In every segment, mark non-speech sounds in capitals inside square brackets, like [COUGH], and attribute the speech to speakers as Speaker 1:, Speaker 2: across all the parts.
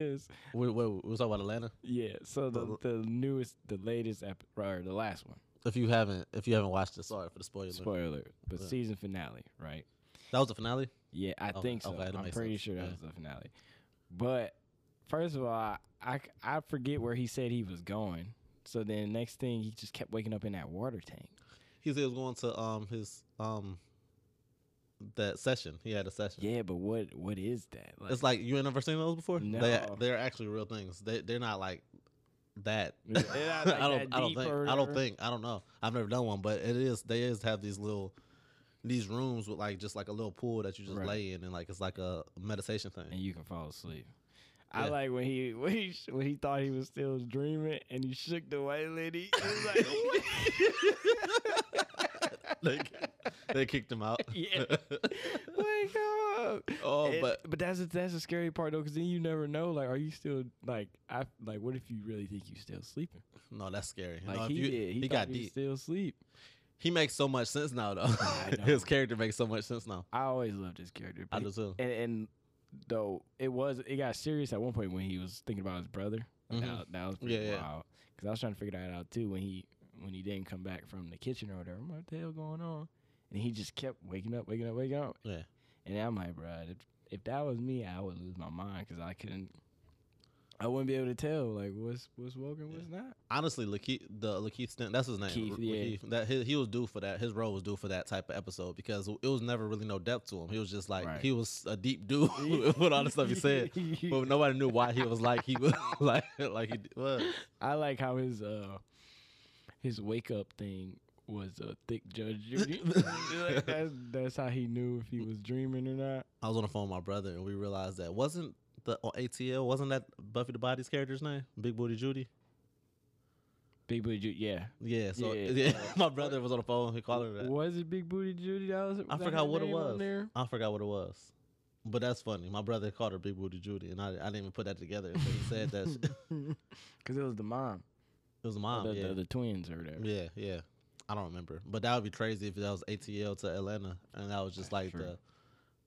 Speaker 1: is.
Speaker 2: Wait, wait, we was talking about Atlanta.
Speaker 1: Yeah. So the the newest, the latest, ep- or the last one.
Speaker 2: If you haven't, if you haven't watched it, sorry for the spoiler.
Speaker 1: Spoiler, alert, but season finale, right?
Speaker 2: That was the finale.
Speaker 1: Yeah, I
Speaker 2: Okay,
Speaker 1: think so.
Speaker 2: okay, that
Speaker 1: I'm
Speaker 2: makes
Speaker 1: pretty
Speaker 2: sense.
Speaker 1: sure that
Speaker 2: Yeah.
Speaker 1: was the finale. But first of all, I, I c- I forget where he said he was going. So then next thing, he just kept waking up in that water tank.
Speaker 2: He said he was going to um his um that session. He had a session.
Speaker 1: Yeah, but what what is that? Like,
Speaker 2: It's like you ain't never seen those before. They
Speaker 1: No.
Speaker 2: they're actually real things. They they're not like that.
Speaker 1: [LAUGHS] They're not like
Speaker 2: [LAUGHS] I don't
Speaker 1: that
Speaker 2: I don't
Speaker 1: deep
Speaker 2: think
Speaker 1: or
Speaker 2: I
Speaker 1: whatever.
Speaker 2: don't think I don't know. I've never done one, but it is they is have these little these rooms with like just like a little pool that you just
Speaker 1: Right.
Speaker 2: lay in and like it's like a meditation
Speaker 1: and [LAUGHS]
Speaker 2: thing.
Speaker 1: you can fall asleep. I
Speaker 2: Yeah.
Speaker 1: like when he when he sh- when he thought he was still dreaming and he shook the white lady. It was like,
Speaker 2: [LAUGHS]
Speaker 1: [LAUGHS]
Speaker 2: they, they kicked him out.
Speaker 1: yeah, wake up.
Speaker 2: Oh,
Speaker 1: And-
Speaker 2: but-
Speaker 1: but that's a, that's a scary part though, because then you never know. Like, are you still like I like? What if you really think you still sleeping?
Speaker 2: [LAUGHS] No, that's scary.
Speaker 1: Like
Speaker 2: no, if
Speaker 1: he
Speaker 2: you-
Speaker 1: did. He,
Speaker 2: he
Speaker 1: thought
Speaker 2: got
Speaker 1: he was
Speaker 2: deep.
Speaker 1: still asleep.
Speaker 2: He makes so much sense now though. [LAUGHS]
Speaker 1: know.
Speaker 2: His character makes so much sense now.
Speaker 1: I always loved his character.
Speaker 2: I
Speaker 1: but-
Speaker 2: do too.
Speaker 1: And, and though it was, it got serious at one point when he was thinking about his brother. Like, That, that was pretty
Speaker 2: Mm-hmm. Yeah, yeah.
Speaker 1: wild. Because I was trying to figure that out too when he when he didn't come back from the kitchen or whatever. I'm like, what the hell going on? And he just kept waking up, waking up, waking up.
Speaker 2: Yeah.
Speaker 1: And I'm like, bro, if, if that was me, I would lose my mind because I couldn't. I wouldn't be able to tell like what's what's woken, what's not.
Speaker 2: honestly, Lakeith, the Lakeith Stanton, that's his name.
Speaker 1: Keith,
Speaker 2: L-
Speaker 1: yeah.
Speaker 2: Lakeith. that he, he was due for that. His role was due for that type of episode because it was never really no depth to him. He was just like
Speaker 1: Right.
Speaker 2: he was a
Speaker 1: [LAUGHS]
Speaker 2: deep dude [LAUGHS] with all the stuff he said, but nobody knew why he was like he was [LAUGHS] like like he was.
Speaker 1: I like how his uh his wake up thing was a thick judge Judy. [LAUGHS]
Speaker 2: [LAUGHS]
Speaker 1: Like, that's, that's how he knew if he was dreaming or not.
Speaker 2: I was on the phone with my brother and we realized that wasn't the oh, on ATL wasn't that Buffy the Body's character's name Big Booty Judy.
Speaker 1: Big booty Judy, yeah.
Speaker 2: Yeah, so
Speaker 1: Yeah.
Speaker 2: yeah, [LAUGHS] my brother was on the phone. He called her that.
Speaker 1: Was it big booty Judy? That was
Speaker 2: I
Speaker 1: that
Speaker 2: forgot
Speaker 1: her
Speaker 2: what it
Speaker 1: name on
Speaker 2: was. [LAUGHS]
Speaker 1: There?
Speaker 2: I forgot what it was. But that's funny. My brother called her Big Booty Judy, and I, I didn't even put that together. until he said that shit. [LAUGHS] it
Speaker 1: Cause it was the mom,
Speaker 2: was mom.
Speaker 1: the,
Speaker 2: yeah.
Speaker 1: the, the twins or whatever.
Speaker 2: yeah, yeah. I don't remember. But that would be crazy if that was ATL to Atlanta, and that was just like
Speaker 1: true.
Speaker 2: the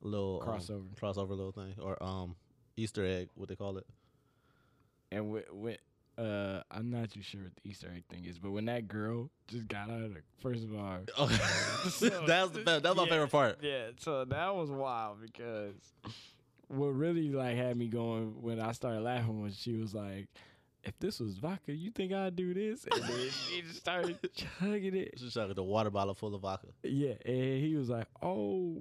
Speaker 2: little um,
Speaker 1: Crossover.
Speaker 2: crossover little thing, or um Easter egg, what they call it.
Speaker 1: And with, with uh, I'm not too sure what the Easter egg thing is, but when that girl just got out of the first of all,
Speaker 2: Oh, [LAUGHS] that's the best. That's my
Speaker 1: Yeah,
Speaker 2: favorite part.
Speaker 1: Yeah, so that was wild because what really like had me going when I started laughing was she was like, "If this was vodka, you think I'd do this?" And then she just started chugging it.
Speaker 2: She's like the water bottle full of vodka.
Speaker 1: Yeah, and he was like, "Oh,"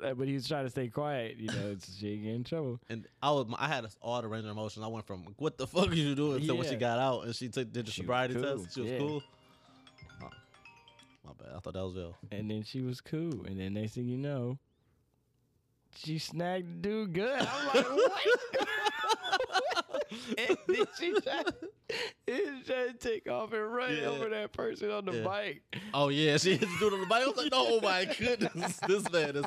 Speaker 1: uh," but he was trying to stay quiet. You know, so she didn't get in trouble.
Speaker 2: And I was, I had all the range of emotions. I went from "What the fuck are you doing?" to when
Speaker 1: Yeah.
Speaker 2: she got out and she took did the
Speaker 1: She was
Speaker 2: sobriety
Speaker 1: cool.
Speaker 2: test. She was
Speaker 1: Yeah.
Speaker 2: cool. Oh, my bad. I thought that was Vel.
Speaker 1: And then she was cool. And then next thing you know, she snagged the dude good. I'm like,
Speaker 2: [LAUGHS]
Speaker 1: what? [LAUGHS] and then she tried, she tried to take off and run
Speaker 2: Yeah.
Speaker 1: over that person on the
Speaker 2: Yeah.
Speaker 1: bike.
Speaker 2: Oh yeah, she hit the dude on the bike. I was like, "Oh my goodness, this man is."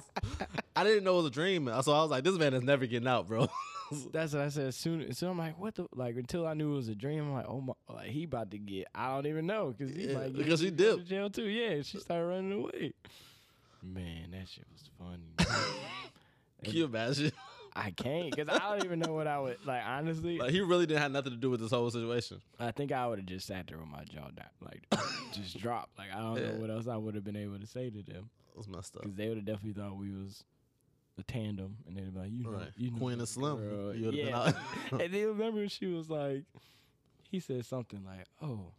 Speaker 2: I didn't know it was a dream, so I was like, "This man is never getting out, bro." [LAUGHS]
Speaker 1: That's what I said. As soon, so I'm like, what the like? Until I knew it was a dream. I'm like, oh my, like he about to get. I don't even know because he
Speaker 2: Yeah,
Speaker 1: might get
Speaker 2: because he
Speaker 1: go to
Speaker 2: dipped.
Speaker 1: jail too. Yeah, she started running away. Man, that shit was funny.
Speaker 2: [LAUGHS] Can you imagine?
Speaker 1: I can't because I don't even know what I would like. Honestly,
Speaker 2: Like, he really didn't have nothing to do with this whole situation.
Speaker 1: I think I would have just sat there with my jaw down, like just dropped. Like I don't know what else I would have been able to say to them
Speaker 2: It was messed up.
Speaker 1: because they would have definitely thought we was a tandem, and they'd be like, you know,
Speaker 2: Right,
Speaker 1: you know
Speaker 2: Queen
Speaker 1: that
Speaker 2: of Slim.
Speaker 1: girl.
Speaker 2: You would've been
Speaker 1: yeah.
Speaker 2: out.
Speaker 1: [LAUGHS]
Speaker 2: [LAUGHS]
Speaker 1: and then remember she was like, he said something like, oh,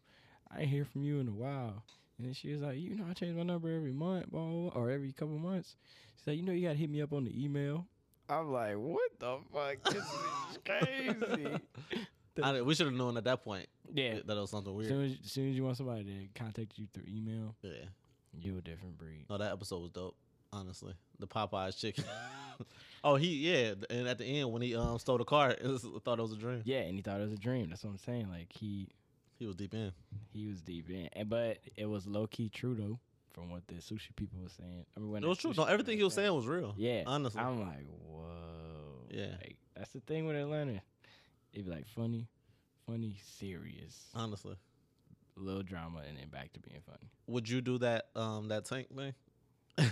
Speaker 1: I ain't hear from you in a while. And then she was like, you know, I change my number every month, blah, blah, blah, or every couple months. She's like, you know, you gotta hit me up on the email. I'm like, what the fuck? [LAUGHS] This is crazy.
Speaker 2: I didn't- we should have known at that point
Speaker 1: Yeah,
Speaker 2: that it was something
Speaker 1: as
Speaker 2: weird.
Speaker 1: soon as, as soon as you want somebody to contact you through email,
Speaker 2: Yeah.
Speaker 1: you a different breed.
Speaker 2: No, Oh, that episode was dope. Honestly, the Popeyes chicken. [LAUGHS] oh, he yeah, and at the end when he um stole the car, [LAUGHS] it was, thought it was a dream.
Speaker 1: Yeah, and he thought it was a dream. That's what I'm saying. Like he
Speaker 2: He was deep in.
Speaker 1: he was deep in, and but it was low key true though, from what the sushi people were saying. I mean, when
Speaker 2: It was
Speaker 1: the
Speaker 2: true.
Speaker 1: sushi
Speaker 2: No,
Speaker 1: people
Speaker 2: everything he was
Speaker 1: were
Speaker 2: saying was real.
Speaker 1: Yeah,
Speaker 2: honestly.
Speaker 1: I'm like, whoa.
Speaker 2: Yeah.
Speaker 1: like, that's the thing with Atlanta. It'd be like funny, funny, serious,
Speaker 2: honestly,
Speaker 1: little drama, and then back to being funny.
Speaker 2: would you do that um that tank thing?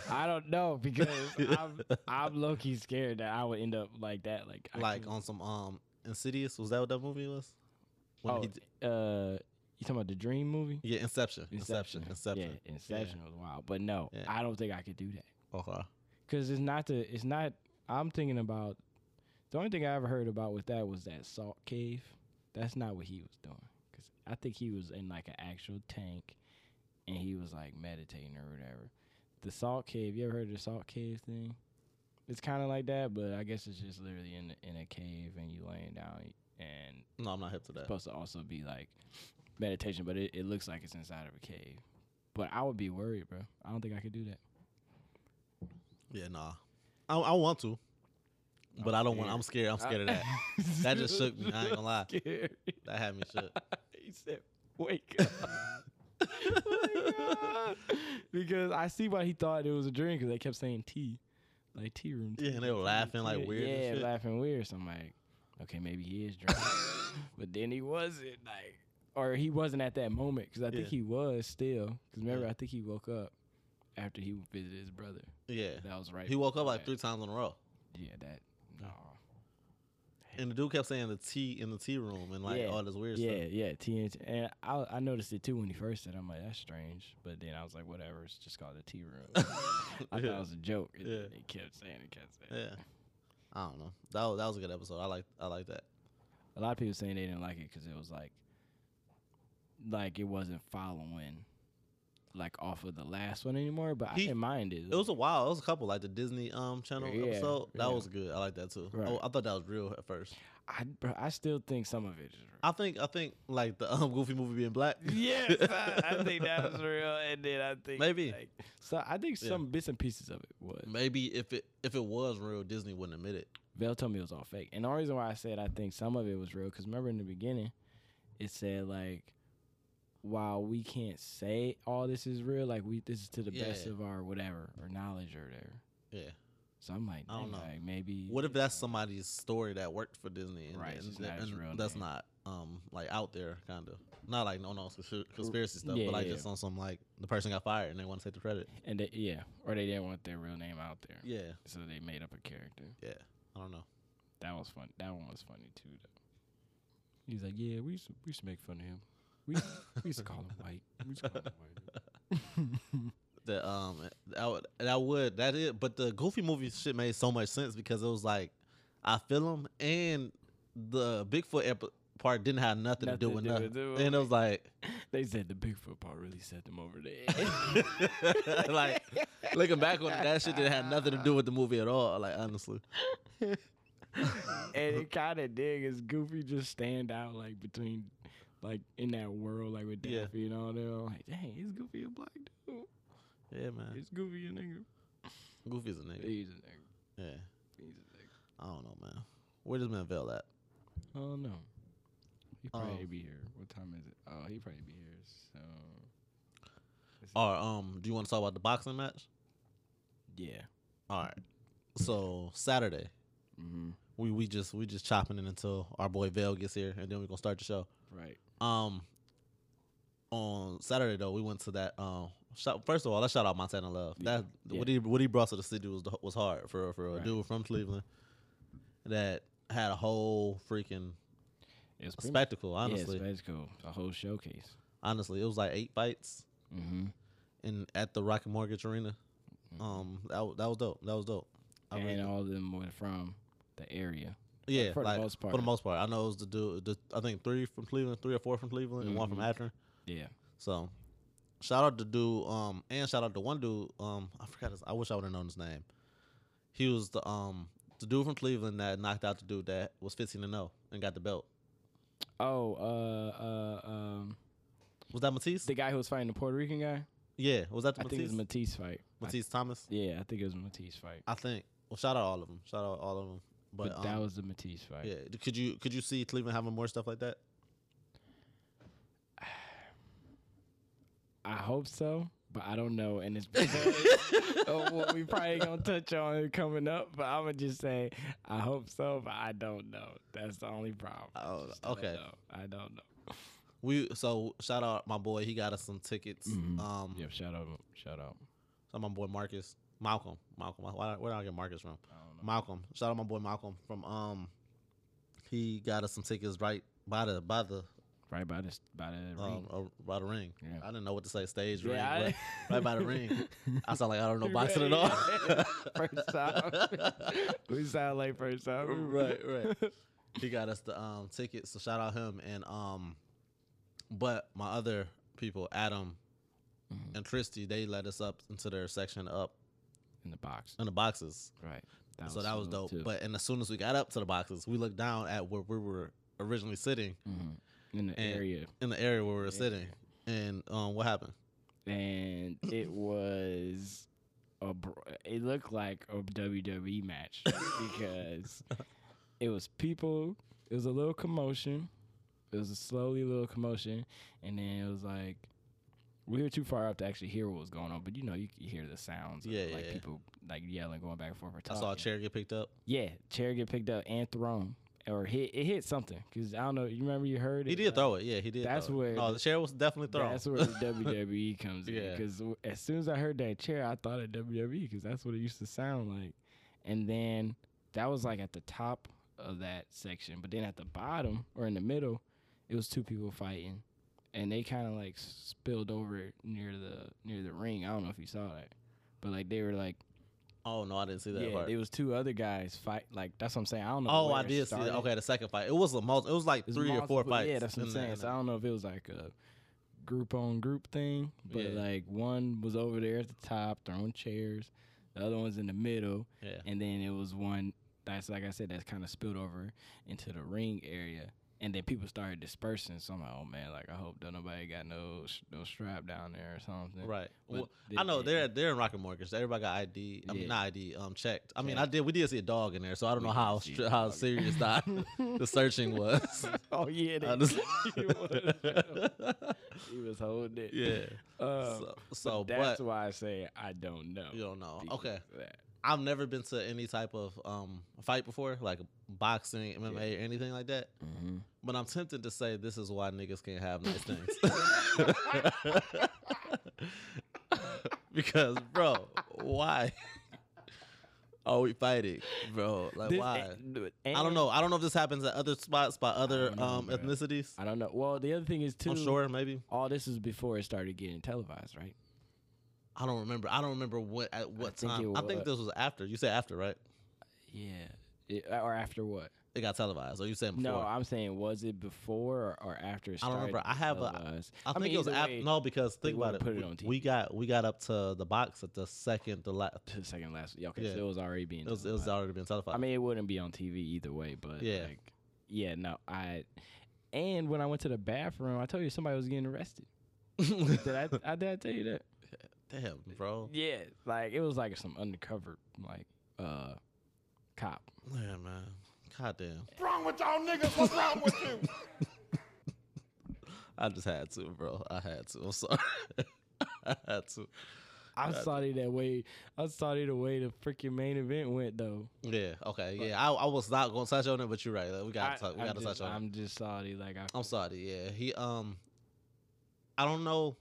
Speaker 2: [LAUGHS]
Speaker 1: I don't know [LAUGHS] because I'm I'm low key scared that I would end up like that. Like I
Speaker 2: Like
Speaker 1: couldn't-
Speaker 2: on some um Insidious? Was that what that movie was? When
Speaker 1: oh,
Speaker 2: he d-
Speaker 1: uh, you talking about the Dream movie?
Speaker 2: yeah, Inception. Inception. Inception.
Speaker 1: Yeah, Inception was wild. But no,
Speaker 2: Yeah.
Speaker 1: I don't think I could do that
Speaker 2: Okay.
Speaker 1: because it's not the. It's not. I'm thinking about the only thing I ever heard about with that was that salt cave. That's not what he was doing because I think he was in like an actual tank and he was like meditating or whatever. The salt cave. You ever heard of the salt cave thing? It's kind of like that, but I guess it's just literally in in a cave and you laying down and
Speaker 2: No, I'm not hip to that.
Speaker 1: supposed to also be like meditation, but it, it looks like it's inside of a cave. But I would be worried, bro. I don't think I could do that.
Speaker 2: Yeah, nah. I, I want to, but
Speaker 1: I'm
Speaker 2: I don't want.
Speaker 1: scared.
Speaker 2: I'm scared. I'm scared of
Speaker 1: [LAUGHS]
Speaker 2: that. That just shook me. I ain't gonna lie.
Speaker 1: Scared. [LAUGHS]
Speaker 2: That had me shook.
Speaker 1: he said, "Wake up." [LAUGHS] Oh my God. because I see why he thought it was a dream because they kept saying tea, like tea room.
Speaker 2: Yeah,
Speaker 1: tea,
Speaker 2: and they were
Speaker 1: tea,
Speaker 2: laughing,
Speaker 1: tea.
Speaker 2: like, weird
Speaker 1: Yeah,
Speaker 2: and shit.
Speaker 1: laughing weird. So I'm like, okay, maybe he is
Speaker 2: [LAUGHS]
Speaker 1: drunk, but then he wasn't like, or he wasn't at that moment because I think
Speaker 2: Yeah.
Speaker 1: he was still. Because remember,
Speaker 2: Yeah.
Speaker 1: I think he woke up after he visited his brother.
Speaker 2: Yeah,
Speaker 1: That was right.
Speaker 2: he woke up
Speaker 1: before
Speaker 2: like
Speaker 1: that.
Speaker 2: three times in a row,
Speaker 1: Yeah, that. No.
Speaker 2: and the dude kept saying the tea in the tea room and like
Speaker 1: Yeah.
Speaker 2: all this weird
Speaker 1: Yeah,
Speaker 2: stuff.
Speaker 1: yeah, TNT, and I I noticed it too when he first said. it. I'm like, that's strange, but then I was like, whatever. It's just called a tea [LAUGHS] room. I thought
Speaker 2: yeah.
Speaker 1: it was a joke. It,
Speaker 2: Yeah.
Speaker 1: it kept saying it, kept saying. it.
Speaker 2: [LAUGHS] yeah, I don't know. That was, that was a good episode. I like I like that.
Speaker 1: A lot of people saying they didn't like it because it was like, like it wasn't following, like off of the last one anymore. But I
Speaker 2: He-
Speaker 1: didn't mind it.
Speaker 2: It was a while. It was a couple like the Disney um channel
Speaker 1: Yeah,
Speaker 2: episode. That
Speaker 1: yeah.
Speaker 2: was good. I like that too.
Speaker 1: Right.
Speaker 2: Oh, I thought that was real at first.
Speaker 1: I bro, I still think some of it is.
Speaker 2: I think I think like the um Goofy movie being black.
Speaker 1: yes, I, I think that [LAUGHS] was real, and then I think
Speaker 2: Maybe.
Speaker 1: like- so. I think
Speaker 2: Yeah.
Speaker 1: some bits and pieces of it was.
Speaker 2: [LAUGHS] Maybe if it if it was real, Disney wouldn't admit it.
Speaker 1: Vel told me it was all fake. And the only reason why I said I think some of it was real, because remember in the beginning, it said like, while we can't say all this is real, like we this is to the best
Speaker 2: Yeah.
Speaker 1: of our whatever or knowledge or whatever.
Speaker 2: Yeah.
Speaker 1: So I'm like,
Speaker 2: I don't
Speaker 1: dang,
Speaker 2: know.
Speaker 1: like maybe
Speaker 2: What if that's somebody's story that worked for Disney and,
Speaker 1: Right, it's
Speaker 2: and-
Speaker 1: just not his
Speaker 2: and
Speaker 1: real
Speaker 2: that's
Speaker 1: name.
Speaker 2: not um like out there kind of not like no no conspir- conspiracy stuff,
Speaker 1: yeah,
Speaker 2: but like
Speaker 1: yeah.
Speaker 2: just on some like the person got fired and they want to take the credit.
Speaker 1: and they, yeah, or they didn't want their real name out there,
Speaker 2: Yeah,
Speaker 1: so they made up a character.
Speaker 2: yeah. I don't know.
Speaker 1: That was fun. That one was funny too. though. He's like, yeah, we used to, we used to make fun of him. We used, we used to call him white. We used to call him white.
Speaker 2: That um that would that would that is but the Goofy movie shit made so much sense because it was like I feel him and the Bigfoot ep- part didn't have nothing, to do with nothing.
Speaker 1: do
Speaker 2: and it was like
Speaker 1: They said the Bigfoot part really set them over the edge.
Speaker 2: [LAUGHS] like looking back on it, that shit didn't have nothing to do with the movie at all. Like
Speaker 1: [LAUGHS]
Speaker 2: honestly,
Speaker 1: [LAUGHS] and it kind of did because Goofy just stand out like between, like in that world, like with
Speaker 2: Yeah.
Speaker 1: Daffy and all that. I'm like, dang, is Goofy a black dude?
Speaker 2: yeah, man.
Speaker 1: Is Goofy a nigga?
Speaker 2: Goofy's a nigga.
Speaker 1: He's a nigga.
Speaker 2: Yeah,
Speaker 1: He's a
Speaker 2: I don't know, man. Where does Manvel
Speaker 1: nigga.
Speaker 2: at?
Speaker 1: Oh no, he probably
Speaker 2: Um,
Speaker 1: be here. What time is it? Oh, he probably be here. So
Speaker 2: Or um, do you want to talk about the boxing match?
Speaker 1: yeah.
Speaker 2: All right. So Saturday,
Speaker 1: Mm-hmm.
Speaker 2: we we just we just chopping it until our boy Vale gets here, and then we're gonna start the show.
Speaker 1: Right.
Speaker 2: Um, on Saturday though, we went to that um. Shout, first of all, let's shout out Montana Love.
Speaker 1: Yeah,
Speaker 2: That what he what he brought to the city was was hard for for a
Speaker 1: Right.
Speaker 2: dude from Cleveland that had a whole freaking
Speaker 1: It's pretty much-
Speaker 2: spectacle. Honestly,
Speaker 1: yeah, it's cool. A whole showcase.
Speaker 2: honestly, it was like eight fights
Speaker 1: Mm-hmm.
Speaker 2: in at the Rocket Mortgage Arena. Um, that wa- that was dope. That was dope. I
Speaker 1: and
Speaker 2: really,
Speaker 1: all of them were from the area.
Speaker 2: yeah,
Speaker 1: for the
Speaker 2: like,
Speaker 1: most
Speaker 2: for
Speaker 1: part.
Speaker 2: the most part, I know it was the dude. The, I think three from Cleveland, three or four from Cleveland, and one from
Speaker 1: Mhm.
Speaker 2: Akron.
Speaker 1: Yeah.
Speaker 2: So, shout out to dude, um, and shout out to one dude, um, I forgot his. I wish I would have known his name. He was the um the dude from Cleveland that knocked out the dude that was fifteen and zero and got the belt.
Speaker 1: Oh, uh, uh, um.
Speaker 2: Was that Matisse?
Speaker 1: The guy who was fighting the Puerto Rican guy?
Speaker 2: yeah, was that
Speaker 1: I
Speaker 2: the
Speaker 1: think it was Matisse
Speaker 2: Matisse?
Speaker 1: fight. I-
Speaker 2: Matisse Thomas.
Speaker 1: yeah, I think it was a Matisse fight.
Speaker 2: I think. Well, shout out all of them. Shout out all of them. But,
Speaker 1: But, that
Speaker 2: um,
Speaker 1: was the Matisse fight.
Speaker 2: yeah, d- could you could you see Cleveland having more stuff like that?
Speaker 1: I hope so, but I don't know. And
Speaker 2: [LAUGHS]
Speaker 1: it's because of what we probably gonna touch on it coming up. But I'm gonna just say I hope so, but I don't know. That's the only problem. I
Speaker 2: Oh,
Speaker 1: just
Speaker 2: okay.
Speaker 1: Don't know. I don't know.
Speaker 2: We so shout out my boy. He got us some tickets.
Speaker 1: Mhm.
Speaker 2: Um,
Speaker 1: Yeah, shout out, shout out.
Speaker 2: shout out my boy Marcus Malcolm. Malcolm. Why, where did I get Marcus from?
Speaker 1: I don't know.
Speaker 2: Malcolm. Shout out my boy Malcolm from um He got us some tickets right by the by the
Speaker 1: right by this by the
Speaker 2: um,
Speaker 1: ring.
Speaker 2: uh, by the ring.
Speaker 1: Yeah.
Speaker 2: I didn't know what to say. Stage
Speaker 1: Yeah, I-
Speaker 2: ring, but right by the ring. I sound like I
Speaker 1: [LAUGHS]
Speaker 2: don't know boxing at all.
Speaker 1: Yeah. [LAUGHS] First
Speaker 2: [LAUGHS]
Speaker 1: time. we sound like first [LAUGHS] time.
Speaker 2: right, right. He got us the um tickets, so shout out him and um but my other people, Adam
Speaker 1: Mhm.
Speaker 2: and Tristy, they let us up into their section up
Speaker 1: In the box.
Speaker 2: in the boxes.
Speaker 1: Right.
Speaker 2: so that was
Speaker 1: smooth,
Speaker 2: dope.
Speaker 1: too.
Speaker 2: But and as soon as we got up to the boxes, we looked down at where we were originally sitting
Speaker 1: Mhm. in the
Speaker 2: and-
Speaker 1: area,
Speaker 2: in the area where we were
Speaker 1: Yeah.
Speaker 2: sitting. And um what happened?
Speaker 1: and it was a. br- It looked like a WWE
Speaker 2: [LAUGHS]
Speaker 1: match because it was people. It was a little commotion. It was a slowly little commotion, and then it was like we were too far up to actually hear what was going on. But you know, you could hear the sounds.
Speaker 2: Yeah,
Speaker 1: of, like
Speaker 2: yeah.
Speaker 1: people like yelling, going back and forth. Or
Speaker 2: I
Speaker 1: talking.
Speaker 2: saw a chair get picked up.
Speaker 1: Yeah, chair get picked up and thrown or hit. It hit something because I don't know. You remember you heard it?
Speaker 2: He did
Speaker 1: like,
Speaker 2: throw it, yeah. He did.
Speaker 1: that's
Speaker 2: throw it.
Speaker 1: where
Speaker 2: No,
Speaker 1: the-
Speaker 2: the chair was definitely thrown.
Speaker 1: That's where the WWE comes in.
Speaker 2: Yeah.
Speaker 1: Because as soon as I heard that chair, I thought of WWE because that's what it used to sound like. And then that was like at the top of that section, but then at the bottom or in the middle, it was two people fighting, and they kind of like spilled over near the near the ring. I don't know if you saw that, but like they were like,
Speaker 2: [LAUGHS] Oh no, I didn't see that
Speaker 1: yeah,
Speaker 2: part.
Speaker 1: it was two other guys fight. Like that's what I'm saying. I don't know.
Speaker 2: Oh,
Speaker 1: where
Speaker 2: I
Speaker 1: it
Speaker 2: did see
Speaker 1: started.
Speaker 2: that. Okay, the second fight. It was a multi, It was like
Speaker 1: It's
Speaker 2: three or four
Speaker 1: multiple-
Speaker 2: fights. Mm,
Speaker 1: Yeah, that's what I'm
Speaker 2: in the-
Speaker 1: saying.
Speaker 2: in
Speaker 1: So I don't know if it was like a group on group thing, but
Speaker 2: Yeah.
Speaker 1: like one was over there at the top throwing chairs, the other one's in the middle,
Speaker 2: the- yeah.
Speaker 1: and then it was one that's like I said that's kind of spilled over into the ring area. And then people started dispersing. So I'm like, oh man, like I hope don't nobody got no sh- no strap down there or something.
Speaker 2: Right.
Speaker 1: But
Speaker 2: Well,
Speaker 1: they-
Speaker 2: I know
Speaker 1: they-
Speaker 2: they're they're in Rocket Mortgage. Everybody got ID. I
Speaker 1: Yeah.
Speaker 2: mean, not ID. Um, checked. I mean,
Speaker 1: Yeah.
Speaker 2: I did. We did see a dog in there, so I don't
Speaker 1: We
Speaker 2: know
Speaker 1: did
Speaker 2: how
Speaker 1: see
Speaker 2: str-
Speaker 1: a
Speaker 2: how
Speaker 1: dog.
Speaker 2: serious
Speaker 1: [LAUGHS]
Speaker 2: [LAUGHS] the, the searching was.
Speaker 1: oh yeah, [LAUGHS] they,
Speaker 2: I just-
Speaker 1: he, was, [LAUGHS] he was holding it.
Speaker 2: [LAUGHS] yeah.
Speaker 1: Uh,
Speaker 2: So,
Speaker 1: so
Speaker 2: so
Speaker 1: that's
Speaker 2: but
Speaker 1: why I say I don't know.
Speaker 2: you don't know.
Speaker 1: because
Speaker 2: Okay.
Speaker 1: of that.
Speaker 2: I've never been to any type of um fight before, like boxing, MMA, or anything like that. But I'm tempted to say this is why niggas can't have nice
Speaker 1: [LAUGHS]
Speaker 2: things. [LAUGHS] because, bro, why [LAUGHS] are we fighting, bro? Like,
Speaker 1: This-
Speaker 2: why?
Speaker 1: and-
Speaker 2: I don't
Speaker 1: and-
Speaker 2: know. I don't know if this happens at other spots by other
Speaker 1: don't know,
Speaker 2: um,
Speaker 1: bro.
Speaker 2: ethnicities.
Speaker 1: I don't know. Well, the other thing is too.
Speaker 2: I'm sure, maybe.
Speaker 1: All this is before it started getting televised, right?
Speaker 2: I don't remember. I don't remember what at what
Speaker 1: think
Speaker 2: time.
Speaker 1: it
Speaker 2: I think
Speaker 1: wa-
Speaker 2: this was after. You said after, right?
Speaker 1: Yeah. It- or after what?
Speaker 2: It got televised. Or you said before?
Speaker 1: No, I'm saying was it before or, or after? It
Speaker 2: I don't remember.
Speaker 1: started
Speaker 2: I have a-
Speaker 1: televised?
Speaker 2: I, think
Speaker 1: mean,
Speaker 2: it was
Speaker 1: either
Speaker 2: after.
Speaker 1: way,
Speaker 2: no, because think about
Speaker 1: wouldn't
Speaker 2: it.
Speaker 1: put it
Speaker 2: we,
Speaker 1: on TV.
Speaker 2: we got we got up to the box at the second to last.
Speaker 1: to the second last. yeah, Okay,
Speaker 2: Yeah.
Speaker 1: so it was already being.
Speaker 2: It was, it was
Speaker 1: televised.
Speaker 2: already been televised.
Speaker 1: I mean, it wouldn't be on TV either way, but
Speaker 2: Yeah.
Speaker 1: like, yeah, no, I. And when I went to the bathroom, I told you somebody was getting arrested.
Speaker 2: [LAUGHS]
Speaker 1: [LAUGHS] Did I? I did I tell you that?
Speaker 2: Damn, bro.
Speaker 1: Yeah, like it was like some undercover like uh cop.
Speaker 2: Yeah, man. God damn.
Speaker 3: What's wrong with y'all niggas? What's wrong with you?
Speaker 2: I just had to, bro. I had to. I'm sorry. [LAUGHS] I had to.
Speaker 1: I
Speaker 2: God.
Speaker 1: saw it that way. I saw it the way the freaking main event went though.
Speaker 2: Yeah. Okay. Yeah. I, I was not gonna touch on it, but you're right. Like, we
Speaker 1: I,
Speaker 2: gotta talk. We
Speaker 1: I'm
Speaker 2: gotta
Speaker 1: just,
Speaker 2: touch on it.
Speaker 1: I'm just sorry, like I.
Speaker 2: I'm sorry. Yeah. He um. I don't know.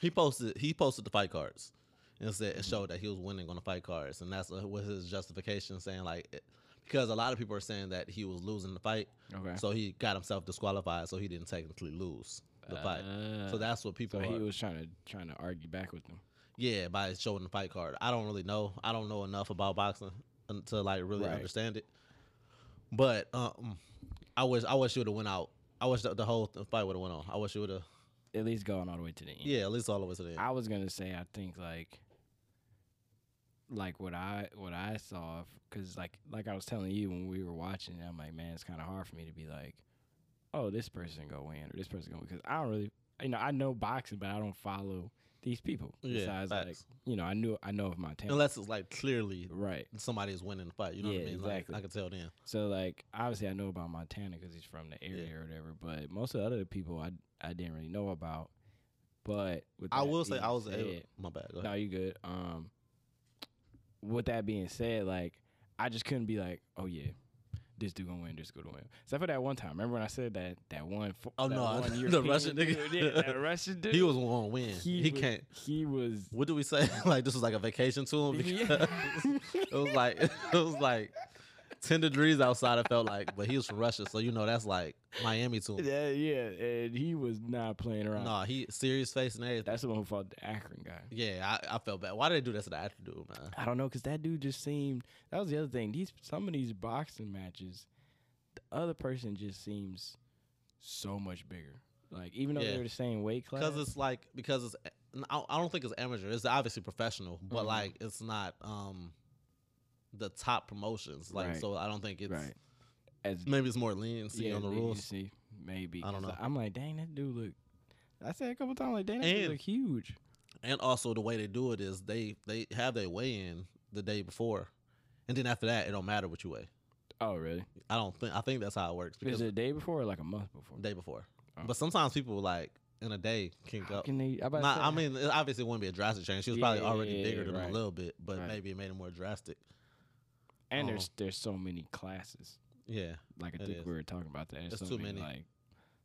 Speaker 2: He posted. He posted the fight cards, and said it showed that he was winning on the fight cards, and that's uh, was his justification, saying like, it, because a lot of people are saying that he was losing the fight,
Speaker 1: Okay.
Speaker 2: so he got himself disqualified, so he didn't technically lose the fight.
Speaker 1: Uh,
Speaker 2: So that's what
Speaker 1: so
Speaker 2: people.
Speaker 1: he
Speaker 2: are,
Speaker 1: was trying to trying to argue back with them.
Speaker 2: yeah, by showing the fight card. I don't really know. I don't know enough about boxing un- to like really
Speaker 1: Right.
Speaker 2: understand it. But um, I wish I wish you would have went out. I wish the, the whole th- fight would have went on. I wish you would have.
Speaker 1: At least going all the way to the end.
Speaker 2: Yeah, at least all the way to the end.
Speaker 1: I was gonna say I think like like what I what I saw because like like I was telling you when we were watching it, I'm like man it's kind of hard for me to be like oh this person gonna win or this person gonna because I don't really you know I know boxing but I don't follow these people
Speaker 2: Yeah,
Speaker 1: besiys, like
Speaker 2: facts.
Speaker 1: you know I knew I know of Montana
Speaker 2: Unless it's like clearly
Speaker 1: right
Speaker 2: somebody is winning the fight. You know what
Speaker 1: Yeah,
Speaker 2: I mean?
Speaker 1: exactly.
Speaker 2: Like, I could tell then.
Speaker 1: so like obviously I know about Montana because he's from the area or whatever but most of the other people I I didn't really know about but with
Speaker 2: I
Speaker 1: that
Speaker 2: will say
Speaker 1: being
Speaker 2: I was
Speaker 1: said,
Speaker 2: able. My bad. Go
Speaker 1: No,
Speaker 2: ahead.
Speaker 1: you good. Um, with that being said, like I just couldn't be like, oh yeah, this dude gonna win, this dude gonna win. Except for that one time. Remember when I said that that one? fo-
Speaker 2: Oh,
Speaker 1: that
Speaker 2: no,
Speaker 1: one
Speaker 2: [LAUGHS] the
Speaker 1: European
Speaker 2: Russian
Speaker 1: dude, [LAUGHS]
Speaker 2: nigga.
Speaker 1: Yeah, that Russian dude.
Speaker 2: [LAUGHS] he was gonna win. He,
Speaker 1: was-
Speaker 2: can't.
Speaker 1: He was.
Speaker 2: [LAUGHS] What do
Speaker 1: [LAUGHS]
Speaker 2: we say? like this was like a vacation to him. Because [LAUGHS]
Speaker 1: Yeah.
Speaker 2: it was like it was like 10 degrees outside, it felt like. But he was from Russia, so you know that's like Miami to him.
Speaker 1: Yeah, yeah, and he was not playing around.
Speaker 2: Nah, he serious face and everything.
Speaker 1: That's the one who fought the Akron guy.
Speaker 2: Yeah, I, I felt bad. Why did they do that to the actor dude, man?
Speaker 1: I don't know, cause that dude just seemed. That was the other thing. These some of these boxing matches, the other person just seems so much bigger. Like even though
Speaker 2: Yeah.
Speaker 1: they're the same weight class,
Speaker 2: Because it's like because it's I I don't think it's amateur. It's obviously professional, but
Speaker 1: Mhm.
Speaker 2: like it's not um the top promotions. Like
Speaker 1: Right.
Speaker 2: so, I don't think it's
Speaker 1: right. As
Speaker 2: maybe it's more leniency on the
Speaker 1: maybe you
Speaker 2: rules.
Speaker 1: see, maybe.
Speaker 2: I don't
Speaker 1: 'cause
Speaker 2: know.
Speaker 1: I'm like, dang, that dude look. I said a couple times, like, dang, that dude
Speaker 2: And-
Speaker 1: look huge.
Speaker 2: And also the way they do it is they they have their weigh in the day before, and then after that it don't matter what you weigh.
Speaker 1: Oh, really?
Speaker 2: I don't think I think that's how it works because
Speaker 1: Is it a day before or like a month before?
Speaker 2: the day before.
Speaker 1: Oh.
Speaker 2: But sometimes people like in a day can
Speaker 1: How
Speaker 2: go.
Speaker 1: can they? I'm about to
Speaker 2: Nah,
Speaker 1: say,
Speaker 2: I mean, it obviously wouldn't be a drastic change. She was probably already
Speaker 1: Yeah,
Speaker 2: bigger than
Speaker 1: right.
Speaker 2: a little bit, but
Speaker 1: Right.
Speaker 2: maybe it made it more drastic.
Speaker 1: and
Speaker 2: oh.
Speaker 1: there's there's so many classes.
Speaker 2: Yeah,
Speaker 1: Like I
Speaker 2: It
Speaker 1: think
Speaker 2: is.
Speaker 1: we were talking about that. There's
Speaker 2: There's
Speaker 1: so
Speaker 2: too
Speaker 1: many,
Speaker 2: many.
Speaker 1: like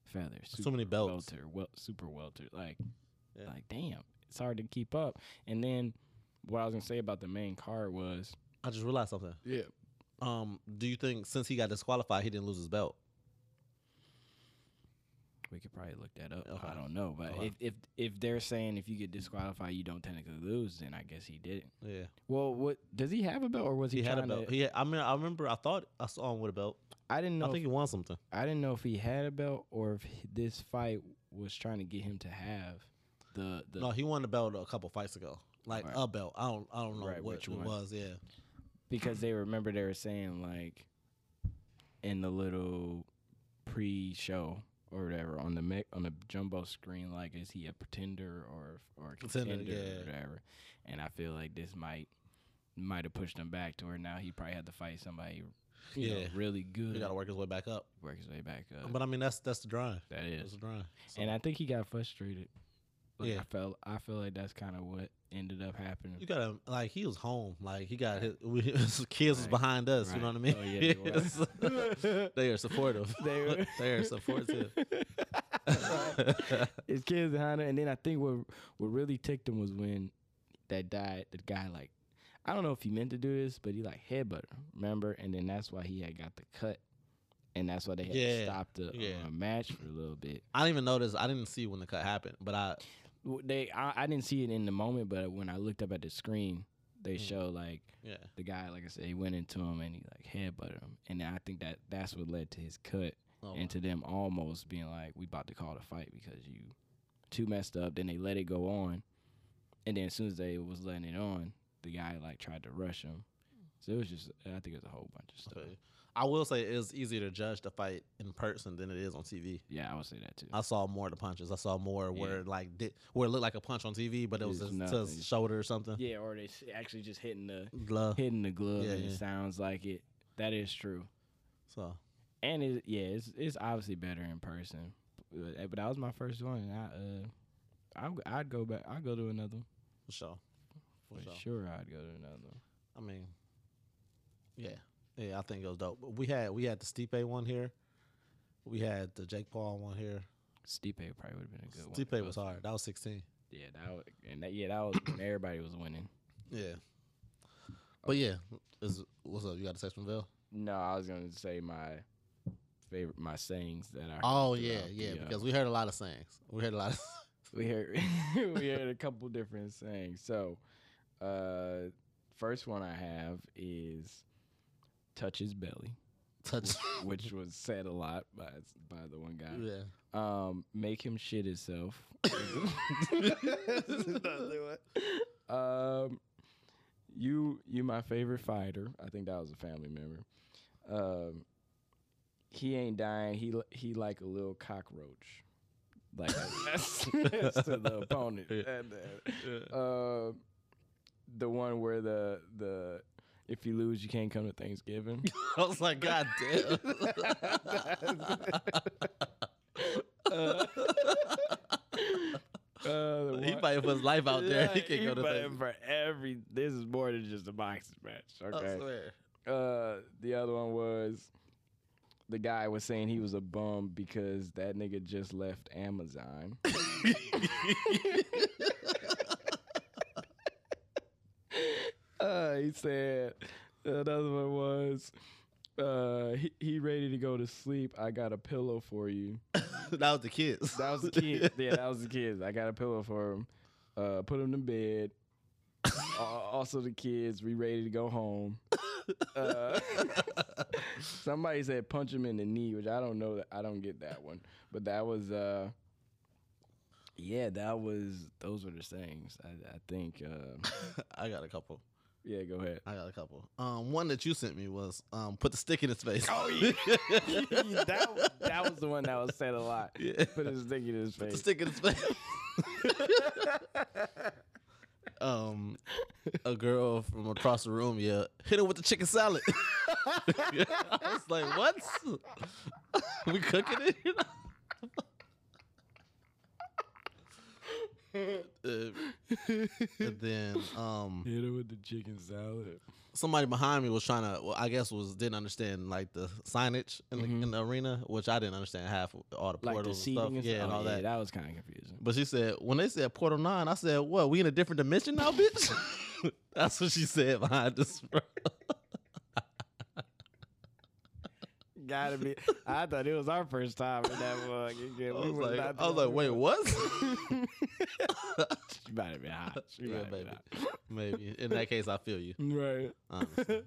Speaker 1: feathers,
Speaker 2: so many belts.
Speaker 1: welter, wel- super welter. Like,
Speaker 2: Yeah.
Speaker 1: like damn, it's hard to keep up. And then what I was gonna say about the main card was,
Speaker 2: I just realized something.
Speaker 1: yeah,
Speaker 2: Um, do you think since he got disqualified, he didn't lose his belt?
Speaker 1: we could probably look that up.
Speaker 2: Okay. Oh,
Speaker 1: I don't know, but
Speaker 2: Okay.
Speaker 1: if if if they're saying if you get disqualified, you don't technically lose, then I guess he did.
Speaker 2: Yeah,
Speaker 1: Well, what does he have a belt or was
Speaker 2: he,
Speaker 1: he,
Speaker 2: had a
Speaker 1: trying to-
Speaker 2: belt. He had, I mean, I remember I thought I saw him with a belt.
Speaker 1: I didn't know.
Speaker 2: I think he won something.
Speaker 1: I didn't know if he had a belt or if he- this fight was trying to get him to have the the.
Speaker 2: no, he won the belt a couple fights ago, like
Speaker 1: Right.
Speaker 2: a belt. I don't, I don't know
Speaker 1: Right,
Speaker 2: what
Speaker 1: which
Speaker 2: it
Speaker 1: one.
Speaker 2: was. Yeah,
Speaker 1: because they remember they were saying like in the little pre-show or whatever on the mic on the jumbo screen like is he a pretender or or a contender,
Speaker 2: Contender,
Speaker 1: or
Speaker 2: yeah.
Speaker 1: whatever and i feel like this might might have pushed him back to where now he probably had to fight somebody you know,
Speaker 2: Yeah.
Speaker 1: really good
Speaker 2: he got to work his way back up.
Speaker 1: work his way back up
Speaker 2: But I mean, that's that's the drive.
Speaker 1: that
Speaker 2: That's
Speaker 1: is
Speaker 2: the drive. So,
Speaker 1: and i think he got frustrated like
Speaker 2: Yeah.
Speaker 1: i felt i feel like that's kind of what ended up happening
Speaker 2: you gotta like he was home. Like he got his, [LAUGHS] we- his kids was
Speaker 1: Right.
Speaker 2: behind us. You know what I
Speaker 1: Right.
Speaker 2: mean?
Speaker 1: Oh,
Speaker 2: [LAUGHS]
Speaker 1: yeah, they were.
Speaker 2: Yes. [LAUGHS] they are supportive.
Speaker 1: [LAUGHS] They were.
Speaker 2: [LAUGHS] they
Speaker 1: [LAUGHS]
Speaker 2: are supportive. [LAUGHS]
Speaker 1: His kids behind her, and then I think what what really ticked him was when that died. The guy like, I don't know if he meant to do this, but he like headbutted. her, Remember, and then that's why he had got the cut, and that's why they had
Speaker 2: Yeah,
Speaker 1: stopped the
Speaker 2: yeah.
Speaker 1: uh, match for a little bit.
Speaker 2: [LAUGHS] I didn't even notice. I didn't see when the cut happened, but I
Speaker 1: W- They, I, I didn't see it in the moment, but when I looked up at the screen, they
Speaker 2: Mm.
Speaker 1: show like
Speaker 2: yeah.
Speaker 1: the guy, like I said, he went into him and he like headbutted him, and I think that that's what led to his cut.
Speaker 2: Oh,
Speaker 1: and to them almost being like, "We about to call the fight because you too messed up." Then they let it go on, and then as soon as they was letting it on, the guy like tried to rush him. So it was just, I think it was a whole bunch of stuff.
Speaker 2: Okay. I will say it is easier to judge the fight in person than it is on TV.
Speaker 1: Yeah, I would say that too.
Speaker 2: I saw more of the punches. I saw more where like did, where it looked like a punch on TV, but it was
Speaker 1: It's
Speaker 2: just to
Speaker 1: nothing.
Speaker 2: his shoulder or something.
Speaker 1: yeah, or they s- actually just hitting
Speaker 2: [LAUGHS]
Speaker 1: the
Speaker 2: Glove.
Speaker 1: hitting the glove,
Speaker 2: Yeah,
Speaker 1: and
Speaker 2: yeah.
Speaker 1: it sounds like it. That is true,
Speaker 2: So
Speaker 1: and it, yeah, it's it's obviously better in person. But, uh, but that was my first one, and I uh, I'd, I'd go back. I'd go to another one
Speaker 2: for sure, for
Speaker 1: for
Speaker 2: sure.
Speaker 1: sure. I'd go to another one.
Speaker 2: I mean, yeah, yeah. I think it was dope. But we had we had the Stipe one here. We had the Jake Paul one here.
Speaker 1: Stipe probably would have been a good one. to
Speaker 2: Stipe
Speaker 1: go
Speaker 2: was
Speaker 1: to.
Speaker 2: hard. That was sixteen.
Speaker 1: Yeah, that was, and that, yeah, that was when everybody was winning.
Speaker 2: Yeah. But yeah, is, what's up? You got a section bill?
Speaker 1: No, I was gonna say my favorite, my sayings that I. Heard
Speaker 2: Oh yeah,
Speaker 1: throughout the,
Speaker 2: yeah.
Speaker 1: uh,
Speaker 2: Because we heard a lot of sayings. We heard a lot of [LAUGHS]
Speaker 1: we heard [LAUGHS] we heard a couple different sayings. So, uh, first one I have is touch his belly,
Speaker 2: touch.
Speaker 1: which was said a lot by by the one guy.
Speaker 2: yeah.
Speaker 1: Um, make him shit
Speaker 2: [LAUGHS]
Speaker 1: himself. [LAUGHS] Um, you you my favorite fighter. I think that was a family member. Um, he ain't dying. He li- he like a little cockroach. Like that's, that's [LAUGHS] to the opponent.
Speaker 2: Yeah.
Speaker 1: [LAUGHS] And, uh, uh, the one where the the if you lose you can't come to Thanksgiving. [LAUGHS]
Speaker 2: I was like, God damn.
Speaker 1: Uh, uh, the
Speaker 2: [LAUGHS] he
Speaker 1: one-
Speaker 2: fighting for his life out there. he
Speaker 1: Yeah,
Speaker 2: can't go to
Speaker 1: fighting
Speaker 2: Vegas.
Speaker 1: for every. This is more than just a boxing match. Okay.
Speaker 2: I swear.
Speaker 1: Uh, the other one was the guy was saying he was a bum because that nigga just left
Speaker 2: [LAUGHS]
Speaker 1: Amazon. uh, he said another one was uh, he, he ready to go to sleep. I got a pillow for you.
Speaker 2: that was the kids. [LAUGHS]
Speaker 1: That was the kid. yeah, that was the kids. I got a pillow for him. Uh, put him to
Speaker 2: [LAUGHS]
Speaker 1: bed. Al- also, the kids. We ready to go home. Uh, [LAUGHS] somebody said punch him in the knee, which I don't know. That I don't get that one, but that was. uh yeah, that was those were the sayings. I, I think. Uh,
Speaker 2: I got a couple.
Speaker 1: yeah, go
Speaker 2: [LAUGHS]
Speaker 1: ahead. [LAUGHS]
Speaker 2: I got a couple. Um, one that you sent me was um, put the stick in his face.
Speaker 1: Oh,
Speaker 2: [LAUGHS]
Speaker 1: yeah. that that was the one that was said a lot.
Speaker 2: Yeah.
Speaker 1: Put his dick in his
Speaker 2: Put the
Speaker 1: face.
Speaker 2: stick in his face. [LAUGHS] um, a girl from across the room, yeah, hit her with the chicken salad. [LAUGHS] I was like, what? [LAUGHS] we cooking it? [LAUGHS] You know? Uh, and then um,
Speaker 1: Hit her with the chicken salad.
Speaker 2: somebody behind me was trying to well, i guess was didn't understand like the signage in,
Speaker 1: Mhm.
Speaker 2: the, in the arena which i didn't understand half of all Mm-hmm. the
Speaker 1: Like the
Speaker 2: portals
Speaker 1: seating
Speaker 2: and stuff yeah and all that
Speaker 1: That was kind of confusing.
Speaker 2: but she said when they said portal 9 i said what we in a different dimension now bitch [LAUGHS] that's what she said behind this bro.
Speaker 1: Gotta be. I thought it was our first time in that mug.
Speaker 2: [LAUGHS]
Speaker 1: Yeah,
Speaker 2: I,
Speaker 1: we
Speaker 2: was
Speaker 1: was
Speaker 2: like,
Speaker 1: not
Speaker 2: I was
Speaker 1: the-
Speaker 2: like wait what [LAUGHS]
Speaker 1: She might have been hot. She
Speaker 2: Yeah,
Speaker 1: might have been
Speaker 2: baby.
Speaker 1: [LAUGHS] hot.
Speaker 2: maybe in that case i feel you
Speaker 1: Right.
Speaker 2: honestly.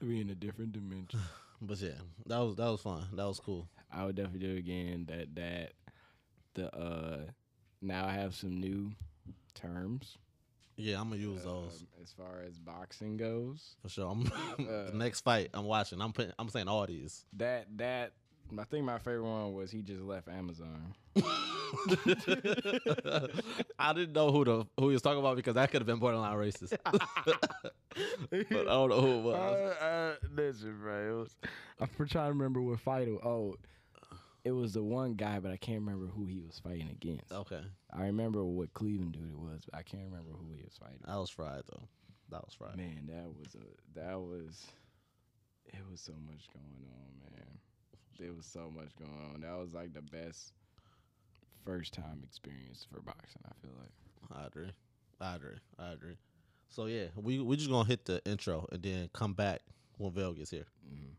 Speaker 1: We in a different dimension.
Speaker 2: but yeah that was that was fun that was cool
Speaker 1: I would definitely do it again. That that the uh now I have some new terms
Speaker 2: yeah i'm gonna use those
Speaker 1: um, as far as boxing goes.
Speaker 2: for sure i'm [LAUGHS]
Speaker 1: uh,
Speaker 2: the next fight i'm watching i'm putting i'm saying all these [LAUGHS]
Speaker 1: That that I think my favorite one was he just left Amazon.
Speaker 2: I didn't know who the who he was talking about because that could have been
Speaker 1: [LAUGHS]
Speaker 2: borderline racist. [LAUGHS] but I don't know who it was.
Speaker 1: listen, bro. I'm trying to remember what fight. It, oh,
Speaker 2: Uh.
Speaker 1: it was the one guy, but I can't remember who he was fighting against.
Speaker 2: okay,
Speaker 1: I remember what Cleveland dude it was, but I can't remember who he was fighting.
Speaker 2: that was fried though. That was fried.
Speaker 1: Man, that was a that was it was so much going on, man. There was so much going on. That was like the best first time experience for boxing. I feel like.
Speaker 2: I agree. I agree. I agree. So yeah, we we just gonna hit the intro and then come back when Vel gets here.
Speaker 1: Mm-hmm.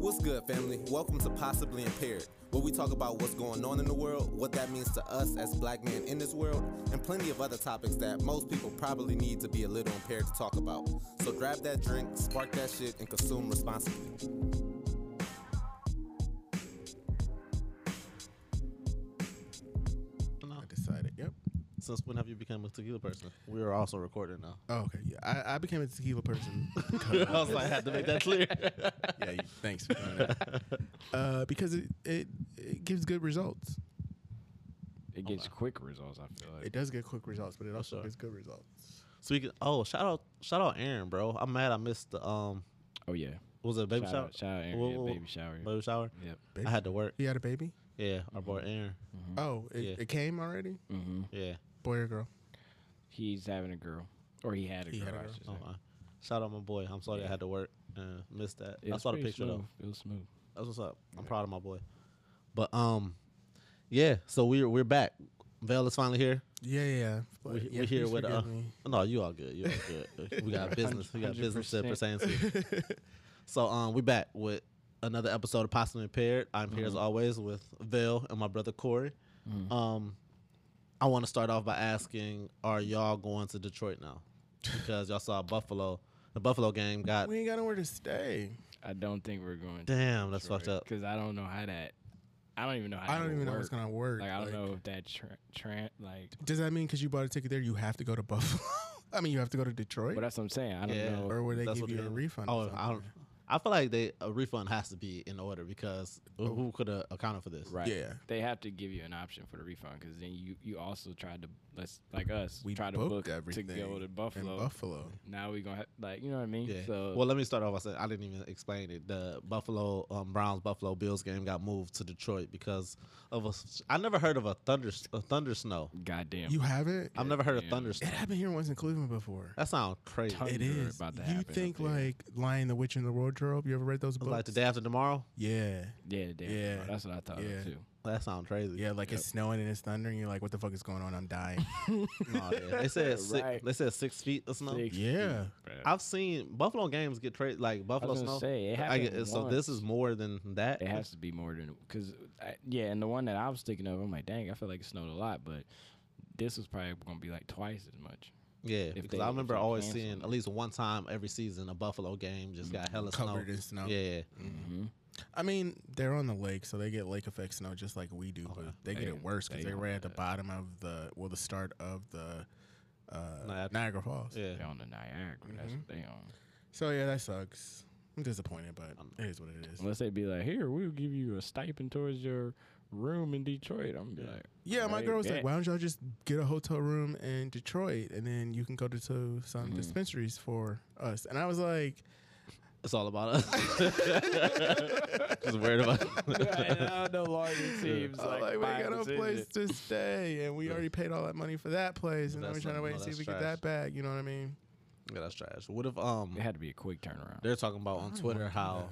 Speaker 4: What's good, family? Welcome to Possibly Impaired, where we talk about what's going on in the world, what that means to us as black men in this world, and plenty of other topics that most people probably need to be a little impaired to talk about. So grab that drink, spark that shit, and consume responsibly.
Speaker 2: No.
Speaker 5: I decided. Yep.
Speaker 2: Since when have you become a tequila person? We are also recording now.
Speaker 5: Oh, okay. Yeah. I, I became a tequila person. because-
Speaker 2: [LAUGHS] I was like, I had to make
Speaker 1: [LAUGHS]
Speaker 2: that clear.
Speaker 5: yeah. You, thanks for doing that. Uh, because it, it it gives good results.
Speaker 1: It gets quick results. I feel like.
Speaker 5: It does get quick results, but it also
Speaker 2: sure.
Speaker 5: gives good results.
Speaker 2: Speaking. Oh, shout out, shout out, Aaron, bro. I'm mad I missed the um.
Speaker 1: oh yeah.
Speaker 2: what Was it baby
Speaker 1: shout
Speaker 2: shower?
Speaker 1: out, shout out Aaron,
Speaker 2: Whoa,
Speaker 1: yeah,
Speaker 2: whoa, whoa.
Speaker 1: baby shower.
Speaker 2: Baby shower.
Speaker 1: Yep.
Speaker 5: Baby?
Speaker 2: I had to work.
Speaker 5: You had a baby?
Speaker 2: Yeah, our boy
Speaker 1: Mm-hmm.
Speaker 2: Aaron.
Speaker 5: Oh, it,
Speaker 2: Yeah.
Speaker 5: it came already.
Speaker 1: hmm
Speaker 2: Yeah.
Speaker 5: Boy or girl?
Speaker 1: He's having a girl, or he had a
Speaker 5: He
Speaker 1: girl.
Speaker 5: had a
Speaker 1: I
Speaker 5: girl.
Speaker 1: should say.
Speaker 2: Oh, uh, shout out my boy. I'm sorry I
Speaker 1: Yeah.
Speaker 2: had to work and missed that.
Speaker 1: It
Speaker 2: I
Speaker 1: was
Speaker 2: saw the
Speaker 1: pretty
Speaker 2: picture
Speaker 1: smooth.
Speaker 2: though.
Speaker 1: It was smooth.
Speaker 2: That's what's up. I'm proud of my boy. But um, yeah. So we're we're back. Vale is finally here.
Speaker 5: Yeah, yeah. But
Speaker 2: We,
Speaker 5: yeah,
Speaker 2: we're here
Speaker 5: please
Speaker 2: with uh. [LAUGHS]
Speaker 5: forgive me.
Speaker 2: No, you all good. You all good. [LAUGHS] we got business. We got business that
Speaker 1: 100%.
Speaker 2: pertains to. So um, we back with another episode of Possibly Impaired. I'm here as always with Vale and my brother Corey. Um, I want to start off by asking: Are y'all going to Detroit now? Because y'all saw Buffalo. The Buffalo game got
Speaker 5: [LAUGHS] We ain't got nowhere to stay.
Speaker 1: I don't think we're going.
Speaker 2: Damn, that's fucked up.
Speaker 1: Because I don't know how that. I don't even know how.
Speaker 5: I
Speaker 1: that
Speaker 5: don't
Speaker 1: would
Speaker 5: even know
Speaker 1: work.
Speaker 5: what's gonna work.
Speaker 1: Like I don't know if that tra- tra- like.
Speaker 5: Does that mean because you bought a ticket there, you have to go to [LAUGHS] Buffalo? I mean, you have to go to Detroit,
Speaker 1: But that's what I'm saying. I don't
Speaker 2: Yeah.
Speaker 1: know.
Speaker 5: or would they
Speaker 2: That's
Speaker 5: give
Speaker 2: what
Speaker 5: you
Speaker 2: they-
Speaker 5: a refund? or
Speaker 2: Oh, I don't.
Speaker 5: something?
Speaker 2: I feel like they a refund has to be in order because who- who could have accounted for this?
Speaker 1: Right.
Speaker 5: Yeah.
Speaker 1: They have to give you an option for the refund because then you you also tried to let's like us
Speaker 5: We
Speaker 1: try to
Speaker 5: booked
Speaker 1: book
Speaker 5: everything
Speaker 1: to go to
Speaker 5: in
Speaker 1: Buffalo.
Speaker 5: in Buffalo.
Speaker 1: Now we gonna have, like you know what I mean.
Speaker 2: Yeah.
Speaker 1: So
Speaker 2: well, let me start off. I said I didn't even explain it. The Buffalo um, Browns Buffalo Bills game got moved to Detroit because of a. s- I never heard of a thunder a thunder snow.
Speaker 1: goddamn,
Speaker 5: You haven't?
Speaker 2: I've never heard of
Speaker 1: Yeah.
Speaker 2: thunder
Speaker 5: It
Speaker 2: snow.
Speaker 5: happened here once in Cleveland before.
Speaker 2: That sounds crazy.
Speaker 1: Ton-
Speaker 5: It
Speaker 1: Thunder
Speaker 5: is.
Speaker 1: about to
Speaker 5: you
Speaker 1: happen up
Speaker 5: think
Speaker 1: there.
Speaker 5: like Lion the Witch and the Wardrobe Wardrobe. You ever read those
Speaker 2: It's
Speaker 5: books?
Speaker 2: like the day after tomorrow.
Speaker 5: yeah,
Speaker 1: Yeah, the day. Yeah,
Speaker 5: Yeah.
Speaker 1: that's what I thought
Speaker 5: Yeah.
Speaker 1: of too.
Speaker 2: That sounds crazy.
Speaker 5: yeah. Like it's snowing and it's thundering. You're like, what the fuck is going on?
Speaker 1: [LAUGHS]
Speaker 5: I'm dying.
Speaker 2: Oh, yeah. They said six,
Speaker 1: Right.
Speaker 2: they said six feet of snow.
Speaker 1: Six
Speaker 5: yeah,
Speaker 1: feet, bruh.
Speaker 2: I've seen Buffalo games get traded like
Speaker 1: I
Speaker 2: Buffalo
Speaker 1: was gonna
Speaker 2: snow.
Speaker 1: say it
Speaker 2: I
Speaker 1: happened.
Speaker 2: get- so this is more than that.
Speaker 1: It has to be more than because yeah, and the one that I was thinking of, I'm like, dang, I feel like it snowed a lot, but this was probably gonna be like twice as much.
Speaker 2: yeah,
Speaker 1: if
Speaker 2: because
Speaker 1: they-
Speaker 2: I
Speaker 1: if
Speaker 2: remember
Speaker 1: they
Speaker 2: always
Speaker 1: cancel
Speaker 2: seeing
Speaker 1: it.
Speaker 2: at least one time every season a Buffalo game just got hella
Speaker 5: covered
Speaker 2: snow.
Speaker 5: in snow.
Speaker 2: Yeah,
Speaker 1: Mm-hmm.
Speaker 5: I mean, they're on the lake, so they get lake effect snow just like we do, but they get
Speaker 1: Oh, They-
Speaker 5: it worse because
Speaker 1: they
Speaker 5: they are
Speaker 1: don't
Speaker 5: right at the bottom of the well, the start of the uh,
Speaker 2: Niagara-
Speaker 5: Niagara. Falls.
Speaker 2: yeah.
Speaker 1: They on the Niagara, that's
Speaker 5: Mm-hmm.
Speaker 1: what they on.
Speaker 5: So yeah, that sucks. I'm disappointed, but it is what it is.
Speaker 1: Unless they'd be like, here, we'll give you a stipend towards your room in Detroit. I'm gonna be like,
Speaker 5: [LAUGHS] Yeah, my
Speaker 1: Right,
Speaker 5: girl was
Speaker 1: bet.
Speaker 5: like, "Why don't y'all just get a hotel room in Detroit, and then you can go to, to some
Speaker 1: Mm-hmm.
Speaker 5: dispensaries for us?" And I was like,
Speaker 2: It's all about us. [LAUGHS] just worried about. [LAUGHS]
Speaker 1: now no longer [LAUGHS] seems
Speaker 5: "Oh,
Speaker 1: like,
Speaker 5: like, we got no
Speaker 1: violence, is
Speaker 5: place
Speaker 1: it?"
Speaker 5: to stay, and we already paid all that money for that place, and now we're
Speaker 2: That's
Speaker 5: trying to
Speaker 2: not-
Speaker 5: wait
Speaker 2: no,
Speaker 5: and see if
Speaker 2: that's
Speaker 5: we get
Speaker 2: trash.
Speaker 5: that back." You know what I mean?
Speaker 2: yeah, that's trash. What if um
Speaker 1: It had to be a quick turnaround.
Speaker 2: they're talking about on Twitter how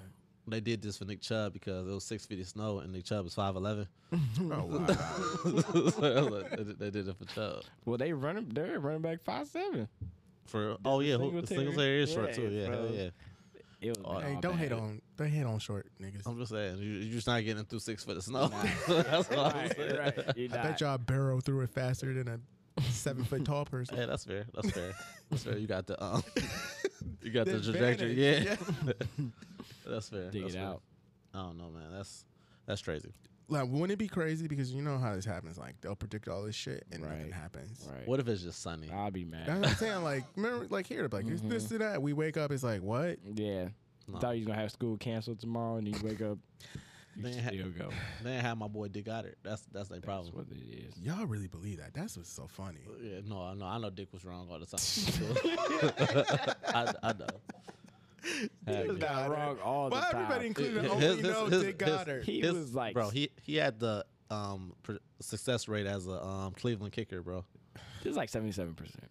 Speaker 2: they did this for Nick Chubb because it was six feet of snow and Nick Chubb is five eleven. [LAUGHS]
Speaker 5: [LAUGHS] Oh wow.
Speaker 2: they did it for Chubb.
Speaker 1: Well, they running, they're running back five seven.
Speaker 2: For real? oh yeah, who, the
Speaker 1: Singletary?
Speaker 2: Singletary is short
Speaker 1: Yeah,
Speaker 2: too. Yeah, hell
Speaker 1: bro.
Speaker 2: yeah.
Speaker 1: It was
Speaker 2: Oh,
Speaker 5: Hey, don't
Speaker 1: [LAUGHS]
Speaker 5: hate on don't hate on short niggas.
Speaker 2: I'm just saying, you, you're just not getting through six foot of snow. [LAUGHS] that's what I'm
Speaker 1: Right,
Speaker 2: saying.
Speaker 1: right. You're
Speaker 5: I
Speaker 1: not.
Speaker 5: bet y'all barrel through it faster than a
Speaker 2: [LAUGHS]
Speaker 5: seven foot tall person.
Speaker 2: Yeah, that's fair. That's fair. That's fair. You got the
Speaker 5: [LAUGHS]
Speaker 2: um, you got the
Speaker 5: The
Speaker 2: trajectory. Yeah,
Speaker 5: advantage,
Speaker 2: [LAUGHS] that's fair.
Speaker 1: dig
Speaker 2: that's
Speaker 1: it
Speaker 2: fair.
Speaker 1: out.
Speaker 2: I don't know, man. That's that's crazy.
Speaker 5: [LAUGHS] Like, wouldn't it be crazy? Because you know how this happens. Like, they'll predict all this shit and
Speaker 1: Right.
Speaker 5: nothing happens.
Speaker 1: Right.
Speaker 2: What if it's just sunny?
Speaker 1: I'll be mad.
Speaker 5: That's what I'm saying. Like, remember, like here, like it's this
Speaker 2: Mm-hmm.
Speaker 5: to that. We wake up, it's like, what?
Speaker 1: Yeah.
Speaker 2: No.
Speaker 1: Thought you was gonna have school canceled tomorrow, and you wake up, you
Speaker 2: They ha-
Speaker 1: still go.
Speaker 2: Then have my boy Dick Goddard. That's that's their
Speaker 1: That's
Speaker 2: problem. Uh,
Speaker 1: what it is.
Speaker 5: Y'all really believe that? That's what's so funny.
Speaker 2: Yeah, no, I know. I know Dick was wrong all the time.
Speaker 1: [LAUGHS]
Speaker 2: [LAUGHS] I, I know. Heck, yeah.
Speaker 5: Dick
Speaker 1: Got
Speaker 5: Goddard.
Speaker 1: wrong all the
Speaker 5: Why
Speaker 1: time.
Speaker 5: everybody, including
Speaker 2: His-
Speaker 5: only
Speaker 2: his-
Speaker 5: know
Speaker 2: his-
Speaker 5: Dick
Speaker 2: his-
Speaker 5: Goddard?
Speaker 1: He
Speaker 2: His-
Speaker 1: was like,
Speaker 2: bro, he he had the um pr- success rate as a um Cleveland kicker, bro.
Speaker 1: it was like seventy-seven percent.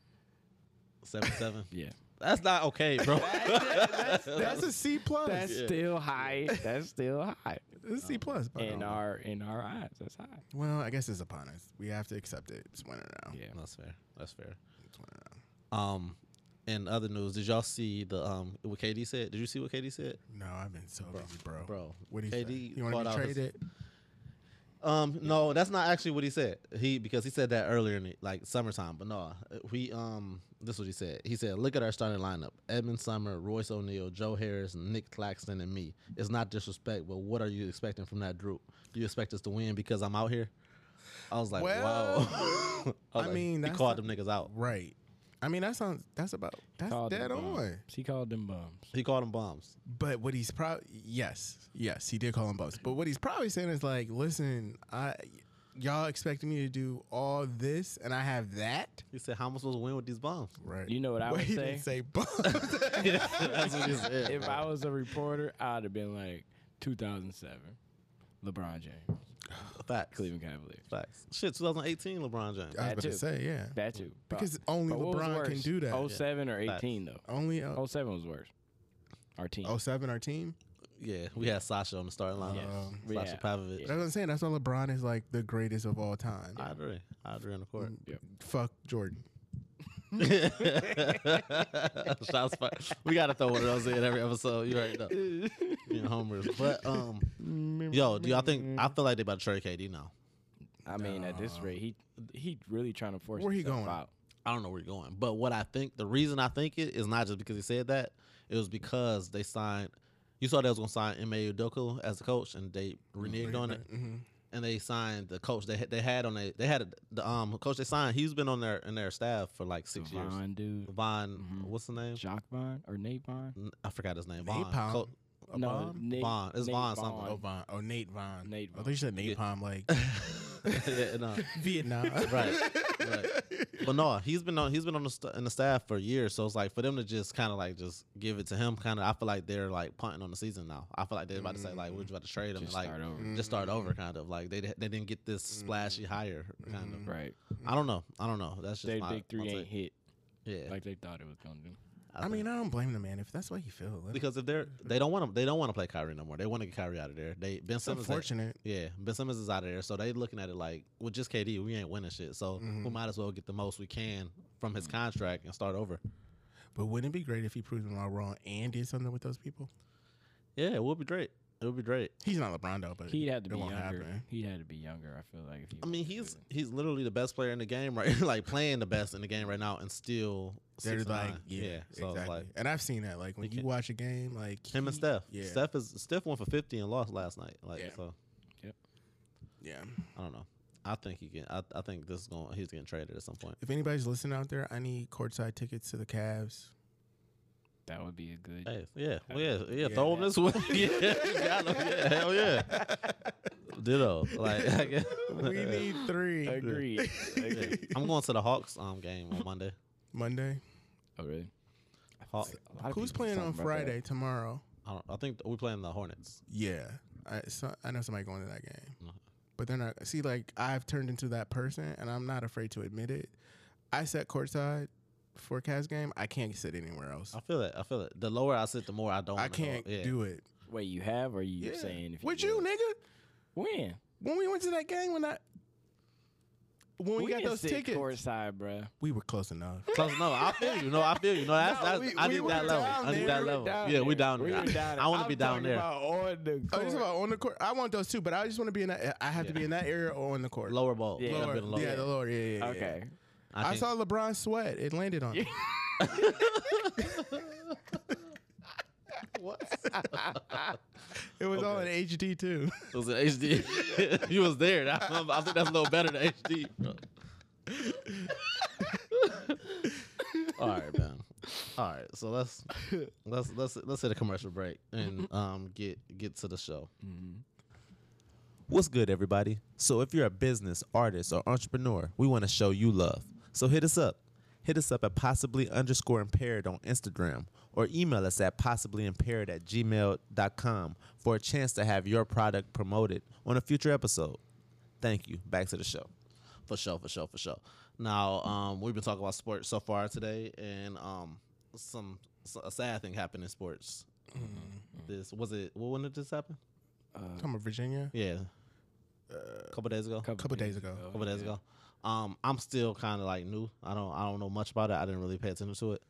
Speaker 2: Seven seven.
Speaker 1: [LAUGHS] Yeah,
Speaker 2: That's not okay, bro. [LAUGHS]
Speaker 5: That's a C plus.
Speaker 1: that's
Speaker 5: That's
Speaker 1: still high. That's still
Speaker 5: [LAUGHS]
Speaker 1: high
Speaker 5: a C plus. But
Speaker 1: in our in our eyes. That's high.
Speaker 5: well, I guess it's upon us. We have to accept it. It's winter now.
Speaker 1: Yeah.
Speaker 2: That's fair. That's fair.
Speaker 5: It's winter now.
Speaker 2: Um, in other news, did y'all see the um what KD said? Did you see what KD said?
Speaker 5: No, I've been so busy, bro.
Speaker 2: bro,
Speaker 5: what do you say?
Speaker 2: KD
Speaker 5: You want
Speaker 2: fought
Speaker 5: to
Speaker 2: off his-
Speaker 5: trade it?
Speaker 2: Um, no, that's not actually what he said. He because he said that earlier in the, like summertime, but no, we um this is what he said. He said, "Look at our starting lineup: Edmund Summer, Royce O'Neal, Joe Harris, Nick Claxton, and me. It's not disrespect, but what are you expecting from that group? You expect us to win because I'm out here?" I was like,
Speaker 5: Well,
Speaker 2: "Wow." [LAUGHS] I, was
Speaker 5: I
Speaker 2: like,
Speaker 5: mean,
Speaker 2: he
Speaker 5: that's
Speaker 2: called
Speaker 5: not-
Speaker 2: them niggas out.
Speaker 5: Right. I mean, that sounds. That's about. That's
Speaker 1: Called them
Speaker 5: dead
Speaker 1: bums.
Speaker 5: on.
Speaker 1: He called them bums.
Speaker 2: He called them bombs.
Speaker 5: But what he's probably yes, yes, he did call him bust. But what he's probably saying is like, listen, I y'all expecting me to do all this, and I have that.
Speaker 2: He said, "How am I supposed to win with these bombs?"
Speaker 5: Right.
Speaker 1: You know what I
Speaker 5: [LAUGHS] Well,
Speaker 1: would
Speaker 5: he
Speaker 1: say?
Speaker 5: didn't say bust. [LAUGHS]
Speaker 2: that's
Speaker 1: [LAUGHS]
Speaker 2: what he said.
Speaker 1: If I was a reporter, I'd have been like, 2007, LeBron James,
Speaker 2: Facts.
Speaker 1: Cleveland Cavaliers.
Speaker 2: Facts. Shit, 2018 LeBron James.
Speaker 5: I was
Speaker 1: That
Speaker 5: about
Speaker 1: too.
Speaker 5: to say yeah,
Speaker 1: That too. But-
Speaker 5: because only
Speaker 1: but what was
Speaker 5: LeBron can
Speaker 1: worse? Oh,
Speaker 5: do that.
Speaker 1: 07 or
Speaker 2: Facts.
Speaker 1: 18 though.
Speaker 5: only uh,
Speaker 1: 07 Oh, was worse. Our team.
Speaker 5: 07 our team.
Speaker 2: Yeah, we had Sasha on the starting line.
Speaker 5: Um,
Speaker 1: We
Speaker 2: Sasha
Speaker 1: had-
Speaker 2: Pavlovich.
Speaker 5: That's what I'm saying. That's why LeBron is like the greatest of all time. Mm,
Speaker 2: I agree. I agree on the court.
Speaker 5: Fuck Jordan.
Speaker 1: Mm-hmm.
Speaker 2: [LAUGHS] Shots fired. We gotta throw one of those in every episode. You already know.
Speaker 1: [LAUGHS]
Speaker 2: Being homers. But um yo, do y'all think I feel like they about to trade KD now.
Speaker 1: I mean, at this rate, he he really trying to force
Speaker 5: Where he
Speaker 1: himself
Speaker 5: going?
Speaker 1: out.
Speaker 2: I don't know where you're going. But what I think the reason I think it is not just because he said that, it was because they signed you saw they was gonna sign M. A. Udoku as the coach and they reneged on it.
Speaker 5: mm-hmm.
Speaker 2: And they signed the coach they had- they had on they they had a, the um coach they signed. He's been on their in their staff for like six years.
Speaker 1: Vaughn, Mm-hmm. dude.
Speaker 2: Vaughn, what's the name?
Speaker 1: Jock Vaughn or Nate Vaughn?
Speaker 2: N- I forgot his name.
Speaker 5: Nate
Speaker 2: Vaughn.
Speaker 5: Palm.
Speaker 2: Co- [LAUGHS]
Speaker 1: No,
Speaker 5: Vaughn?
Speaker 1: Nate,
Speaker 2: Vaughn. It's
Speaker 1: Nate
Speaker 2: Vaughn something.
Speaker 5: Oh, Vaughn. Oh, Nate Vaughn.
Speaker 1: Nate
Speaker 5: I thought you said
Speaker 2: Yeah.
Speaker 5: Nate
Speaker 1: [LAUGHS]
Speaker 5: Palm, like
Speaker 2: yeah, no.
Speaker 5: [LAUGHS] Vietnam.
Speaker 2: right.
Speaker 5: [LAUGHS]
Speaker 2: right. But no, he's been on he's been on the st- in the staff for years, so it's like for them to just kind of like just give it to him. Kind of, I feel like they're like punting on the season now. I feel like they're about to say like we're about to trade him, and,
Speaker 1: Mm-hmm. Just
Speaker 2: like
Speaker 1: start
Speaker 5: mm,
Speaker 1: Mm-hmm. over.
Speaker 2: just start over, kind of like they di- they didn't get this splashy
Speaker 1: Mm-hmm.
Speaker 2: hire, kind of.
Speaker 1: Right.
Speaker 2: I don't know. I don't know. That's just
Speaker 1: Their
Speaker 2: my,
Speaker 1: Mm-hmm. big
Speaker 2: my
Speaker 1: three
Speaker 2: take.
Speaker 1: ain't hit
Speaker 2: Yeah,
Speaker 1: like they thought it was gonna do.
Speaker 5: I mean, I don't blame the man if that's what he feels.
Speaker 2: because if they're they don't want to they don't want to play Kyrie no more. They want to get Kyrie out of there. They Ben
Speaker 5: it's
Speaker 2: Simmons. that-
Speaker 5: unfortunate.
Speaker 2: Yeah, Ben Simmons is out of there, so they looking at it like, well, just KD, we ain't winning shit, so we
Speaker 5: Mm-hmm.
Speaker 2: might as well get the most we can from his contract and start over.
Speaker 5: But wouldn't it be great if he proved them all wrong and did something with those people?
Speaker 2: Yeah, it would be great. It would be great.
Speaker 5: He's not LeBron though, but
Speaker 1: He'd have to
Speaker 5: it
Speaker 1: be
Speaker 5: won't
Speaker 1: younger.
Speaker 5: happen.
Speaker 1: He'd have to be younger. I feel like. If he
Speaker 2: I mean,
Speaker 1: wanted to
Speaker 2: he's
Speaker 1: do it.
Speaker 2: he's literally the best player in the game right, [LAUGHS] like playing the best in the game right now, and still
Speaker 5: They're
Speaker 2: six and
Speaker 5: like,
Speaker 2: nine.
Speaker 5: yeah,
Speaker 2: So it's
Speaker 5: exactly.
Speaker 2: like
Speaker 5: and I've seen that. Like when
Speaker 2: He
Speaker 5: you
Speaker 2: can't-
Speaker 5: watch a game, like
Speaker 2: him and
Speaker 5: he-
Speaker 2: Steph.
Speaker 5: Yeah,
Speaker 2: Steph is Steph went for fifty and lost last night. Like
Speaker 5: Yeah.
Speaker 2: so,
Speaker 5: yeah.
Speaker 2: I don't know. I think he can. I, I think this is going. He's getting traded at some point.
Speaker 5: If anybody's listening out there, I need courtside tickets to the Cavs.
Speaker 1: that would be a good.
Speaker 2: Hey, yeah, well, yeah, yeah,
Speaker 5: Yeah.
Speaker 2: Throw him this way.
Speaker 5: [LAUGHS]
Speaker 2: yeah, you got him. Yeah, [LAUGHS] hell yeah. Ditto. Like, I guess. [LAUGHS]
Speaker 5: we need three [LAUGHS]
Speaker 1: Agreed.
Speaker 2: Yeah.
Speaker 1: Agreed.
Speaker 2: I'm going to the Hawks um game on Monday.
Speaker 5: Monday.
Speaker 1: oh really?
Speaker 2: Hawk,
Speaker 1: A lot of
Speaker 5: Who's
Speaker 1: people
Speaker 5: playing
Speaker 1: talking
Speaker 5: on
Speaker 1: about that.
Speaker 5: Friday tomorrow?
Speaker 2: I, don't, I think we're playing the Hornets.
Speaker 5: Yeah, I so, I know somebody going to that game,
Speaker 2: Mhm.
Speaker 5: but they're not. See, like I've turned into that person, and I'm not afraid to admit it. I sat courtside for Cavs game. I can't sit anywhere else.
Speaker 2: I feel it. I feel it. The lower I sit, the more I don't.
Speaker 5: I
Speaker 2: wanna go.
Speaker 5: can't
Speaker 2: Yeah.
Speaker 5: do it.
Speaker 1: Wait, you have or you
Speaker 5: Yeah.
Speaker 1: saying? If
Speaker 5: With
Speaker 1: you
Speaker 5: you,
Speaker 1: will?
Speaker 5: nigga.
Speaker 1: When?
Speaker 5: When we went to that game, when I when we, got
Speaker 1: didn't
Speaker 5: those
Speaker 1: sit
Speaker 5: tickets,
Speaker 1: courtside, bruh.
Speaker 5: we were close enough.
Speaker 2: Close, no, I feel you. No, I feel you. No, that's,
Speaker 5: No,
Speaker 2: that's
Speaker 5: we-
Speaker 2: I
Speaker 5: we
Speaker 2: need
Speaker 5: were
Speaker 2: that level. I
Speaker 5: down there.
Speaker 2: need
Speaker 5: We
Speaker 2: that
Speaker 5: were
Speaker 2: level.
Speaker 1: down
Speaker 2: yeah, we
Speaker 1: there.
Speaker 2: down
Speaker 1: We
Speaker 2: there.
Speaker 1: were down
Speaker 2: I want to
Speaker 1: I'm
Speaker 2: be down
Speaker 1: talking
Speaker 2: there.
Speaker 1: about on the
Speaker 5: Oh, just
Speaker 1: court.
Speaker 5: about on the court. I want those too, but I just want to be in that. I have to be in that area or on the court.
Speaker 2: Lower ball.
Speaker 1: Yeah.
Speaker 2: Gotta be
Speaker 5: Lower.
Speaker 2: in the lower.
Speaker 5: yeah, the lower. Yeah, yeah, yeah.
Speaker 1: Okay.
Speaker 5: I,
Speaker 2: think-
Speaker 5: saw LeBron sweat. It landed on. him. It was all in HD too.
Speaker 2: It was an HD. [LAUGHS] you was there. That- I think that's a little better than HD. bro. [LAUGHS] All right, man. All right, so let's let's let's let's hit a commercial break and um get get to the show.
Speaker 1: Mm-hmm.
Speaker 2: What's good, everybody? So, if you're a business, artist, or entrepreneur, we want to show you love. So, hit us up. Hit us up at possibly underscore impaired on Instagram or email us at possibly impaired at gmail.com for a chance to have your product promoted on a future episode. Thank you. Back to the show. For sure, for sure, for sure. Now, um, we've been talking about sports so far today, and um, some s- a sad thing happened in sports. This was it. Well, when did this happen?
Speaker 5: [LAUGHS]
Speaker 1: Uh,
Speaker 5: Talking about Virginia. uh,
Speaker 2: Yeah, a couple days ago.
Speaker 5: A couple days ago.
Speaker 2: couple days ago. Um, I'm still kind of like new. I don't I don't know much about it. I didn't really pay attention to it.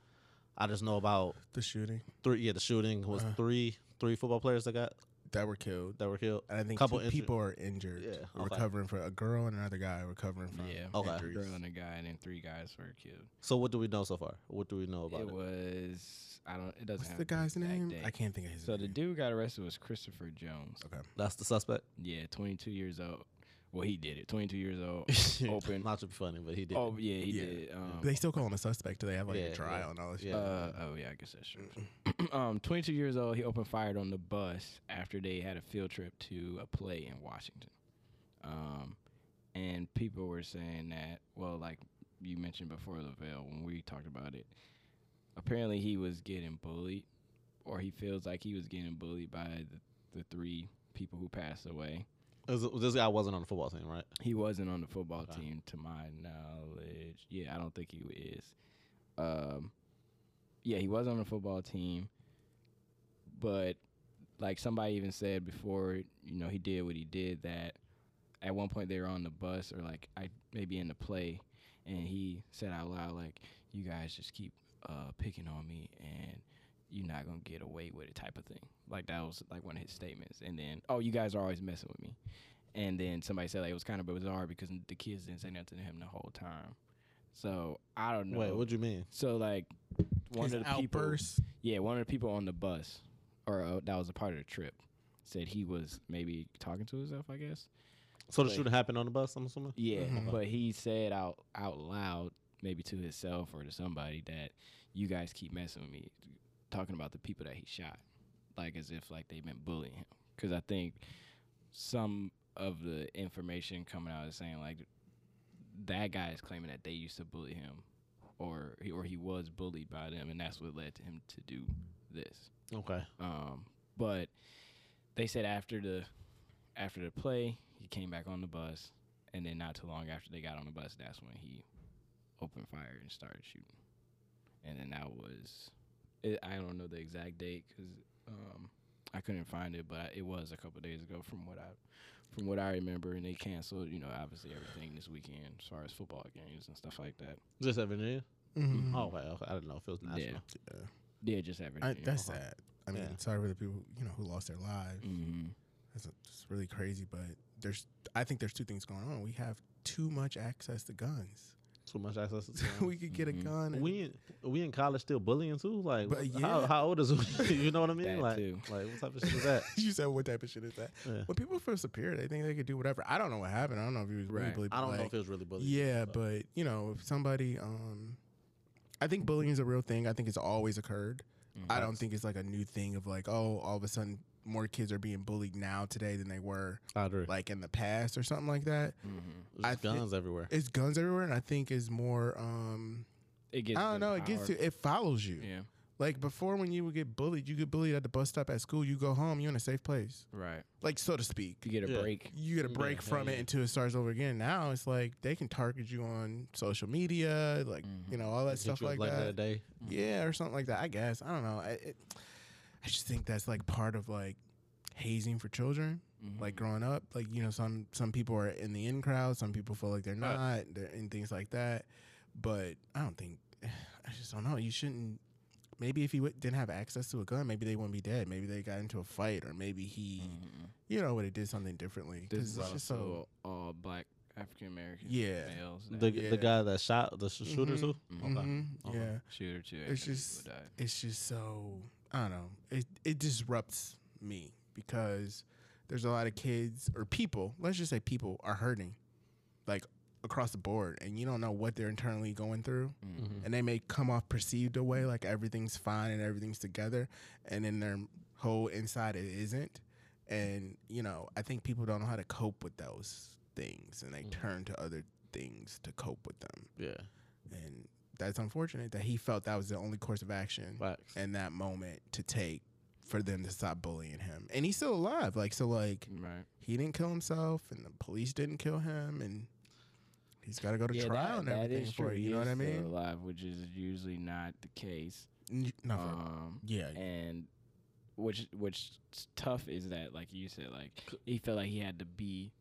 Speaker 2: I just know about
Speaker 5: The shooting
Speaker 2: three. Yeah, the shooting was
Speaker 1: Uh-huh.
Speaker 2: three three football players that got
Speaker 5: that were killed.
Speaker 2: that were killed.
Speaker 5: And I think
Speaker 2: Couple
Speaker 5: two
Speaker 2: inju-
Speaker 5: people are injured.
Speaker 2: Yeah,
Speaker 5: We're
Speaker 2: okay.
Speaker 5: Recovering for a girl and another guy recovering from
Speaker 1: Yeah.
Speaker 2: Okay.
Speaker 5: injuries.
Speaker 1: Girl and a guy, and then three guys were killed.
Speaker 2: So what do we know so far? What do we know about
Speaker 1: It
Speaker 2: it?
Speaker 1: was I don't. It doesn't.
Speaker 5: What's
Speaker 1: have
Speaker 5: the guy's
Speaker 1: exact
Speaker 5: name?
Speaker 1: date.
Speaker 5: I can't think of his
Speaker 1: So the
Speaker 5: name.
Speaker 1: dude got arrested was Christopher Jones.
Speaker 2: That's the suspect.
Speaker 1: Yeah, 22 years old. Well, he did it. 22 years
Speaker 2: [LAUGHS]
Speaker 1: old. Open.
Speaker 2: Not to be funny, but he did.
Speaker 1: Oh yeah, he
Speaker 5: Yeah.
Speaker 1: did. Um,
Speaker 5: they still call him a suspect. Do they have like
Speaker 2: Yeah,
Speaker 5: a
Speaker 2: yeah,
Speaker 5: trial and all this?
Speaker 2: yeah.
Speaker 5: shit?
Speaker 1: Uh, oh yeah, I guess that's true. [CLEARS THROAT] um, 22 years old. He opened fire on the bus after they had a field trip to a play in Washington. Um, and people were saying that. Well, like you mentioned before, Lavelle, when we talked about it, apparently he was getting bullied, or he feels like he was getting bullied by the, the three people who passed away.
Speaker 2: This- This guy wasn't on the football team, right?
Speaker 1: He wasn't on the football
Speaker 2: Okay.
Speaker 1: team, to my knowledge. Yeah, I don't think he is. Um, yeah, he was on the football team, but like somebody even said before, you know, he did what he did. That at one point they were on the bus or like I maybe in the play, and he said out loud like, "You guys just keep uh, picking on me, and you're not gonna get away with it," type of thing. Like that was like one of his statements. And then, "Oh, you guys are always messing with me." And then somebody said like it was kind of bizarre because the kids didn't say nothing to him the whole time. So I don't know.
Speaker 2: Wait, what do you mean?
Speaker 1: so like one
Speaker 5: His
Speaker 1: of the people,
Speaker 5: outbursts.
Speaker 1: yeah, one of the people on the bus, or uh, that was a part of the trip, said he was maybe talking to himself. I guess.
Speaker 2: So the
Speaker 1: Like-
Speaker 2: shooting happened on the bus. I'm assuming.
Speaker 1: Yeah,
Speaker 5: Mhm.
Speaker 1: but he said out out loud, maybe to himself or to somebody, that you guys keep messing with me, talking about the people that he shot, like as if like they've been bullying him. Because I think some of the information coming out is saying like that guy is claiming that they used to bully him, or he, or he was bullied by them, and that's what led to him to do this.
Speaker 2: Okay.
Speaker 1: Um, but they said after the after the play, he came back on the bus, and then not too long after they got on the bus, that's when he opened fire and started shooting. And then that was It, I don't know the exact date because um, I couldn't find it, but I, it was a couple days ago from what I from what I remember. And they canceled, you know, obviously everything this weekend as far as football games and stuff like that.
Speaker 2: Just at Virginia?
Speaker 5: Mhm.
Speaker 2: Oh, well, I didn't know if it was national.
Speaker 1: Yeah.
Speaker 5: Yeah.
Speaker 1: Yeah, just everything.
Speaker 5: I, that's sad. I mean,
Speaker 2: Yeah.
Speaker 5: sorry for the people you know who lost their lives.
Speaker 1: hmm
Speaker 5: That's it's really crazy. But there's, I think there's two things going on. We have too much access to guns. [LAUGHS]
Speaker 2: Too much
Speaker 1: [LAUGHS]
Speaker 2: access to
Speaker 5: we could get
Speaker 1: Mhm.
Speaker 5: a gun. and-
Speaker 2: we in, we in college still bullying too. Like,
Speaker 5: But
Speaker 2: wh- how,
Speaker 5: yeah.
Speaker 2: how old is we? [LAUGHS] you know what I mean?
Speaker 1: That
Speaker 2: like,
Speaker 1: too.
Speaker 2: like what type of shit
Speaker 1: [LAUGHS]
Speaker 2: is that?
Speaker 5: [LAUGHS] you said what type of shit is that?
Speaker 2: Yeah.
Speaker 5: When people feel superior, they think they could do whatever. I don't know what happened. I don't know if he was really
Speaker 1: Right.
Speaker 5: bullied.
Speaker 2: I don't
Speaker 5: but,
Speaker 2: know
Speaker 5: like,
Speaker 2: if it was really bullying.
Speaker 5: Yeah, but you know, if somebody, um, I think bullying is a real thing. I think it's always occurred. I don't think it's like a new thing of like, oh, all of a sudden more kids are being bullied now today than they were
Speaker 2: I agree.
Speaker 5: like in the past or something like that.
Speaker 1: Mm-hmm.
Speaker 2: There's
Speaker 5: I
Speaker 2: just
Speaker 5: thi-
Speaker 2: guns everywhere.
Speaker 5: It's guns everywhere, and I think is more. um
Speaker 1: It gets.
Speaker 5: I don't know. It gets
Speaker 1: overpowered.
Speaker 5: to it follows you.
Speaker 1: Yeah.
Speaker 5: Like before, when you would get bullied, you get bullied at the bus stop at school. You go home, you're in a safe place,
Speaker 1: Right.
Speaker 5: like so to speak.
Speaker 1: You get a
Speaker 2: Yeah.
Speaker 1: break.
Speaker 5: you get a
Speaker 2: Yeah,
Speaker 5: break
Speaker 2: hell
Speaker 5: from
Speaker 2: yeah.
Speaker 5: it until it starts over again. Now it's like they can target you on social media, like you know all that
Speaker 2: Mm-hmm. Hit
Speaker 5: stuff
Speaker 2: you up
Speaker 5: like,
Speaker 2: like
Speaker 5: that.
Speaker 2: day.
Speaker 5: Yeah, or something like that. I guess I don't know. I it, I just think that's like part of like hazing for children.
Speaker 2: Mm-hmm.
Speaker 5: Like growing up, like you know some some people are in the in crowd, some people feel like they're not, they're, and things like that. But I don't think [SIGHS] I just don't know. You shouldn't. Maybe if he w- didn't have access to a gun, maybe they wouldn't be dead. Maybe they got into a fight, or maybe he,
Speaker 2: Mm.
Speaker 5: you know, would have did something differently.
Speaker 1: Mm-hmm. This
Speaker 5: 'Cause
Speaker 1: is
Speaker 5: it's just so-
Speaker 1: also all uh, black African American
Speaker 5: Yeah.
Speaker 1: males.
Speaker 2: The,
Speaker 1: that
Speaker 5: Yeah.
Speaker 2: the guy that shot the sh- shooter
Speaker 5: Mhm.
Speaker 2: too.
Speaker 1: Mhm.
Speaker 2: Okay.
Speaker 5: Mhm,
Speaker 2: Okay.
Speaker 5: Yeah,
Speaker 1: shooter too.
Speaker 5: It's
Speaker 1: It's
Speaker 5: just- it's just so I don't know. It it disrupts me because there's a lot of kids or people. Let's just say people are hurting, like across the board, and you don't know what they're internally going through,
Speaker 1: Mm-hmm.
Speaker 2: Mhm.
Speaker 5: and they may come off perceived a way like everything's fine and everything's together, and in their whole inside it isn't. And you know, I think people don't know how to cope with those things, and they turn to other things to cope with them
Speaker 2: Yeah.
Speaker 5: and that's unfortunate that he felt that was the only course of action
Speaker 2: Facts.
Speaker 5: in that moment to take for them to stop bullying him. And he's still alive. Like so like
Speaker 1: Right.
Speaker 5: he didn't kill himself and the police didn't kill him and he's gotta go to
Speaker 1: Yeah,
Speaker 5: trial and
Speaker 1: that- that
Speaker 5: everything
Speaker 1: is
Speaker 5: for
Speaker 1: true.
Speaker 5: it.
Speaker 1: He
Speaker 5: You know what
Speaker 1: is
Speaker 5: I
Speaker 1: still
Speaker 5: mean?
Speaker 1: Alive, which is usually not the case.
Speaker 5: N- Not for
Speaker 1: Um,
Speaker 5: yeah.
Speaker 1: and which which is tough is that like you said, like he felt like he had to be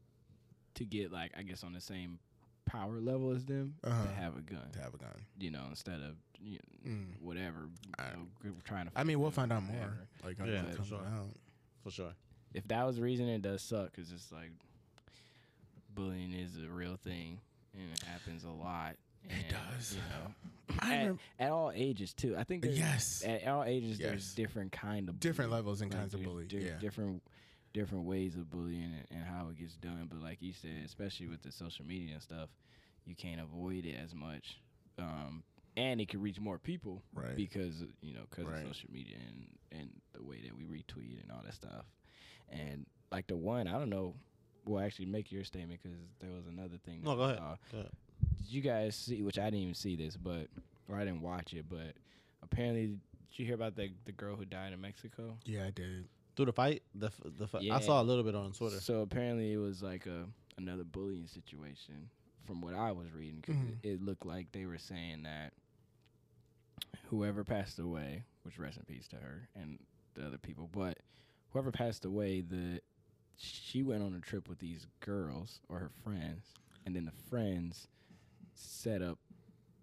Speaker 1: to get like I guess on the same power level as them
Speaker 5: Uh-huh.
Speaker 1: to have a gun,
Speaker 5: To have a gun.
Speaker 1: you know, instead of you know,
Speaker 5: Mm.
Speaker 1: whatever.
Speaker 5: I-
Speaker 1: you know, gr- trying to.
Speaker 5: I mean, we'll
Speaker 1: them
Speaker 5: find
Speaker 1: or
Speaker 5: out more.
Speaker 1: whatever.
Speaker 5: Like, on
Speaker 2: Yeah,
Speaker 5: what's
Speaker 2: for
Speaker 5: coming
Speaker 2: sure.
Speaker 5: out.
Speaker 2: For sure.
Speaker 1: if that was the reason, it does suck because it's like bullying is a real thing and it happens a lot. and,
Speaker 5: It does.
Speaker 1: You know,
Speaker 5: I
Speaker 1: at,
Speaker 5: remember,
Speaker 1: at all ages too. I think there's,
Speaker 5: yes.
Speaker 1: at all ages
Speaker 5: Yes.
Speaker 1: there's different kind of
Speaker 5: Different
Speaker 1: bullying.
Speaker 5: levels and
Speaker 1: Like,
Speaker 5: kinds of
Speaker 1: there's
Speaker 5: bullying.
Speaker 1: di-
Speaker 5: Yeah.
Speaker 1: different different ways of bullying and, and how it gets done. But like you said, especially with the social media and stuff, you can't avoid it as much. Um, and it can reach more people
Speaker 5: Right.
Speaker 1: because you know because
Speaker 5: Right.
Speaker 1: of social media and and the way that we retweet and all that stuff. And like the one, I don't know. Well, actually, make your statement because there was another thing. that
Speaker 2: No, go
Speaker 1: I
Speaker 2: ahead.
Speaker 1: saw.
Speaker 2: Go ahead.
Speaker 1: Did you guys see? Which I didn't even see this, but or I didn't watch it, but apparently, did you hear about the the girl who died in Mexico?
Speaker 5: yeah, I did.
Speaker 2: Through the fight, the f- the fi-
Speaker 1: Yeah.
Speaker 2: I saw a little bit on Twitter.
Speaker 1: So apparently, it was like a another bullying situation, from what I was reading, 'cause
Speaker 5: Mhm.
Speaker 1: it, it looked like they were saying that whoever passed away, which rest in peace to her and the other people, but whoever passed away, the she went on a trip with these girls or her friends, and then the friends set up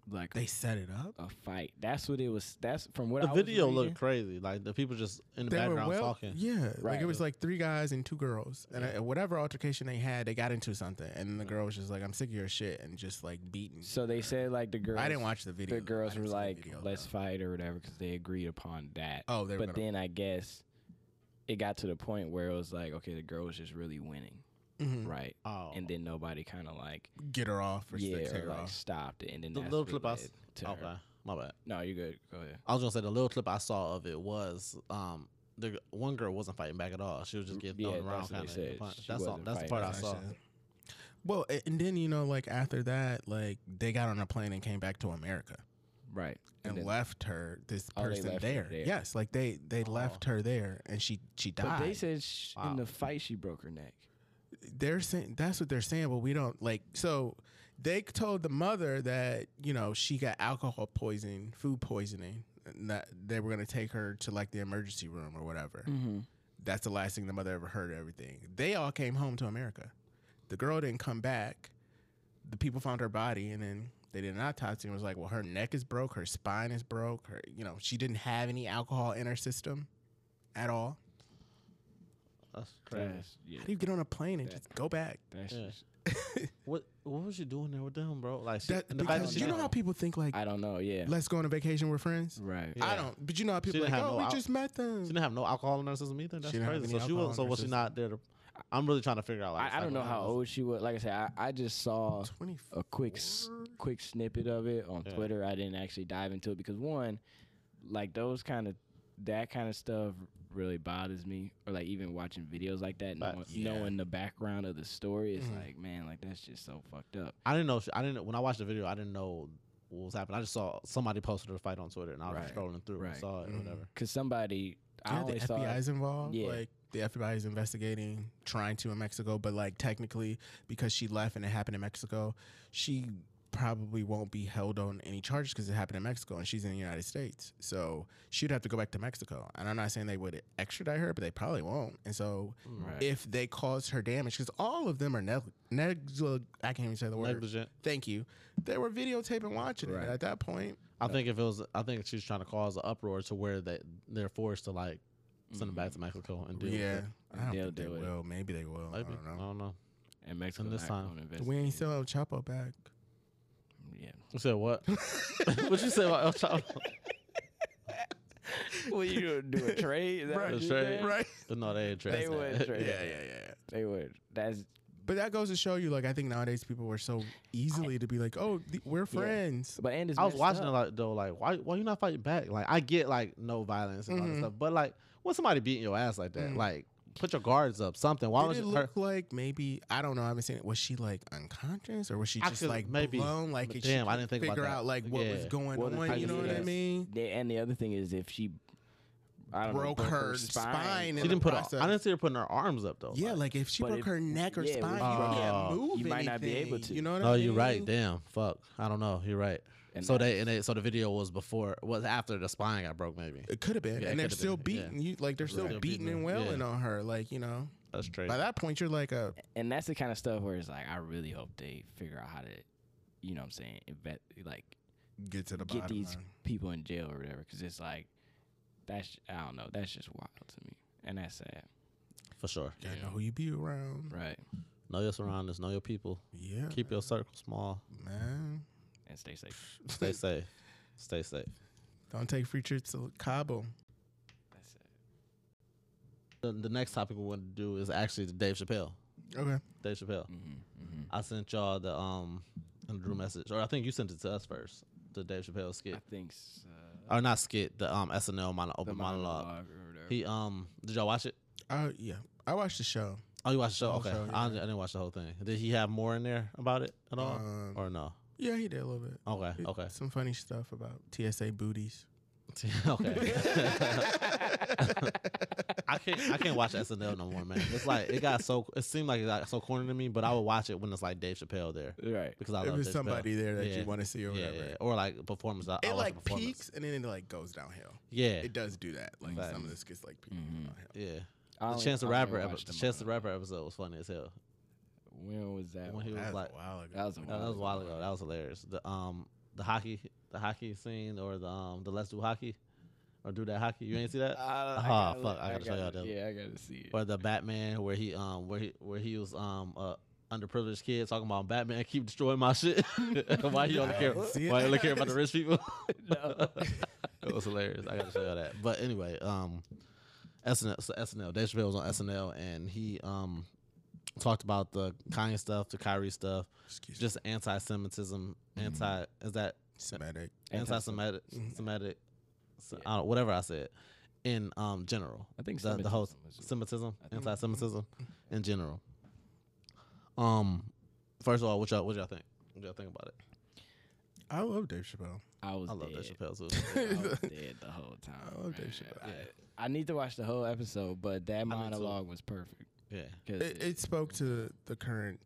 Speaker 1: like
Speaker 5: They set it up.
Speaker 1: a fight. That's what it was. That's from what
Speaker 2: The
Speaker 1: I
Speaker 2: video
Speaker 1: was
Speaker 2: looked
Speaker 1: reading.
Speaker 2: crazy. Like the people just in the
Speaker 5: they were
Speaker 2: background
Speaker 5: well,
Speaker 2: talking.
Speaker 5: yeah. Like it
Speaker 1: Right.
Speaker 5: was like three guys and two girls, and uh whatever altercation they had, they got into something, and the girl was just like, "I'm sick of your shit," and just like beating.
Speaker 1: So they said like the girls.
Speaker 5: I didn't watch the video.
Speaker 1: The
Speaker 5: though. I
Speaker 1: girls
Speaker 5: didn't
Speaker 1: were
Speaker 5: see the
Speaker 1: like,
Speaker 5: video,
Speaker 1: "Let's
Speaker 5: though.
Speaker 1: fight or whatever," because they agreed upon that.
Speaker 5: Oh, they were
Speaker 1: but
Speaker 5: gonna-
Speaker 1: then I guess it got to the point where it was like, okay, the girl was just really winning,
Speaker 5: Mhm.
Speaker 1: right?
Speaker 2: Oh.
Speaker 1: And then nobody kind of like
Speaker 5: get her off or
Speaker 1: yeah,
Speaker 5: yeah,
Speaker 1: or
Speaker 5: her
Speaker 1: like
Speaker 5: off."
Speaker 1: stopped it, and then
Speaker 2: the
Speaker 1: that's
Speaker 2: little
Speaker 1: what
Speaker 2: clip I s-
Speaker 1: led to her.
Speaker 2: okay, my bad.
Speaker 1: No, you good. Go ahead.
Speaker 2: I was gonna say the little clip I saw of it was um the g- one girl wasn't fighting back at all. She was just
Speaker 1: Mm,
Speaker 2: getting thrown
Speaker 1: yeah,
Speaker 2: around
Speaker 1: that's what
Speaker 2: kind
Speaker 1: they
Speaker 2: of.
Speaker 1: said. She
Speaker 2: That's all,
Speaker 1: wasn't
Speaker 2: that's the
Speaker 1: fighting
Speaker 2: part I
Speaker 1: back.
Speaker 2: saw.
Speaker 5: Well, a- and then you know, like after that, like they got on a plane and came back to America
Speaker 1: Right.
Speaker 5: and,
Speaker 1: then-
Speaker 5: left her this
Speaker 1: Oh, they
Speaker 5: person
Speaker 1: left her
Speaker 5: there.
Speaker 1: there. Oh.
Speaker 5: Yes, like they they left her there, and she she died.
Speaker 1: but they said sh-
Speaker 2: Wow.
Speaker 1: in the fight she broke her neck.
Speaker 5: they're saying that's what they're saying, but we don't like. So they told the mother that you know she got alcohol poisoning, food poisoning, that they were gonna take her to like the emergency room or whatever.
Speaker 1: Mhm.
Speaker 5: That's the last thing the mother ever heard. Of everything. They all came home to America. The girl didn't come back. The people found her body, and then they did an autopsy and was like, "Well, her neck is broke. Her spine is broke. Her, you know, she didn't have any alcohol in her system at all.
Speaker 2: That's crazy.
Speaker 1: That's, yeah,
Speaker 5: How do you get on a plane and
Speaker 1: That-
Speaker 5: just go back?
Speaker 1: that's
Speaker 2: Yeah.
Speaker 1: just,
Speaker 2: What what was you doing there with them, bro? Like, she,
Speaker 5: That,
Speaker 2: and the fact
Speaker 5: because
Speaker 2: that she
Speaker 5: you know
Speaker 2: didn't-
Speaker 5: how people think like,
Speaker 1: I don't know. Yeah,
Speaker 5: "Let's go on a vacation. We're friends."
Speaker 1: right.
Speaker 2: Yeah.
Speaker 5: I don't. But you know how people
Speaker 2: didn't
Speaker 5: like,
Speaker 2: have
Speaker 5: oh,
Speaker 2: no
Speaker 5: we
Speaker 2: out-
Speaker 5: just met them.
Speaker 2: She didn't have no alcohol in her system either. That's
Speaker 5: didn't have
Speaker 2: crazy.
Speaker 5: any
Speaker 2: So she
Speaker 5: alcohol
Speaker 2: was.
Speaker 5: in
Speaker 2: So
Speaker 5: her
Speaker 2: was she
Speaker 5: system.
Speaker 2: not there? To, I'm really trying to figure out. Like,
Speaker 1: I, I don't know how
Speaker 2: psychological-
Speaker 1: old she was. Like I said, I, I just saw a quick s-
Speaker 5: 24?
Speaker 1: quick snippet of it on
Speaker 2: Yeah.
Speaker 1: Twitter. I didn't actually dive into it because one, like those kind of that kind of stuff really bothers me. Or like even watching videos like that,
Speaker 2: But-
Speaker 1: knowing,
Speaker 5: Yeah.
Speaker 1: knowing the background of the story, it's
Speaker 5: Mhm.
Speaker 1: like man, like that's just so fucked up.
Speaker 2: I didn't know. She, I didn't. When I watched the video, I didn't know what was happening. I just saw somebody posted her fight on Twitter, and I was
Speaker 1: Right.
Speaker 2: scrolling through
Speaker 1: Right.
Speaker 2: and saw it, or
Speaker 5: Mhm.
Speaker 2: whatever.
Speaker 1: Cause somebody, I
Speaker 5: Yeah, the
Speaker 1: only saw it-
Speaker 5: FBI's involved.
Speaker 1: Yeah.
Speaker 5: Like the FBI's investigating, trying to in Mexico, but like technically, because she left and it happened in Mexico, she probably won't be held on any charges because it happened in Mexico and she's in the United States. So she'd have to go back to Mexico. And I'm not saying they would extradite her, but they probably won't. And so
Speaker 1: Mm-hmm. Right.
Speaker 5: if they cause her damage, because all of them are neg- neglig- I can't even say the word.
Speaker 2: Negligent.
Speaker 5: Thank you. They were videotaping watching
Speaker 1: Right.
Speaker 5: it. At that point,
Speaker 2: I think if it was, I think she's trying to cause an uproar to where they they're forced to like send
Speaker 1: Mm-hmm.
Speaker 2: them back to Mexico and deal.
Speaker 5: yeah,
Speaker 2: with it.
Speaker 5: I don't
Speaker 1: They'll
Speaker 5: think they
Speaker 1: do it.
Speaker 5: will. Maybe they will.
Speaker 2: Maybe.
Speaker 5: I don't know.
Speaker 2: I don't know.
Speaker 1: and Mexico
Speaker 2: this
Speaker 1: not
Speaker 2: time.
Speaker 1: gonna
Speaker 5: But We ain't
Speaker 1: investigate.
Speaker 5: still El Chapo back.
Speaker 1: Yeah.
Speaker 2: You said what? [LAUGHS] what you said about El Chapo?
Speaker 1: [LAUGHS] well, you gonna do a trade, Is that
Speaker 5: Right.
Speaker 1: what
Speaker 2: A
Speaker 1: you
Speaker 2: trade.
Speaker 1: said?
Speaker 5: Right.
Speaker 2: But no, they ain't
Speaker 1: They
Speaker 2: trans-
Speaker 1: would
Speaker 5: Yeah,
Speaker 1: trade.
Speaker 5: [LAUGHS] yeah, yeah.
Speaker 1: They would. That's
Speaker 5: But that goes to show you, like, I think nowadays people are so easily to be like, oh, th- we're friends.
Speaker 1: but and it's
Speaker 2: I was
Speaker 1: messed
Speaker 2: watching
Speaker 1: up.
Speaker 2: it like though, like why why you not fighting back? Like I get like no violence and all that
Speaker 5: Mhm.
Speaker 2: stuff, but like when somebody beating your ass like that, like put your guards up, something. Why
Speaker 5: Did it
Speaker 2: was her?
Speaker 5: Mm. look like maybe I don't know? I haven't seen it. Was she like unconscious, or was she
Speaker 2: I
Speaker 5: just
Speaker 2: could-
Speaker 5: like
Speaker 2: maybe.
Speaker 5: blown? Like,
Speaker 2: But
Speaker 5: and
Speaker 2: damn,
Speaker 5: she
Speaker 2: I
Speaker 5: couldn't
Speaker 2: didn't think about
Speaker 5: figure
Speaker 2: that.
Speaker 5: out like what was
Speaker 2: Yeah.
Speaker 5: going
Speaker 1: What
Speaker 5: on.
Speaker 1: the-
Speaker 5: You know what I
Speaker 1: yes.
Speaker 5: mean?
Speaker 1: They, and the other thing is if she, I don't know,
Speaker 5: Broke her spine
Speaker 2: She
Speaker 5: in the
Speaker 2: didn't put. Her,
Speaker 5: process.
Speaker 2: I didn't see her putting her arms up though.
Speaker 5: Yeah,
Speaker 2: like-
Speaker 5: like if she
Speaker 1: but
Speaker 5: broke
Speaker 1: if-
Speaker 5: her neck or
Speaker 1: yeah, we
Speaker 5: spine,
Speaker 2: broke-
Speaker 5: you can't
Speaker 2: Oh.
Speaker 5: move.
Speaker 1: You might not be able
Speaker 5: anything.
Speaker 1: to.
Speaker 5: You know what I
Speaker 2: Oh,
Speaker 5: mean?
Speaker 2: you're right. Damn, fuck. I don't know. You're right.
Speaker 1: And
Speaker 2: so they and they, so the video was before was after the spine got broke. Maybe
Speaker 5: It could have been,
Speaker 2: Yeah, it
Speaker 5: and they're
Speaker 2: coulda
Speaker 5: still
Speaker 2: been, yeah.
Speaker 5: beating you. Like they're still
Speaker 2: Still beating
Speaker 5: beating and
Speaker 2: her, yeah.
Speaker 5: wailing on her. Like you know,
Speaker 2: that's crazy.
Speaker 5: by that point you're like a
Speaker 1: and that's the kind of stuff where it's like I really hope they figure out how to, you know, what I'm saying, inve- like
Speaker 5: get to the
Speaker 1: get
Speaker 5: bottom.
Speaker 1: these
Speaker 5: line.
Speaker 1: people in jail or whatever, because it's like that's I don't know, that's just wild to me, and that's sad,
Speaker 2: For sure.
Speaker 5: Gotta know who you be around.
Speaker 1: right?
Speaker 2: Know your surroundings. Know your people.
Speaker 5: Yeah,
Speaker 2: Keep your circle small.
Speaker 5: man.
Speaker 1: And stay safe.
Speaker 5: [LAUGHS]
Speaker 2: Stay safe. Stay safe.
Speaker 5: Don't take free trips to Cabo.
Speaker 1: That's it.
Speaker 2: The, the next topic we want to do is actually the Dave Chappelle.
Speaker 5: Okay.
Speaker 2: Dave Chappelle.
Speaker 1: Mm-hmm,
Speaker 2: I sent y'all the um the
Speaker 5: Mm-hmm.
Speaker 2: Drew message, or I think you sent it to us first. The Dave Chappelle
Speaker 1: I
Speaker 2: skit,
Speaker 1: think uh, so.
Speaker 2: or not skit, the um SNL mono-
Speaker 1: The
Speaker 2: open monologue.
Speaker 1: or whatever.
Speaker 2: He um did y'all watch it?
Speaker 5: Oh yeah, I watched the show.
Speaker 2: Oh, you watched the show?
Speaker 5: The whole
Speaker 2: Okay,
Speaker 5: show,
Speaker 2: I, I
Speaker 5: yeah.
Speaker 2: didn't watch the whole thing. Did he have more in there about it at all,
Speaker 5: Um,
Speaker 2: or no?
Speaker 5: yeah, he did a little bit.
Speaker 2: Okay,
Speaker 5: It-
Speaker 2: okay, [LAUGHS]
Speaker 5: Some funny stuff about TSA booties. [LAUGHS]
Speaker 2: okay. I can't I can't watch SNL no more, man. It's like it got so it seemed like it got so corny to me, but I would watch it when it's like Dave Chappelle there
Speaker 1: [LAUGHS]
Speaker 2: [LAUGHS]
Speaker 1: right.
Speaker 2: because I
Speaker 5: if
Speaker 2: love
Speaker 5: there's
Speaker 2: Dave
Speaker 5: somebody there that
Speaker 2: Yeah.
Speaker 5: you want to see or
Speaker 2: Chappelle. Yeah,
Speaker 5: whatever.
Speaker 2: yeah, or like performance. I, I
Speaker 5: It
Speaker 2: watch a
Speaker 5: like
Speaker 2: performance.
Speaker 5: peaks and then it like goes downhill.
Speaker 2: Yeah, Mm-hmm.
Speaker 5: It does do that. Like
Speaker 2: Facts.
Speaker 5: some of this gets like peaks
Speaker 1: Mhm.
Speaker 5: downhill.
Speaker 2: yeah.
Speaker 1: I
Speaker 2: The
Speaker 1: don't-
Speaker 2: Chance the
Speaker 1: I don't
Speaker 2: Rapper,
Speaker 1: watch
Speaker 2: epi-
Speaker 1: the
Speaker 2: Chance the
Speaker 1: monologue.
Speaker 2: Rapper episode was funny as hell.
Speaker 1: uh, When was that?
Speaker 2: When
Speaker 1: one?
Speaker 2: he was
Speaker 5: That was
Speaker 2: like,
Speaker 5: a while ago.
Speaker 1: That was a
Speaker 2: no, that was a while ago. That was hilarious. The um, the hockey, the hockey scene, or the um, the let's do hockey, or do that hockey. You ain't
Speaker 1: [LAUGHS]
Speaker 2: see that?
Speaker 1: Uh, I- I
Speaker 2: Ah,
Speaker 1: gotta
Speaker 2: fuck,
Speaker 1: look-
Speaker 2: I gotta show y'all that.
Speaker 1: Yeah, I gotta see it. [LAUGHS]
Speaker 2: Or the Batman, where he um, where he where he was um, uh, underprivileged kid talking about Batman keep destroying my shit. [LAUGHS] why he only
Speaker 5: I
Speaker 2: care?
Speaker 5: didn't see
Speaker 2: Why he only
Speaker 5: it.
Speaker 2: care about the rich people? [LAUGHS]
Speaker 1: [LAUGHS]
Speaker 2: it was hilarious. I gotta show y'all that. But anyway, um, SNL, so SNL, Dave Chappelle was on SNL, and he um talked about the Kanye stuff, the Kyrie stuff,
Speaker 5: Excuse me.
Speaker 2: just anti-Semitism,
Speaker 1: Mm-hmm.
Speaker 2: anti is that
Speaker 5: Semitic.
Speaker 2: anti-Semitic,
Speaker 5: Mhm.
Speaker 2: Semitic, se- I don't, whatever I said, in um general.
Speaker 1: I think
Speaker 2: the, the whole
Speaker 1: Semitism is-
Speaker 2: Semitism,
Speaker 1: I think-
Speaker 2: anti-Semitism, in general. Um, first of all, what y'all what y'all think? What y'all think about it?
Speaker 5: I love Dave Chappelle.
Speaker 1: I was
Speaker 2: I love
Speaker 1: dead. [LAUGHS]
Speaker 2: Dave Chappelle too.
Speaker 1: I [LAUGHS] was dead the whole time.
Speaker 5: I love Dave
Speaker 1: man.
Speaker 5: Chappelle.
Speaker 1: I, I need to watch the whole episode, but that
Speaker 2: me too.
Speaker 1: monologue was perfect.
Speaker 2: yeah,
Speaker 1: 'cause
Speaker 5: it, it spoke to the current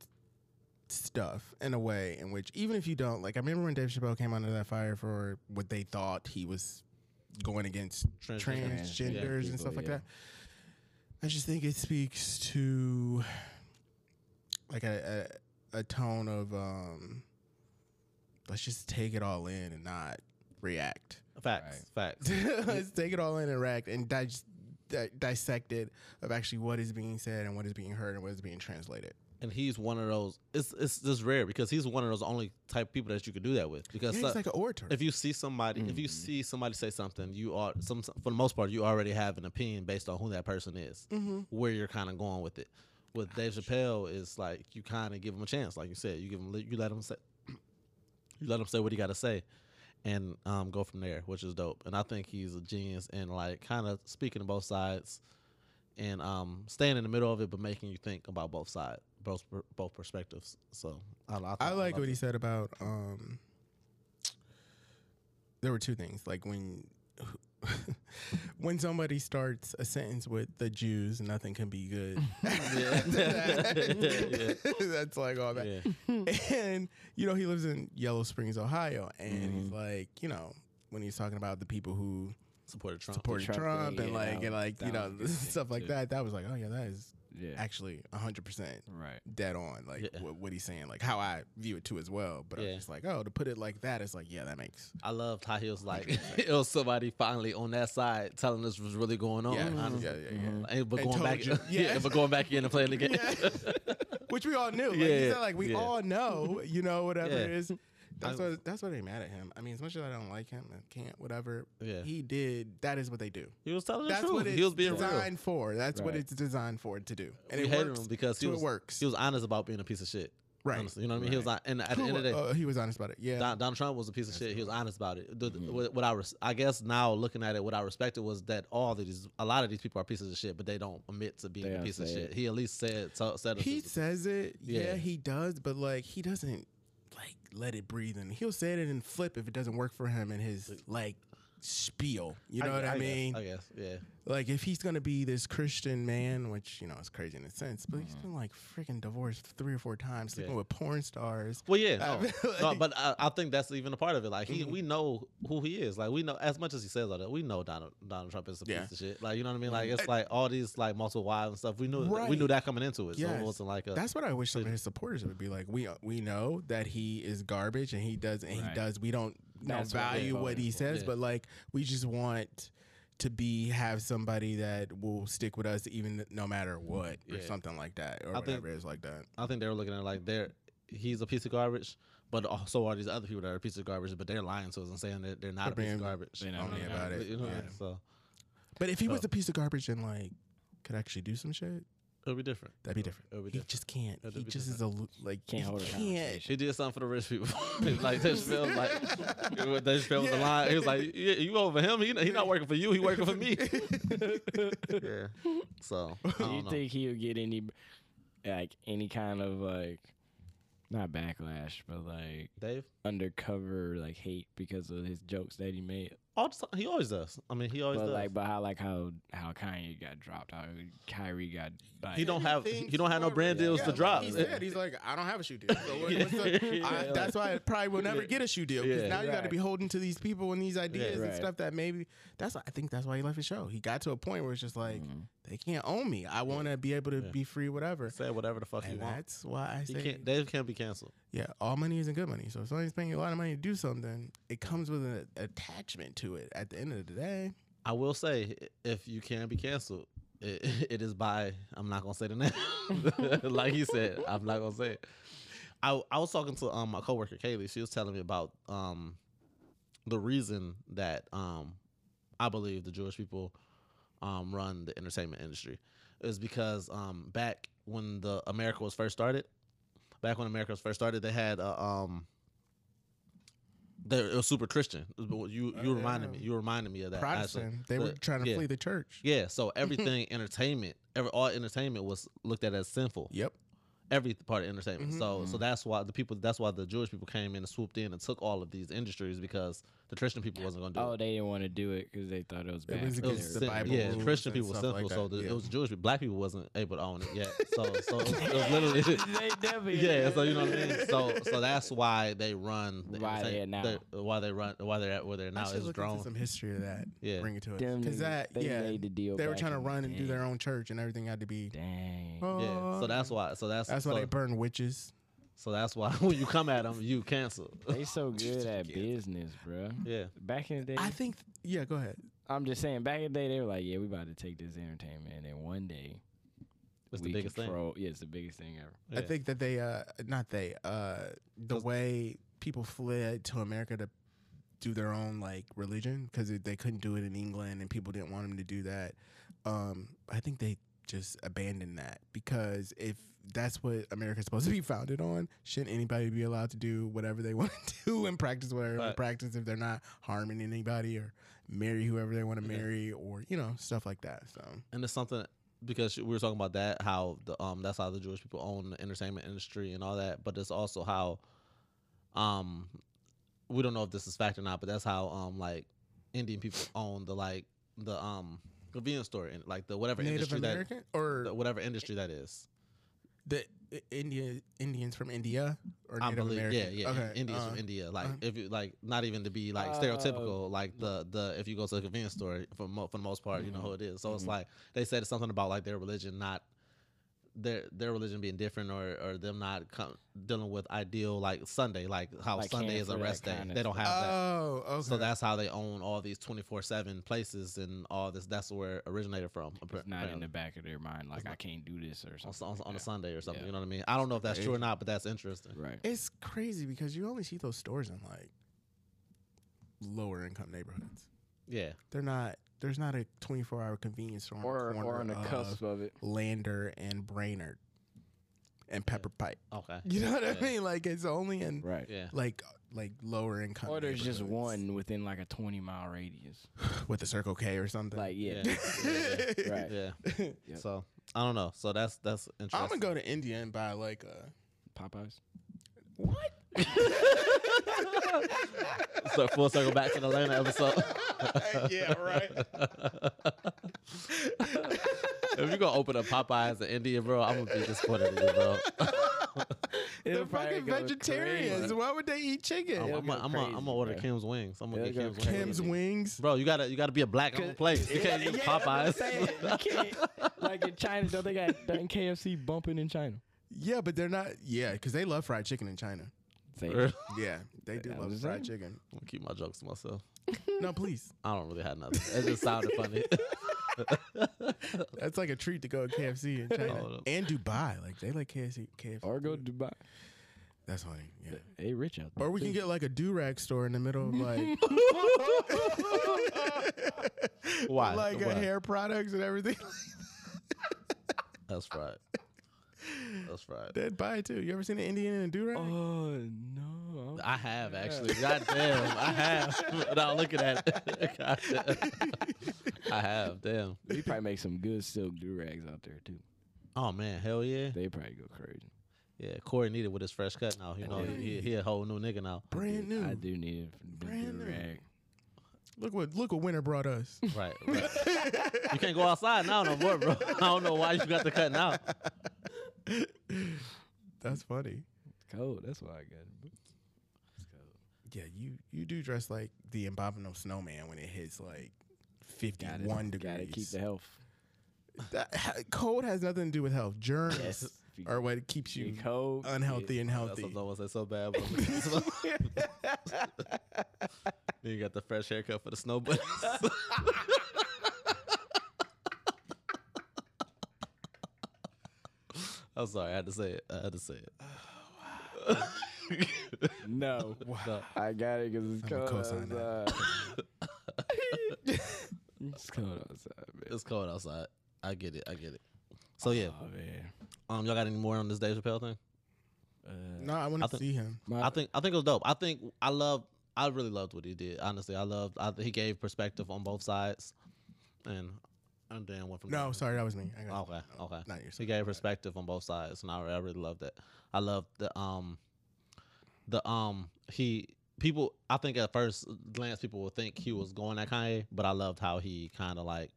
Speaker 5: stuff in a way in which even if you don't like I remember when Dave Chappelle came under that fire for what they thought he was going against
Speaker 2: Transgender.
Speaker 5: transgenders
Speaker 1: people,
Speaker 5: and stuff like
Speaker 1: yeah.
Speaker 5: that. I just think it speaks to like a, a, a tone of um, let's just take it all in and not react.
Speaker 2: Facts. Facts.
Speaker 5: [LAUGHS] let's take it all in and react and dig- di- dissect it of actually what is being said and what is being heard and what is being translated.
Speaker 2: And he's one of those. It's it's just rare because he's one of those only type of people that you could do that with. Because
Speaker 5: Yeah,
Speaker 2: so-
Speaker 5: he's like an orator.
Speaker 2: if you see somebody, if
Speaker 5: Mm-hmm.
Speaker 2: you see somebody say something, you are some for the most part you already have an opinion based on who that person is,
Speaker 5: Mm-hmm.
Speaker 2: where you're kind of going with it. With Dave Chappelle, is like you kind of give him a chance, like you said, you give him you let him say, [CLEARS THROAT] you let him say what he got to say, and um, go from there, which is dope. And I think he's a genius in like kind of speaking to both sides, and um, staying in the middle of it, but making you think about both sides, both both perspectives. So I, Oh, I,
Speaker 5: I like
Speaker 2: love
Speaker 5: what he
Speaker 2: it.
Speaker 5: said about um there were two things like when [LAUGHS] when somebody starts a sentence with the Jews nothing can be
Speaker 2: [LAUGHS]
Speaker 5: good. [LAUGHS]
Speaker 2: Yeah.
Speaker 5: That's like all that.
Speaker 2: Yeah.
Speaker 5: [LAUGHS] And you know he lives in Yellow Springs, Ohio and he's
Speaker 2: Mm-hmm.
Speaker 5: like, you know, when he's talking about the people who
Speaker 2: supported Trump.
Speaker 5: supported
Speaker 1: Trump,
Speaker 5: Trump,
Speaker 1: yeah,
Speaker 5: and like
Speaker 1: that
Speaker 5: and
Speaker 1: was-
Speaker 5: like you
Speaker 1: that
Speaker 5: know
Speaker 1: was a good thing,
Speaker 5: [LAUGHS] stuff like
Speaker 1: too.
Speaker 5: that, that was like, oh yeah, that is
Speaker 1: Yeah.
Speaker 5: actually 100%
Speaker 1: Right.
Speaker 5: dead on, like
Speaker 2: Yeah.
Speaker 5: what, what he's saying, like how I view it too as well. But
Speaker 2: Yeah.
Speaker 5: I'm just like, oh, to put it like that is like, yeah, that makes.
Speaker 2: I loved how he was like,
Speaker 5: [LAUGHS]
Speaker 2: [LAUGHS] it was somebody finally on that side telling us what's really going on.
Speaker 5: Yeah,
Speaker 2: honestly.
Speaker 5: yeah, yeah, yeah.
Speaker 2: And- but
Speaker 5: They
Speaker 2: going
Speaker 5: told
Speaker 2: back,
Speaker 5: you.
Speaker 2: [LAUGHS] yeah.
Speaker 5: Yeah.
Speaker 2: but going back in and playing
Speaker 5: [LAUGHS]
Speaker 2: the game.
Speaker 5: Which we all knew. Like,
Speaker 2: Yeah,
Speaker 5: it's not like we
Speaker 2: yeah. [LAUGHS]
Speaker 5: all know, you know, whatever
Speaker 2: Yeah.
Speaker 5: it is. That's
Speaker 2: I-
Speaker 5: what that's what they mad at him. I mean, as much as I don't like him, I can't, whatever.
Speaker 2: [LAUGHS] Yeah.
Speaker 5: He did. That is what they do.
Speaker 2: He was telling the
Speaker 5: That's
Speaker 2: truth.
Speaker 5: what it's
Speaker 2: He was being
Speaker 5: designed
Speaker 2: real.
Speaker 5: for. That's what
Speaker 1: Right.
Speaker 5: it's designed for to do. And
Speaker 2: we
Speaker 5: it
Speaker 2: hated
Speaker 5: works
Speaker 2: him because he
Speaker 5: till
Speaker 2: was
Speaker 5: it works.
Speaker 2: He was honest about being a piece of shit.
Speaker 5: Right.
Speaker 2: Honestly, you know what I mean. He was like, and at the end of the day,
Speaker 5: Uh, he was honest about it. Yeah. Mm-hmm.
Speaker 2: Don, Donald Trump was a piece of shit. He was honest about it. The- the- What, what I res- I guess now looking at it, what I respected was that all of these, a lot of these people are pieces of shit, but they don't admit to being
Speaker 1: They
Speaker 2: a
Speaker 1: don't
Speaker 2: piece of
Speaker 1: say
Speaker 2: shit.
Speaker 1: it.
Speaker 2: He at least said so, said
Speaker 5: he
Speaker 2: it.
Speaker 5: says it. Yeah.
Speaker 2: Yeah.
Speaker 5: he does, but like he doesn't like let it breathe in. He'll say it and flip if it doesn't work for him in his like spiel. You know what I,
Speaker 2: guess,
Speaker 5: mean?
Speaker 2: I guess, yeah.
Speaker 5: like if he's gonna be this Christian man, which you know is crazy in a sense, but he's been like freaking divorced three or four times, sleeping
Speaker 2: Mm-hmm. Yeah.
Speaker 5: with porn stars.
Speaker 2: Well, yeah,
Speaker 5: I
Speaker 2: no.
Speaker 5: feel
Speaker 2: No,
Speaker 5: [LAUGHS] like-
Speaker 2: but I, I think that's even a part of it. Like he,
Speaker 5: Mm-hmm.
Speaker 2: we know who he is. Like we know as much as he says all that, we know Donald Donald Trump is a
Speaker 5: Yeah. Mm-hmm.
Speaker 2: piece of shit. Like you know what I mean? Like it's like all these like multiple wives and stuff. We knew we
Speaker 5: Right.
Speaker 2: knew that coming into it. So
Speaker 5: Yes.
Speaker 2: it wasn't like a,
Speaker 5: That's what I wish some of his supporters would be like. We uh, we know that he is garbage and he does and
Speaker 1: Right.
Speaker 5: he does. We don't you know,
Speaker 1: That's what they
Speaker 5: value what
Speaker 1: voted
Speaker 5: he
Speaker 1: for.
Speaker 5: says,
Speaker 2: Yeah.
Speaker 5: but like we just want to be have somebody that will stick with us even th- no matter what or
Speaker 2: Yeah.
Speaker 5: something like that or
Speaker 2: I think-
Speaker 5: whatever it's like that.
Speaker 2: I think they were looking at it like they're he's a piece of garbage, but also are these other people that are a piece of garbage, but they're lying to us and saying that they're not a
Speaker 5: They're
Speaker 2: piece of
Speaker 5: being
Speaker 2: garbage.
Speaker 1: they not
Speaker 5: Only
Speaker 1: Yeah.
Speaker 5: about it.
Speaker 2: You know,
Speaker 5: yeah.
Speaker 2: so
Speaker 5: But if he was
Speaker 2: So-
Speaker 5: a piece of garbage and like could actually do some shit,
Speaker 2: it'll be different.
Speaker 5: that'd be different.
Speaker 2: It'll be
Speaker 5: he
Speaker 2: different.
Speaker 5: just can't.
Speaker 2: That'd
Speaker 5: he
Speaker 2: be
Speaker 5: just is a lo- like
Speaker 1: Can't
Speaker 5: he
Speaker 1: hold a
Speaker 5: can't.
Speaker 1: conversation.
Speaker 2: He did something for the rich people. [LAUGHS] like they just felt [LAUGHS] like they just felt the line. He was like, yeah, "You over him? He, he not working for you. He working
Speaker 5: [LAUGHS]
Speaker 2: for me." [LAUGHS] yeah. So I
Speaker 1: Do you
Speaker 2: don't know.
Speaker 1: think he'll get any like any kind of like not backlash, but like
Speaker 2: Dave?
Speaker 1: undercover like hate because of his jokes that he made?
Speaker 2: All the time, he always does. I mean, he always
Speaker 1: but
Speaker 2: does.
Speaker 1: like, but how like how how Kanye got dropped, how Kyrie got like,
Speaker 2: He don't have- he don't have no brand deals to
Speaker 5: like
Speaker 2: drop.
Speaker 5: He said he's like, I don't have a shoe deal. So
Speaker 2: [LAUGHS]
Speaker 5: what- what's the-
Speaker 2: Yeah,
Speaker 5: I-
Speaker 2: like-
Speaker 5: that's why I probably will never get a shoe deal because
Speaker 2: Yeah.
Speaker 5: now you got to
Speaker 1: Right.
Speaker 5: be holding to these people and these ideas and
Speaker 1: Right.
Speaker 5: stuff that maybe that's why- I think that's why he left his show. He got to a point where it's just like
Speaker 1: Mm-hmm.
Speaker 5: they can't own me. I want to be able to
Speaker 2: Mm. Yeah.
Speaker 5: be free, whatever.
Speaker 2: Say whatever the fuck you
Speaker 5: And
Speaker 2: want.
Speaker 5: that's why I
Speaker 2: He
Speaker 5: say,
Speaker 2: can't. Dave can't be canceled.
Speaker 5: yeah, all money isn't good money. So if somebody's paying you a lot of money to do something, it comes with an attachment to it. At the end of the day,
Speaker 2: I will say, i- if you can be canceled, it, [LAUGHS] it is by I'm not gonna say the name. [LAUGHS] like he said, I'm not gonna say it. I I was talking to um my coworker Kaylee. She was telling me about um the reason that um I believe the Jewish people um run the entertainment industry is because um back when the America was first started, back when America was first started, they had a um. They, it was super Christian. You you
Speaker 5: Oh,
Speaker 2: reminded
Speaker 5: yeah.
Speaker 2: me. You reminded me of that. actually.
Speaker 5: Protestant, they were
Speaker 2: The-
Speaker 5: trying to
Speaker 2: yeah.
Speaker 5: flee the church. [LAUGHS]
Speaker 2: Yeah, so everything entertainment, every all entertainment was looked at as sinful.
Speaker 5: Yep.
Speaker 2: every part of entertainment.
Speaker 5: Mhm.
Speaker 2: So so that's why the people that's why the Jewish people came in and swooped in and took all of these industries because the Christian people wasn't going to do
Speaker 1: Oh,
Speaker 2: it.
Speaker 1: they didn't want to do it because they thought it was bad.
Speaker 5: was
Speaker 1: for
Speaker 2: It was
Speaker 5: against
Speaker 1: their-
Speaker 5: the
Speaker 2: sin-
Speaker 5: Bible
Speaker 2: yeah,
Speaker 5: rules
Speaker 2: Christian
Speaker 5: and
Speaker 2: people were
Speaker 5: stuff like
Speaker 2: sinful, so
Speaker 5: that,
Speaker 2: the,
Speaker 5: yeah.
Speaker 2: it was Jewish. people. Black people wasn't able to own it
Speaker 5: [LAUGHS]
Speaker 2: yet, so so it was, it was literally
Speaker 1: [LAUGHS]
Speaker 2: [LAUGHS]
Speaker 1: they definitely
Speaker 2: yeah. So you know what I mean. So so that's why they run. The
Speaker 1: Why they
Speaker 2: entertain-
Speaker 1: at now.
Speaker 2: the- why they run? Why they're at where they're
Speaker 5: I
Speaker 2: now
Speaker 5: should
Speaker 2: is
Speaker 5: look into
Speaker 2: grown.
Speaker 5: some history of that.
Speaker 2: Yeah.
Speaker 5: Bring it to
Speaker 1: [LAUGHS]
Speaker 5: us
Speaker 1: Them
Speaker 5: because
Speaker 1: niggas,
Speaker 5: that
Speaker 1: they
Speaker 5: yeah
Speaker 1: made the deal.
Speaker 5: they were
Speaker 1: back
Speaker 5: trying to
Speaker 1: in the
Speaker 5: run and do
Speaker 1: day.
Speaker 5: their own church and everything had to be.
Speaker 1: Dang.
Speaker 2: yeah, so
Speaker 5: Oh,
Speaker 2: that's why. So that's
Speaker 5: that's
Speaker 2: so,
Speaker 5: why they burn witches.
Speaker 2: so that's why [LAUGHS] when you come at them, you cancel. [LAUGHS]
Speaker 1: They
Speaker 5: [LAUGHS]
Speaker 1: so good at business, bro.
Speaker 2: yeah,
Speaker 1: Back in the day,
Speaker 5: I think yeah. Go ahead.
Speaker 1: I'm just saying. Back in the day, they were like, "Yeah, we about to take this entertainment," and then one day,
Speaker 2: it's
Speaker 1: we
Speaker 2: the biggest
Speaker 1: control, Yeah, it's the biggest thing ever.
Speaker 2: thing.
Speaker 5: I
Speaker 2: Yeah.
Speaker 5: think that they uh not they uh the way people fled to America to do their own like religion because they couldn't do it in England and people didn't want them to do that. Um, I think they just abandoned that because if that's what America's supposed to be founded on, shouldn't anybody be allowed to do whatever they [LAUGHS] want to do and practice whatever they
Speaker 2: Right.
Speaker 5: practice if they're not harming anybody or marry whoever they want to
Speaker 2: Yeah.
Speaker 5: marry or you know stuff like that. So
Speaker 2: and it's something because we were talking about that how the um that's how the Jewish people own the entertainment industry and all that, but it's also how um we don't know if this is fact or not, but that's how um like Indian people own the like the um convenience store and like the whatever
Speaker 5: Native
Speaker 2: industry
Speaker 5: American
Speaker 2: that
Speaker 5: or
Speaker 2: the, whatever industry that is.
Speaker 5: the I- India Indians from India or
Speaker 2: I
Speaker 5: Native
Speaker 2: believe,
Speaker 5: American?
Speaker 2: yeah, yeah.
Speaker 5: Okay,
Speaker 2: Indians
Speaker 5: uh,
Speaker 2: from India, like
Speaker 5: uh-huh.
Speaker 2: if you like, not even to be like
Speaker 1: Uh,
Speaker 2: stereotypical, like the the if you go to a convenience store for mo- for the most part, you
Speaker 5: Mm-hmm.
Speaker 2: know who it is. So it's like they said something about like their religion not their their religion being different or or them not com- dealing with ideal like Sunday, like how
Speaker 1: Like
Speaker 2: Sunday
Speaker 1: caring
Speaker 2: is
Speaker 1: for
Speaker 2: a
Speaker 1: that
Speaker 2: rest day.
Speaker 1: kind of
Speaker 2: They don't have that.
Speaker 5: Oh, okay.
Speaker 2: So that's how they own all these twenty four seven places and all this. That's where it originated from. appar-
Speaker 1: It's not in
Speaker 2: apparently.
Speaker 1: the back of their mind, like
Speaker 2: not-
Speaker 1: I can't do this or
Speaker 2: on,
Speaker 1: something.
Speaker 2: on-
Speaker 1: like
Speaker 2: on a
Speaker 1: that.
Speaker 2: Sunday or something.
Speaker 1: Yeah.
Speaker 2: You know what I mean? I don't know if that's true or not, but that's interesting.
Speaker 1: Right.
Speaker 5: it's crazy because you only see those stores in like lower income neighborhoods.
Speaker 2: Yeah.
Speaker 5: They're not. There's not a 24 hour convenience store
Speaker 1: Or
Speaker 5: on the
Speaker 1: or on
Speaker 5: corner
Speaker 1: the cusp
Speaker 5: of
Speaker 1: of it.
Speaker 5: Lander and Brainerd and Pepper Pike.
Speaker 2: Okay.
Speaker 5: [LAUGHS] You know what I
Speaker 2: Yeah.
Speaker 5: mean? Like it's only in
Speaker 1: Right.
Speaker 2: Yeah.
Speaker 5: like like lower income.
Speaker 1: Or there's just
Speaker 5: neighborhoods
Speaker 1: one within like a 20 mile radius.
Speaker 5: [LAUGHS] with a Circle K or something.
Speaker 1: Like yeah.
Speaker 2: Yeah. yeah, yeah.
Speaker 5: [LAUGHS]
Speaker 1: Right.
Speaker 2: Yeah.
Speaker 1: Yep.
Speaker 2: So I don't know. So that's that's interesting.
Speaker 5: I'm gonna go to India and buy like a
Speaker 1: Popeyes. [LAUGHS]
Speaker 5: what?
Speaker 2: [LAUGHS] So full circle back to the Atlanta episode.
Speaker 5: yeah, right.
Speaker 2: if you're gonna open a Popeyes in India, bro, I'm gonna be disappointed in you, bro.
Speaker 5: They're fucking vegetarians.
Speaker 1: [LAUGHS]
Speaker 5: Why would they eat chicken?
Speaker 2: I'm,
Speaker 1: It'll
Speaker 2: I'm,
Speaker 1: go
Speaker 2: gonna- I'm, gonna- I'm
Speaker 1: crazy,
Speaker 2: gonna order
Speaker 1: bro.
Speaker 2: Kim's wings. I'm gonna
Speaker 1: It'll
Speaker 2: get Kim's
Speaker 1: go
Speaker 2: wings.
Speaker 5: Kim's wings.
Speaker 2: Bro, you gotta you gotta be a black owned place. You can't use [LAUGHS] Popeyes.
Speaker 1: like in China, don't they got don't KFC bumping in China?
Speaker 5: Yeah, but they're not. Yeah, because they love fried chicken in China.
Speaker 1: Say,
Speaker 2: I'm gonna
Speaker 5: Yeah, they do
Speaker 1: That
Speaker 5: love
Speaker 1: was
Speaker 5: fried
Speaker 1: it.
Speaker 5: chicken.
Speaker 2: keep my jokes to myself.
Speaker 5: [LAUGHS] No, please.
Speaker 2: I don't really have nothing. It just sounded funny. [LAUGHS]
Speaker 5: That's like a treat to go to KFC in
Speaker 2: Hold
Speaker 5: China
Speaker 2: up.
Speaker 5: and Dubai. Like they like KFC. KFC.
Speaker 1: or go to Dubai.
Speaker 5: That's funny. Yeah.
Speaker 1: Hey, rich out there.
Speaker 5: Or we can get like a do rag store in the middle of
Speaker 1: [LAUGHS]
Speaker 5: like
Speaker 2: Why?
Speaker 5: [LAUGHS] like uh
Speaker 2: Why?
Speaker 5: hair products and everything. [LAUGHS]
Speaker 2: That's right. That's right.
Speaker 5: They'd buy it too. You ever seen an Indian in a do rag?
Speaker 1: Oh no.
Speaker 2: I have actually. God damn, I have. Without looking at it. [LAUGHS] God damn. I have, damn.
Speaker 1: We probably make some good silk do rags out there too.
Speaker 2: Oh man, hell yeah.
Speaker 1: They probably go crazy.
Speaker 2: Yeah, Corey needed with his fresh cut now. You know, he, he a whole new nigga now.
Speaker 5: Brand new.
Speaker 1: I do need a
Speaker 5: Brand new.
Speaker 1: do rag.
Speaker 5: Look what look what winter brought us.
Speaker 2: Right, right. You can't go outside now no more, bro. [LAUGHS] I don't know why you got the cut now.
Speaker 5: That's funny.
Speaker 1: It's cold. That's why I got it. It's cold.
Speaker 5: Yeah, you you do dress like the abominable snowman when it hits like fifty
Speaker 1: Gotta-
Speaker 5: one
Speaker 1: Gotta
Speaker 5: degrees.
Speaker 1: keep the health.
Speaker 5: That- ha- cold has nothing to do with health. Germs
Speaker 1: If
Speaker 5: [LAUGHS]
Speaker 1: you
Speaker 5: are what keeps
Speaker 1: get
Speaker 5: you
Speaker 1: cold,
Speaker 5: unhealthy and
Speaker 2: That's
Speaker 5: healthy.
Speaker 2: what I was say so bad. But [LAUGHS] then you got the fresh haircut for the snow bunnies. [LAUGHS] I'm sorry, I had to say it. I had to say it.
Speaker 1: yeah. No. I got it because it's
Speaker 5: I'm gonna
Speaker 1: cold
Speaker 5: co-sign that.
Speaker 1: outside. it's cold outside, man.
Speaker 2: It's cold outside. I get it. I get it. So yeah,
Speaker 1: Oh, man.
Speaker 2: um, y'all got any more on this Dave Chappelle thing?
Speaker 1: Uh,
Speaker 5: no, I want
Speaker 2: I
Speaker 5: to
Speaker 2: think-
Speaker 5: see him.
Speaker 1: my-
Speaker 2: I think I think it was dope. I think I loved. I really loved what he did. Honestly, I loved. I, he gave perspective on both sides, and I'm damn one from
Speaker 5: No,
Speaker 2: Denver.
Speaker 5: sorry, that was me. I got
Speaker 2: Okay, okay.
Speaker 5: Not yours.
Speaker 2: He gave perspective on both sides, and I, I really love that. I love the um, the um, he people. I think at first glance people would think he was going at Kanye, but I loved how he kind of like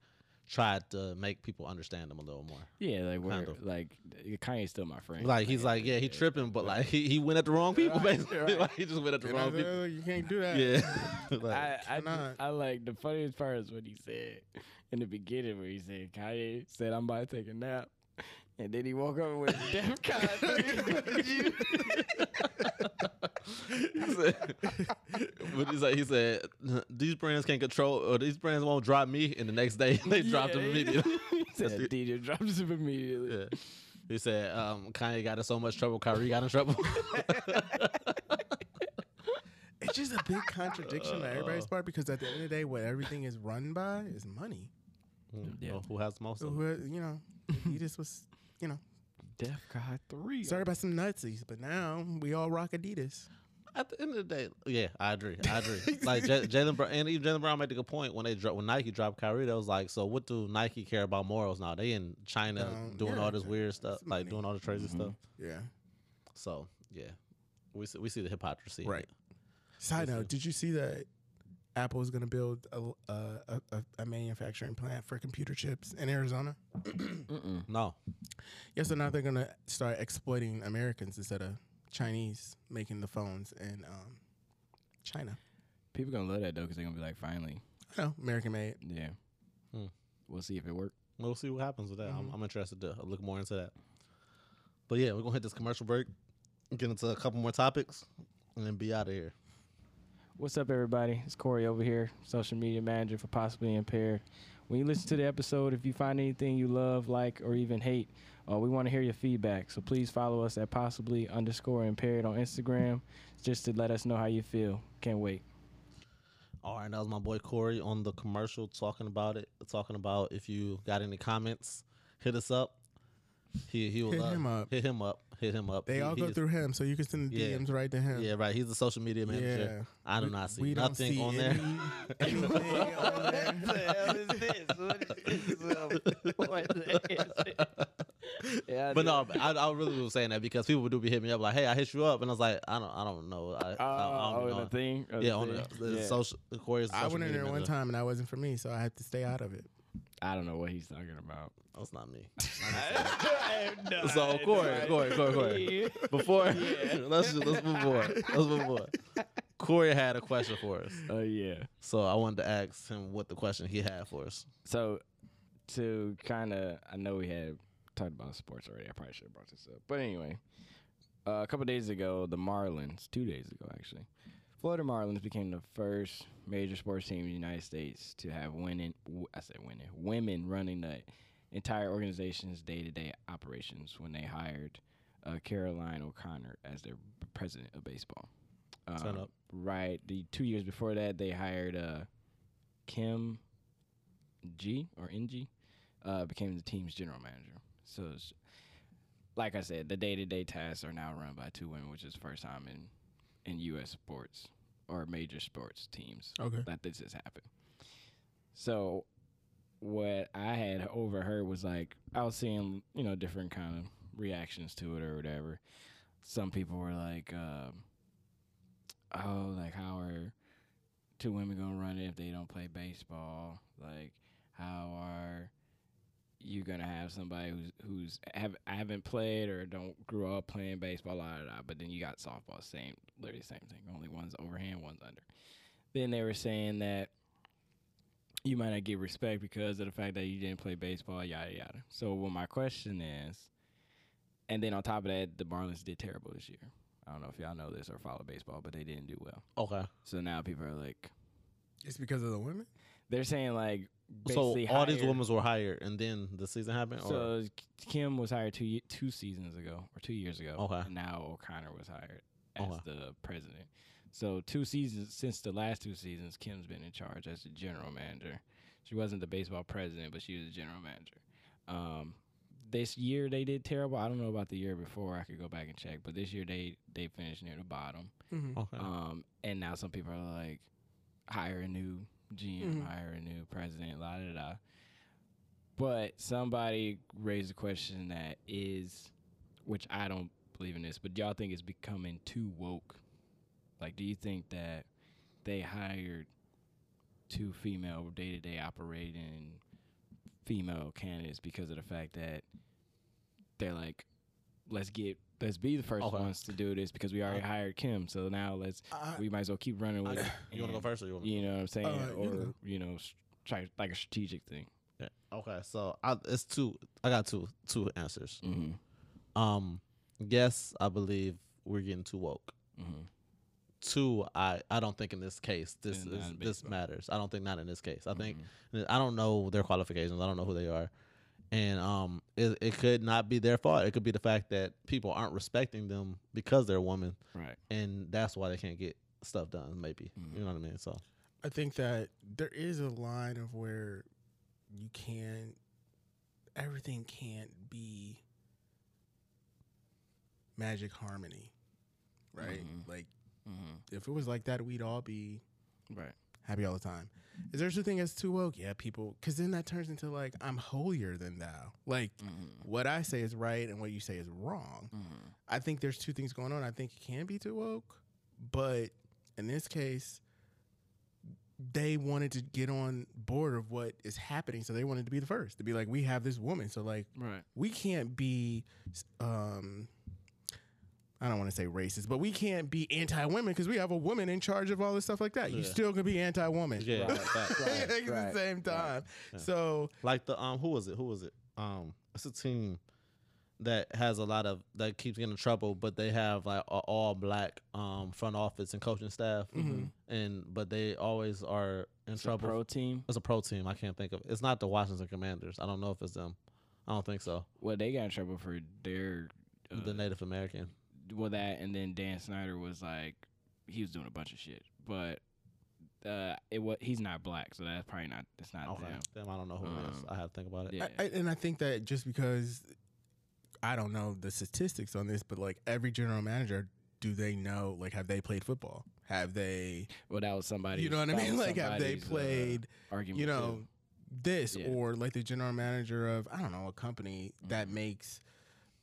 Speaker 2: tried to make people understand him a little more.
Speaker 1: Yeah, like where,
Speaker 2: of.
Speaker 1: like th- Kanye's still my friend.
Speaker 2: Like he's like, yeah, he tripping, but like he, he went at the wrong people
Speaker 5: Right,
Speaker 2: basically. [LAUGHS]
Speaker 5: right.
Speaker 2: Like he just went at the
Speaker 5: You,
Speaker 2: wrong people.
Speaker 5: you can't do that.
Speaker 2: Yeah, [LAUGHS] like,
Speaker 1: I, I,
Speaker 5: cannot.
Speaker 1: just- I like the funniest part is what he said in the beginning where he said Kanye said I'm about to take a nap, and then he woke up with a death
Speaker 2: [LAUGHS]
Speaker 1: con.
Speaker 2: He said- but he's like, he said, these brands can't control, or these brands won't drop me. And the next day, [LAUGHS] they dropped him
Speaker 1: Yeah.
Speaker 2: immediately.
Speaker 1: [LAUGHS] he said
Speaker 2: That's it.
Speaker 1: DJ drops him immediately.
Speaker 2: Yeah. He said, um, Kanye got in so much trouble, Kyrie got in trouble.
Speaker 5: [LAUGHS]
Speaker 2: [LAUGHS]
Speaker 5: It's just a big contradiction on everybody's part because at the end of the day, what everything is run by is money.
Speaker 1: Yeah.
Speaker 2: Well, who has the most
Speaker 5: So,
Speaker 2: of it?
Speaker 5: who you know, you just was, you know,
Speaker 1: Def Con three.
Speaker 5: sorry about some nutsies, but now we all rock Adidas.
Speaker 2: At the end of the day, yeah, I agree. I agree. like J- Jalen Brown, and even Jalen Brown made a good point when they dro- when Nike dropped Kyrie. They was like, so what do Nike care about morals now? They in China
Speaker 5: Um,
Speaker 2: doing
Speaker 5: yeah,
Speaker 2: all this
Speaker 5: it's-
Speaker 2: weird stuff,
Speaker 5: it's
Speaker 2: like
Speaker 5: money.
Speaker 2: doing all the
Speaker 1: Mm-hmm.
Speaker 2: crazy stuff.
Speaker 5: Yeah.
Speaker 2: So yeah, we see, we see the hypocrisy.
Speaker 5: Right.
Speaker 2: Yes,
Speaker 5: Side
Speaker 2: sir.
Speaker 5: note: Did you see that Apple is going to build a, a, a, a manufacturing plant for computer chips in Arizona?
Speaker 1: Mm-mm.
Speaker 2: No.
Speaker 5: Yes, so now they're going to start exploiting Americans instead of Chinese making the phones in um, China.
Speaker 1: People gonna love that though, cause they're gonna be like, finally,
Speaker 5: I know, American made.
Speaker 1: yeah.
Speaker 2: Hmm.
Speaker 1: We'll see if it works.
Speaker 2: We'll see what happens with that. I'm, I'm interested to look more into that. But yeah, we're gonna hit this commercial break, get into a couple more topics, and then be out of here.
Speaker 1: What's up, everybody? It's Corey over here, social media manager for Possibly Impaired. When you listen to the episode, if you find anything you love, like, or even hate, uh, we want to hear your feedback. So please follow us at Possibly underscore Impaired on Instagram, just to let us know how you feel. Can't wait.
Speaker 2: All right, that was my boy Corey on the commercial talking about it, talking about if you got any comments, hit us up. He he will
Speaker 5: Hit
Speaker 2: love-
Speaker 5: him up.
Speaker 2: Hit him up. Hit him up.
Speaker 5: They
Speaker 2: He-
Speaker 5: all go
Speaker 2: he's-
Speaker 5: through him, so you can send the
Speaker 2: Yeah.
Speaker 5: DMs right to him.
Speaker 2: Yeah, right. He's the social media manager.
Speaker 5: Yeah.
Speaker 2: I do
Speaker 5: We-
Speaker 2: not see
Speaker 5: we don't
Speaker 2: nothing
Speaker 5: see
Speaker 2: on there. [LAUGHS]
Speaker 5: any- anything on there. [LAUGHS]
Speaker 1: Yeah,
Speaker 2: But no, I, I really was saying that because people do be hitting me up like, "Hey, I hit you up," and I was like, "I don't, I don't know." I,
Speaker 1: Oh,
Speaker 2: Uh, I, I don't be
Speaker 1: the
Speaker 2: knowing.
Speaker 1: thing. Oh,
Speaker 2: Yeah, on the,
Speaker 1: thing.
Speaker 2: the
Speaker 1: Yeah.
Speaker 2: social. Of course,
Speaker 5: I
Speaker 2: social
Speaker 5: went in
Speaker 2: media
Speaker 5: there one
Speaker 2: manager.
Speaker 5: time and that wasn't for me, so I had to stay out of it.
Speaker 1: I don't know what he's talking about.
Speaker 2: That's not
Speaker 1: [LAUGHS]
Speaker 2: me. [LAUGHS] so Corey,
Speaker 1: idea.
Speaker 2: Corey, Corey, Corey.
Speaker 1: [LAUGHS]
Speaker 2: Before [LAUGHS] let's just, let's move on. Let's move on. Corey had a question for us,
Speaker 1: Oh yeah.
Speaker 2: so I wanted to ask him what the question he had for us.
Speaker 1: So, to kind of, I know we had talked about sports already. I probably should have brought this up. But anyway, uh, a couple days ago, the Marlins, two days ago actually, Florida Marlins became the first major sports team in the United States to have winning, w- I said winning, women running the entire organization's day to day operations when they hired uh, Caroline O'Connor as their president of baseball. Um,
Speaker 2: Turn up.
Speaker 1: Right. The two years before that, they hired uh, Kim G or NG uh, became the team's general manager. So, it's, like I said, the day to day tasks are now run by two women, which is the first time in in U.S. sports or major sports teams
Speaker 5: Okay.
Speaker 1: that this has happened. So, what I had overheard was like I was seeing you know different kind of reactions to it or whatever. Some people were like, um, "Oh, like how are two women gonna run it if they don't play baseball? Like, how are you gonna have somebody who's who's have haven't played or don't grew up playing baseball, la da da? But then you got softball, same literally same thing. Only one's overhand, one's under. Then they were saying that you might not get respect because of the fact that you didn't play baseball, yada yada. So, well, my question is, and then on top of that, the Marlins did terrible this year. I don't know if y'all know this or follow baseball, but they didn't do well.
Speaker 2: Okay,
Speaker 1: So now people are like,
Speaker 5: It's because of the women?
Speaker 1: they're saying like
Speaker 2: so
Speaker 1: basically
Speaker 2: all these
Speaker 1: hire-
Speaker 2: women were hired, and then the season happened. Or?
Speaker 1: So Kim was hired two ye- two seasons ago or two years ago.
Speaker 2: Okay.
Speaker 1: And now O'Connor was hired as
Speaker 2: Okay.
Speaker 1: the president. So two seasons since the last two seasons, Kim's been in charge as the general manager. She wasn't the baseball president, but she was the general manager. Um, this year they did terrible. I don't know about the year before. I could go back and check, but this year they they finished near the bottom.
Speaker 5: Mm-hmm.
Speaker 2: okay,
Speaker 1: Um, and now some people are like, hire a new GM, hire a new president, la da da. But somebody raised a question that is, which I don't believe in this, but do y'all think it's becoming too woke? Like, do you think that they hired two female day to day operating female candidates because of the fact that they're like, let's get, let's be the first
Speaker 2: Okay.
Speaker 1: ones to do this because we already hired Kim. So now let's,
Speaker 5: I-
Speaker 1: we might as well keep running with it.
Speaker 2: You want to go
Speaker 1: and-
Speaker 2: first, or you want?
Speaker 1: You know what I'm saying?
Speaker 5: Uh, you
Speaker 1: or,
Speaker 5: go.
Speaker 1: you know, s- try, like a strategic thing.
Speaker 2: Yeah. Okay, so I, it's two. I got two two answers.
Speaker 1: Mm-hmm.
Speaker 2: Um, yes, I believe we're getting too woke.
Speaker 1: Mm-hmm.
Speaker 2: Two, I I don't think in this case this
Speaker 1: And not
Speaker 2: is,
Speaker 1: in
Speaker 2: this
Speaker 1: baseball. Mm-hmm.
Speaker 2: matters. I don't think not in this case. I think I don't know their qualifications. I don't know who they are, and um, it it could not be their fault. It could be the fact that people aren't respecting them because they're a woman,
Speaker 1: Mm-hmm. Right.
Speaker 2: and that's why they can't get stuff done. Maybe
Speaker 1: Mm-hmm.
Speaker 2: you know what I mean. So
Speaker 5: I think that there is a line of where you can everything can't be magic harmony. Right?
Speaker 1: Mhm.
Speaker 5: Like
Speaker 1: Mm-hmm.
Speaker 5: if it was like that we'd all be
Speaker 1: Right.
Speaker 5: happy all the time. Is there such a thing as too woke? Yeah, people cuz then that turns into like I'm holier than thou. Like
Speaker 1: Mm-hmm.
Speaker 5: what I say is right and what you say is wrong. I think there's two things going on. I think it can be too woke, but in this case, they wanted to get on board of what is happening, so they wanted to be the first to be like, we have this woman, so like
Speaker 1: Right.
Speaker 5: we can't be, um, I don't want to say racist, but we can't be anti women because we have a woman in charge of all this stuff like that. You
Speaker 2: Yeah.
Speaker 5: still gonna be anti woman,
Speaker 2: yeah, that-
Speaker 5: [LAUGHS] at [LAUGHS] the
Speaker 1: right,
Speaker 5: same
Speaker 1: right.
Speaker 5: time.
Speaker 2: Yeah.
Speaker 5: So
Speaker 2: like the um who was it who was it um it's a team that has a lot of that keeps getting in trouble but they have like a all black um front office and coaching staff
Speaker 5: Mhm.
Speaker 1: Mm-hmm.
Speaker 2: and but they always are in trouble
Speaker 1: Pro team.
Speaker 2: it's a pro team i can't think of it's not the washington commanders i don't know if it's them i don't think so
Speaker 1: Well, they got in trouble for their uh,
Speaker 2: the native american
Speaker 1: well that, and then Dan Snyder was like, he was doing a bunch of shit, but uh, it was he's not black, so that's probably not that's not
Speaker 2: okay
Speaker 1: them.
Speaker 2: Oh, Damn, i don't know who it is
Speaker 1: Um,
Speaker 2: i have to think about it
Speaker 1: Yeah.
Speaker 5: I, I, and I think that just because I don't know the statistics on this, but like every general manager, do they know? Like, have they played football? Have they,
Speaker 1: well, that was somebody.
Speaker 5: you know what I
Speaker 1: that
Speaker 5: mean? [LAUGHS]
Speaker 1: was
Speaker 5: Like, have they
Speaker 1: somebody's, uh,
Speaker 5: played,
Speaker 1: argument
Speaker 5: you
Speaker 1: too.
Speaker 5: know, this
Speaker 1: Yeah.
Speaker 5: or like the general manager of I don't know a company that
Speaker 1: Mhm.
Speaker 5: makes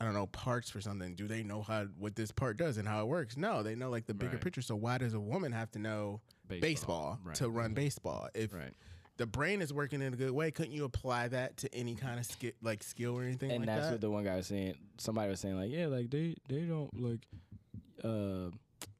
Speaker 5: I don't know parts for something? Do they know how what this part does and how it works? No, they know like the bigger
Speaker 1: Right.
Speaker 5: picture. So why does a woman have to know baseball,
Speaker 1: right. Mm-hmm.
Speaker 5: to run baseball? If
Speaker 1: right.
Speaker 5: the brain is working in a good way, couldn't you apply that to any kind of skill, like skill or anything
Speaker 1: and
Speaker 5: like
Speaker 1: that's
Speaker 5: that?
Speaker 1: what the one guy was saying. Somebody was saying like, yeah, like they they don't like, uh,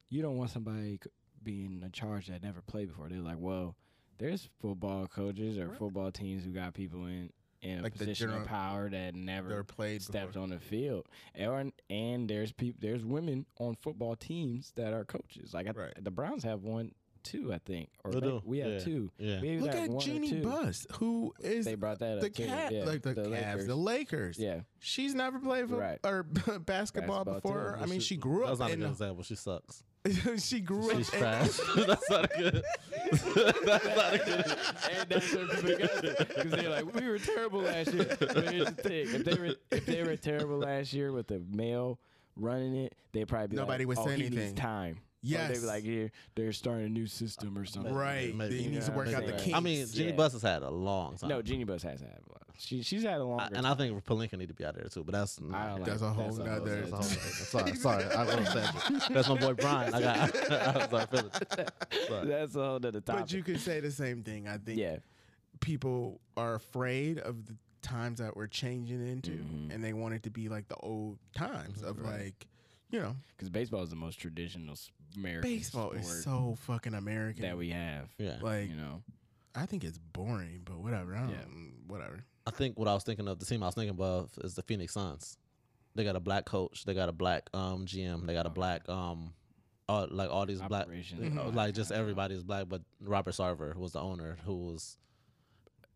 Speaker 1: you don't want somebody c- being in charge that never played before. They're like, well, there's football coaches or football teams who got people in in a
Speaker 5: Like the
Speaker 1: position
Speaker 5: general-
Speaker 1: of power that never
Speaker 5: They're played
Speaker 1: stepped
Speaker 5: before.
Speaker 1: on the field. And and there's people there's women on football teams that are coaches. Like I,
Speaker 5: Right.
Speaker 1: the Browns have one too, I think, or
Speaker 2: They
Speaker 1: may-
Speaker 2: do,
Speaker 1: we have
Speaker 2: yeah,
Speaker 1: two.
Speaker 2: yeah.
Speaker 1: Maybe
Speaker 5: Look
Speaker 1: that
Speaker 5: at
Speaker 1: one or
Speaker 5: Jeannie
Speaker 1: two.
Speaker 5: Buss, who is
Speaker 1: They brought that
Speaker 5: the
Speaker 1: up too.
Speaker 5: cat,
Speaker 1: Yeah,
Speaker 5: like the, Cavs,
Speaker 1: Lakers.
Speaker 5: the Lakers.
Speaker 1: yeah,
Speaker 5: She's never played fo-
Speaker 1: Right.
Speaker 5: or [LAUGHS] basketball,
Speaker 1: Basketball
Speaker 5: before.
Speaker 1: too.
Speaker 5: I mean, she grew
Speaker 2: that's
Speaker 5: up
Speaker 2: not a
Speaker 5: in
Speaker 2: good example she sucks
Speaker 5: [LAUGHS] she grew
Speaker 2: she's
Speaker 5: up in
Speaker 2: trash [LAUGHS] that's not a good that's not a good
Speaker 1: and that's what because they're like, we were terrible last year. But here's the thing: if they were if they were terrible last year with the male running it, they would probably be
Speaker 5: Nobody
Speaker 1: like,
Speaker 5: would
Speaker 1: oh,
Speaker 5: say
Speaker 1: he needs
Speaker 5: anything."
Speaker 1: time. Yeah,
Speaker 5: Yes.
Speaker 1: they'd be like, yeah, they're starting a new system or something.
Speaker 5: right.
Speaker 2: Maybe.
Speaker 5: Then you need to
Speaker 1: Yeah,
Speaker 5: work out the
Speaker 1: maybe.
Speaker 5: kinks.
Speaker 2: i mean Jeannie
Speaker 1: Yeah.
Speaker 2: buss has had a long time
Speaker 1: No, Jeannie Buss has had a lot. She she's had a
Speaker 2: I,
Speaker 1: longer.
Speaker 2: and I think Palinka need to be out there too, but that's
Speaker 1: I don't like
Speaker 5: That's a whole nother-
Speaker 2: that's a whole nother- Sorry, sorry, I was upset. That's my boy Brian. I got. [LAUGHS] I'm sorry, Philip. Sorry.
Speaker 1: that's a whole other topic.
Speaker 5: [LAUGHS] but you could say the same thing. I think
Speaker 1: yeah,
Speaker 5: people are afraid of the times that we're changing into,
Speaker 1: Mm-hmm.
Speaker 5: and they want it to be like the old times of like, you know,
Speaker 1: because baseball is the most traditional s- American
Speaker 5: baseball
Speaker 1: sport
Speaker 5: is so fucking American.
Speaker 1: that we have.
Speaker 2: Yeah,
Speaker 5: like,
Speaker 1: You know,
Speaker 5: I think it's boring, but whatever. I don't, mm,
Speaker 1: Yeah.
Speaker 5: Whatever.
Speaker 2: I think what I was thinking of the team I was thinking of is the Phoenix Suns. They got a black coach. They got a black um GM. They got a black um, all, like all these black,
Speaker 1: Operations.
Speaker 2: you
Speaker 5: Mm-hmm.
Speaker 2: know, like just everybody is black. But Robert Sarver was the owner who was.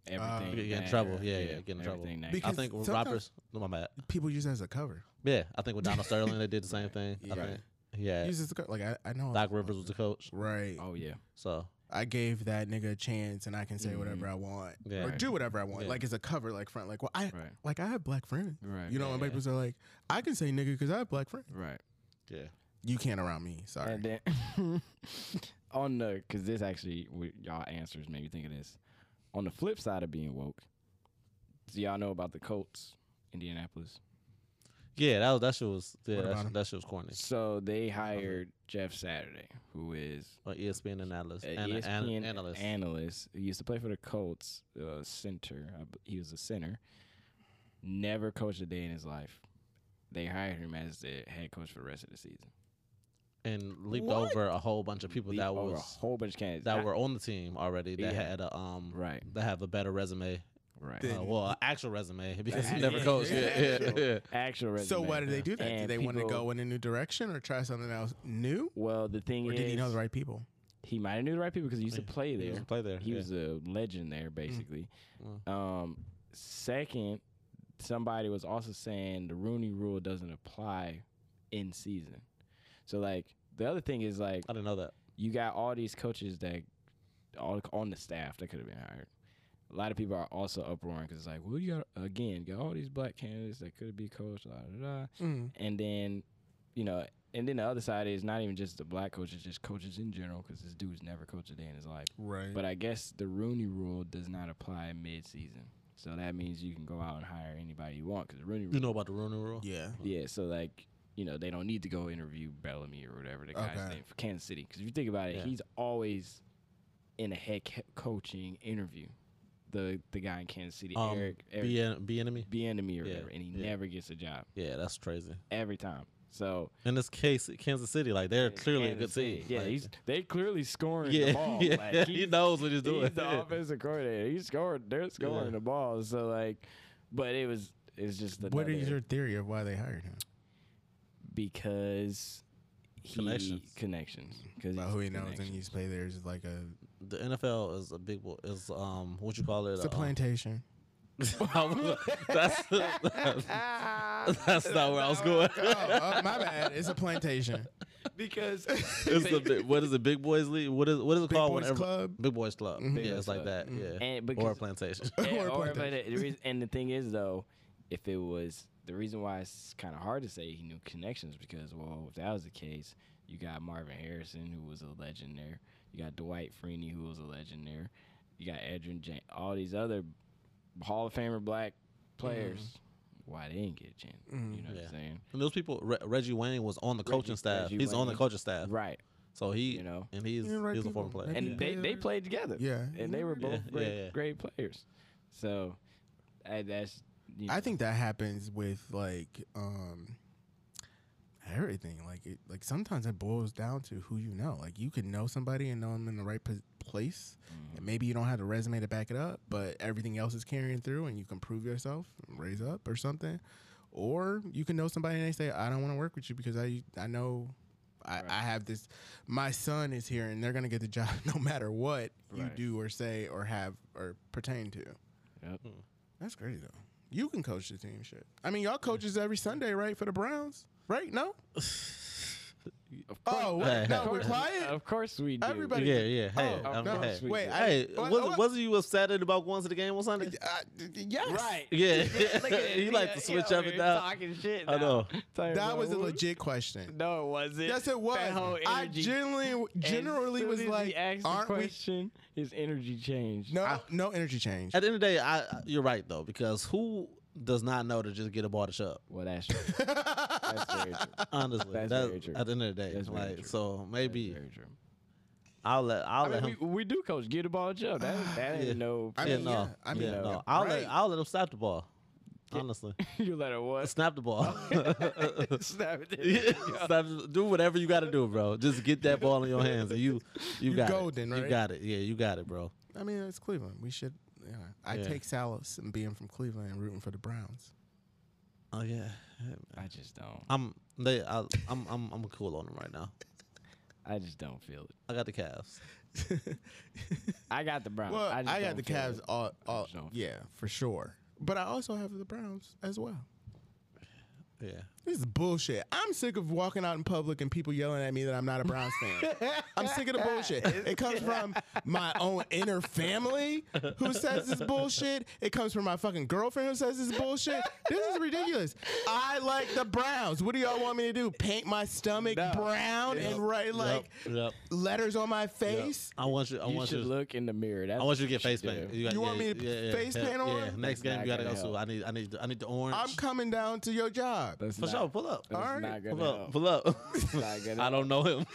Speaker 1: everything.
Speaker 2: Get in
Speaker 1: that-
Speaker 2: trouble. Yeah, yeah, get in trouble.
Speaker 1: everything that-
Speaker 5: Because
Speaker 2: I think
Speaker 5: sometimes-
Speaker 2: Robert's. No, my bad.
Speaker 5: People use that as a cover.
Speaker 2: Yeah, I think with Donald Sterling they did the same thing. I
Speaker 5: Right.
Speaker 2: think. Yeah,
Speaker 5: Use it as a cover. Like I, I know.
Speaker 2: Doc Rivers was the coach.
Speaker 5: [LAUGHS] Right.
Speaker 1: oh yeah,
Speaker 2: So
Speaker 5: I gave that nigga a chance, and I can say whatever
Speaker 1: Mhm.
Speaker 5: I want
Speaker 2: Yeah.
Speaker 5: or
Speaker 1: Right.
Speaker 5: do whatever I want.
Speaker 2: Yeah.
Speaker 5: Like it's a cover, like front. Like well, I
Speaker 1: right,
Speaker 5: like I have black friends.
Speaker 1: right.
Speaker 5: You know, and
Speaker 1: yeah,
Speaker 5: people are like, I can say nigga because I have black friends.
Speaker 1: right.
Speaker 2: yeah,
Speaker 5: You can't around me. Sorry.
Speaker 1: And then [LAUGHS] on the because this actually with y'all answers made me think of this. On the flip side of being woke, Do y'all know about the Colts, Indianapolis?
Speaker 2: Yeah, that was, that shit was yeah,
Speaker 5: What
Speaker 2: that
Speaker 5: about
Speaker 2: shit,
Speaker 5: him?
Speaker 2: that shit was corny.
Speaker 1: So they
Speaker 2: Uh-huh.
Speaker 1: hired Jeff Saturday, who is
Speaker 2: Or ESPN analyst,
Speaker 1: a E
Speaker 2: an, an-
Speaker 1: ESPN
Speaker 2: analyst.
Speaker 1: analyst who used to play for the Colts, uh, center. I b- He was a center. Never coached a day in his life. They hired him as the head coach for the rest of the season.
Speaker 2: and leaped over a whole bunch of people
Speaker 1: Leap
Speaker 2: that
Speaker 1: over a
Speaker 2: was
Speaker 1: whole bunch of candidates
Speaker 2: that
Speaker 1: Not-
Speaker 2: were on the team already that
Speaker 1: Yeah.
Speaker 2: had a um
Speaker 1: right,
Speaker 2: that have a better resume.
Speaker 1: right.
Speaker 5: Did-
Speaker 2: Uh, well, an actual resume [LAUGHS] because he never
Speaker 5: Yeah,
Speaker 2: coached.
Speaker 5: yeah,
Speaker 2: Yeah, yeah,
Speaker 5: actual.
Speaker 2: yeah.
Speaker 1: Actual resume.
Speaker 5: So why did they do that?
Speaker 1: And
Speaker 5: did they want to
Speaker 1: people-
Speaker 5: go in a new direction or try something else new?
Speaker 1: Well, the thing
Speaker 5: Or
Speaker 1: is,
Speaker 5: did he know the right people?
Speaker 1: he might have knew the right people because he used to
Speaker 2: Yeah,
Speaker 1: play
Speaker 2: He
Speaker 1: there.
Speaker 2: was a play there.
Speaker 1: He
Speaker 2: yeah.
Speaker 1: was a legend there, basically.
Speaker 5: Mm-hmm.
Speaker 2: Wow.
Speaker 1: Um, second, somebody was also saying the Rooney Rule doesn't apply in season. So like the other thing is like
Speaker 2: I didn't know that.
Speaker 1: you got all these coaches that all on the staff that could have been hired. A lot of people are also uproaring because it's like, well, you got again, got all these black candidates that could be coached, la da da.
Speaker 5: Mm.
Speaker 1: And then, you know, and then the other side is not even just the black coaches, just coaches in general, because this dude's never coached a day in his life.
Speaker 5: Right.
Speaker 1: But I guess the Rooney Rule does not apply mid-season, so that means you can go out and hire anybody you want because Rooney Rule.
Speaker 2: You know about the Rooney Rule?
Speaker 5: yeah.
Speaker 1: Yeah, so like you know they don't need to go interview Bellamy or whatever the guy's
Speaker 5: Okay.
Speaker 1: name for Kansas City because if you think about it,
Speaker 2: Yeah.
Speaker 1: he's always in a head co- coaching interview. The the guy in Kansas City,
Speaker 2: Um,
Speaker 1: Eric, Eric
Speaker 2: Be, en- be enemy.
Speaker 1: be enemy or
Speaker 2: Yeah,
Speaker 1: whatever, and he
Speaker 2: yeah.
Speaker 1: never gets a job
Speaker 2: Yeah, that's crazy.
Speaker 1: every time. So
Speaker 2: In this case, Kansas City, like they're clearly a good
Speaker 1: Kansas City,
Speaker 2: team.
Speaker 1: Yeah,
Speaker 2: like,
Speaker 1: he's
Speaker 2: [LAUGHS]
Speaker 1: they clearly scoring
Speaker 2: yeah, [LAUGHS]
Speaker 1: the ball.
Speaker 2: yeah.
Speaker 1: Like,
Speaker 2: he
Speaker 1: he's-
Speaker 2: knows what he's doing. [LAUGHS]
Speaker 1: He's the offensive coordinator. He's scoring. They're scoring
Speaker 2: Yeah.
Speaker 1: the ball. So like, but it was it's just the
Speaker 5: What is your theory of why they hired him?
Speaker 1: because he
Speaker 2: Connections.
Speaker 1: connections because
Speaker 5: About who he knows and he used to play there is like a
Speaker 2: the NFL is a big bo- is um what you call it?
Speaker 5: it's a
Speaker 2: uh, [LAUGHS]
Speaker 5: plantation.
Speaker 2: that's, that's that's not where
Speaker 1: [LAUGHS]
Speaker 2: I was going.
Speaker 5: oh, oh, my bad. It's a plantation.
Speaker 1: because
Speaker 2: [LAUGHS]
Speaker 1: [LAUGHS]
Speaker 2: it's the big, what is it? Big boys league? What is what is it
Speaker 5: Big
Speaker 2: called?
Speaker 5: Boys
Speaker 2: whenever-
Speaker 5: Club?
Speaker 2: Big boys club.
Speaker 5: Mhm. Big
Speaker 2: Yeah,
Speaker 1: Boys
Speaker 2: it's like
Speaker 1: Club.
Speaker 2: that. Yeah,
Speaker 1: and
Speaker 2: or a
Speaker 1: because
Speaker 2: plantation.
Speaker 1: and,
Speaker 5: [LAUGHS] Or a
Speaker 1: or- but
Speaker 5: plantation.
Speaker 1: the reason, and the thing is though, if it was the reason why it's kind of hard to say he knew connections because well, if that was the case, you got Marvin Harrison who was a legend there, you got Dwight Freeney who was a legend there, you got Edrin James, all these other Hall of Famer black players. Why they didn't get a chance?
Speaker 5: Mm.
Speaker 1: You know what
Speaker 2: Yeah.
Speaker 1: I'm saying?
Speaker 2: And those people, Re- Reggie Wayne was on the coaching
Speaker 1: Reggie-
Speaker 2: staff.
Speaker 1: Reggie
Speaker 2: he's on the
Speaker 1: Wayne.
Speaker 2: coaching staff,
Speaker 1: Right.
Speaker 2: so he
Speaker 1: You know.
Speaker 2: and he's
Speaker 5: Yeah, right
Speaker 2: he's a former
Speaker 5: people.
Speaker 2: player.
Speaker 1: and
Speaker 5: Yeah.
Speaker 1: they, they
Speaker 5: Player.
Speaker 1: played together.
Speaker 5: Yeah.
Speaker 1: and they were
Speaker 2: Yeah,
Speaker 1: both great,
Speaker 2: yeah, yeah.
Speaker 1: great players. So I, that's you know,
Speaker 5: Mm. I think that happens with like um everything. Like it, like sometimes it boils down to who you know. Like you can know somebody and know them in the right p- place,
Speaker 1: Mm-hmm.
Speaker 5: and maybe you don't have the resume to back it up, but everything else is carrying through, and you can prove yourself, and raise up or something. Or you can know somebody and they say, "I don't want to work with you because I I know." I, I have this. My son is here, and they're gonna get the [LAUGHS] job no matter what you
Speaker 1: Right.
Speaker 5: do or say or have or pertain to.
Speaker 1: Yep.
Speaker 2: Hmm.
Speaker 5: That's crazy though. You can coach the team, shit. I mean, y'all coaches every Sunday, right? For the Browns, right? No.
Speaker 1: Of course-
Speaker 5: Oh,
Speaker 2: Hey,
Speaker 5: wait, no,
Speaker 2: hey.
Speaker 5: we're quiet.
Speaker 1: Of course we do.
Speaker 5: Everybody-
Speaker 2: yeah, yeah. Hey,
Speaker 5: Oh,
Speaker 2: I'm,
Speaker 1: no.
Speaker 2: hey,
Speaker 1: Wait,
Speaker 5: I-
Speaker 2: hey
Speaker 5: what-
Speaker 2: wasn't,
Speaker 5: what-
Speaker 2: wasn't you upset about going to the game on Sunday?
Speaker 5: Uh, d- d- yes.
Speaker 1: Right.
Speaker 2: [LAUGHS] Yeah,
Speaker 1: [LAUGHS]
Speaker 5: [LAUGHS]
Speaker 1: Look at
Speaker 2: you
Speaker 1: it.
Speaker 5: uh,
Speaker 2: like
Speaker 1: Yeah,
Speaker 2: to switch
Speaker 1: yeah,
Speaker 2: up and
Speaker 1: we're
Speaker 2: down.
Speaker 1: Talking shit.
Speaker 2: I
Speaker 1: now. [LAUGHS]
Speaker 2: know.
Speaker 1: Talking
Speaker 5: That
Speaker 1: about,
Speaker 5: was a
Speaker 1: "Ooh."
Speaker 5: legit question.
Speaker 1: No, it wasn't.
Speaker 5: Yes, it was.
Speaker 1: That whole
Speaker 5: I
Speaker 1: energy.
Speaker 5: generally,
Speaker 1: As
Speaker 5: generally
Speaker 1: soon
Speaker 5: was
Speaker 1: as he
Speaker 5: like,
Speaker 1: asked
Speaker 5: aren't
Speaker 1: the question, his energy changed.
Speaker 5: we? No, no energy change.
Speaker 2: At the end of the day, I, I- you're right though because who does not know to just get a ball to
Speaker 5: [LAUGHS]
Speaker 2: shove?
Speaker 1: Well, that's true. that's very true.
Speaker 2: Honestly,
Speaker 1: That's
Speaker 2: that's,
Speaker 1: very true.
Speaker 2: at the end of the day.
Speaker 1: That's very
Speaker 2: like
Speaker 1: true.
Speaker 2: so, [LAUGHS] maybe
Speaker 1: Very true.
Speaker 2: I'll let I'll
Speaker 1: I
Speaker 2: let
Speaker 1: mean, we,
Speaker 2: him.
Speaker 1: we do coach. Get the ball, Joe.
Speaker 5: [SIGHS]
Speaker 1: That, that
Speaker 2: Yeah.
Speaker 1: ain't no.
Speaker 5: I
Speaker 2: yeah,
Speaker 5: mean,
Speaker 2: no,
Speaker 5: yeah, I mean, uh,
Speaker 2: yeah,
Speaker 1: yeah,
Speaker 2: no. I'll
Speaker 5: right.
Speaker 2: let I'll let him snap the
Speaker 5: [LAUGHS]
Speaker 2: ball. Honestly,
Speaker 1: [LAUGHS] you let her
Speaker 2: [LAUGHS]
Speaker 1: what?
Speaker 2: snap the ball.
Speaker 1: Snap [LAUGHS] it.
Speaker 2: [LAUGHS] Yeah, stop- do whatever you got to do, bro. Just get that ball in your hands, and you you,
Speaker 5: You
Speaker 2: got
Speaker 5: golden,
Speaker 2: it. You
Speaker 5: right?
Speaker 2: got it. Yeah, you got it, bro.
Speaker 5: I mean, it's Cleveland. We should. You know, I
Speaker 2: Yeah.
Speaker 5: take Salos and being from Cleveland and rooting for
Speaker 1: [LAUGHS]
Speaker 5: the Browns.
Speaker 2: Oh yeah,
Speaker 1: I just don't.
Speaker 2: I'm they. I, I'm I'm I'm cool on them right now.
Speaker 1: I just don't feel it.
Speaker 2: I got the Cavs.
Speaker 1: I got the Browns.
Speaker 5: Well, I,
Speaker 1: just
Speaker 5: got
Speaker 1: don't
Speaker 5: the
Speaker 1: feel
Speaker 5: Cavs.
Speaker 1: it.
Speaker 5: All, all,
Speaker 1: just don't-
Speaker 5: yeah, for sure. But I also have the Browns as well.
Speaker 2: Yeah,
Speaker 5: This is bullshit. I'm sick of walking out in public and people yelling at me that I'm not a Browns fan. I'm sick of
Speaker 2: [LAUGHS]
Speaker 5: the bullshit. It comes from my own inner family who says this bullshit. It comes from my fucking girlfriend who says this bullshit. This is ridiculous. I like the Browns. What do y'all want me to do? Paint my stomach brown and write like
Speaker 2: Yep.
Speaker 5: letters on my
Speaker 2: yep.
Speaker 5: face?
Speaker 2: I want you. I
Speaker 1: You
Speaker 2: want
Speaker 1: should
Speaker 2: you.
Speaker 1: look in the mirror. That's
Speaker 2: I want you to
Speaker 1: what
Speaker 2: get face
Speaker 1: should
Speaker 2: paint.
Speaker 1: do.
Speaker 2: got-
Speaker 5: You want me to face
Speaker 2: yeah,
Speaker 5: paint
Speaker 2: Yeah,
Speaker 5: on?
Speaker 2: next
Speaker 1: Not
Speaker 2: game you gotta go.
Speaker 1: gonna
Speaker 2: So I
Speaker 1: help.
Speaker 2: need, I need, I need the orange.
Speaker 5: I'm coming down to your job.
Speaker 1: That's
Speaker 2: for
Speaker 1: not,
Speaker 2: sure. Pull up.
Speaker 1: That's
Speaker 5: All right.
Speaker 1: not gonna
Speaker 2: Pull up.
Speaker 1: help.
Speaker 2: Pull up.
Speaker 1: Not gonna
Speaker 2: [LAUGHS] I don't know
Speaker 5: [LAUGHS]
Speaker 2: him.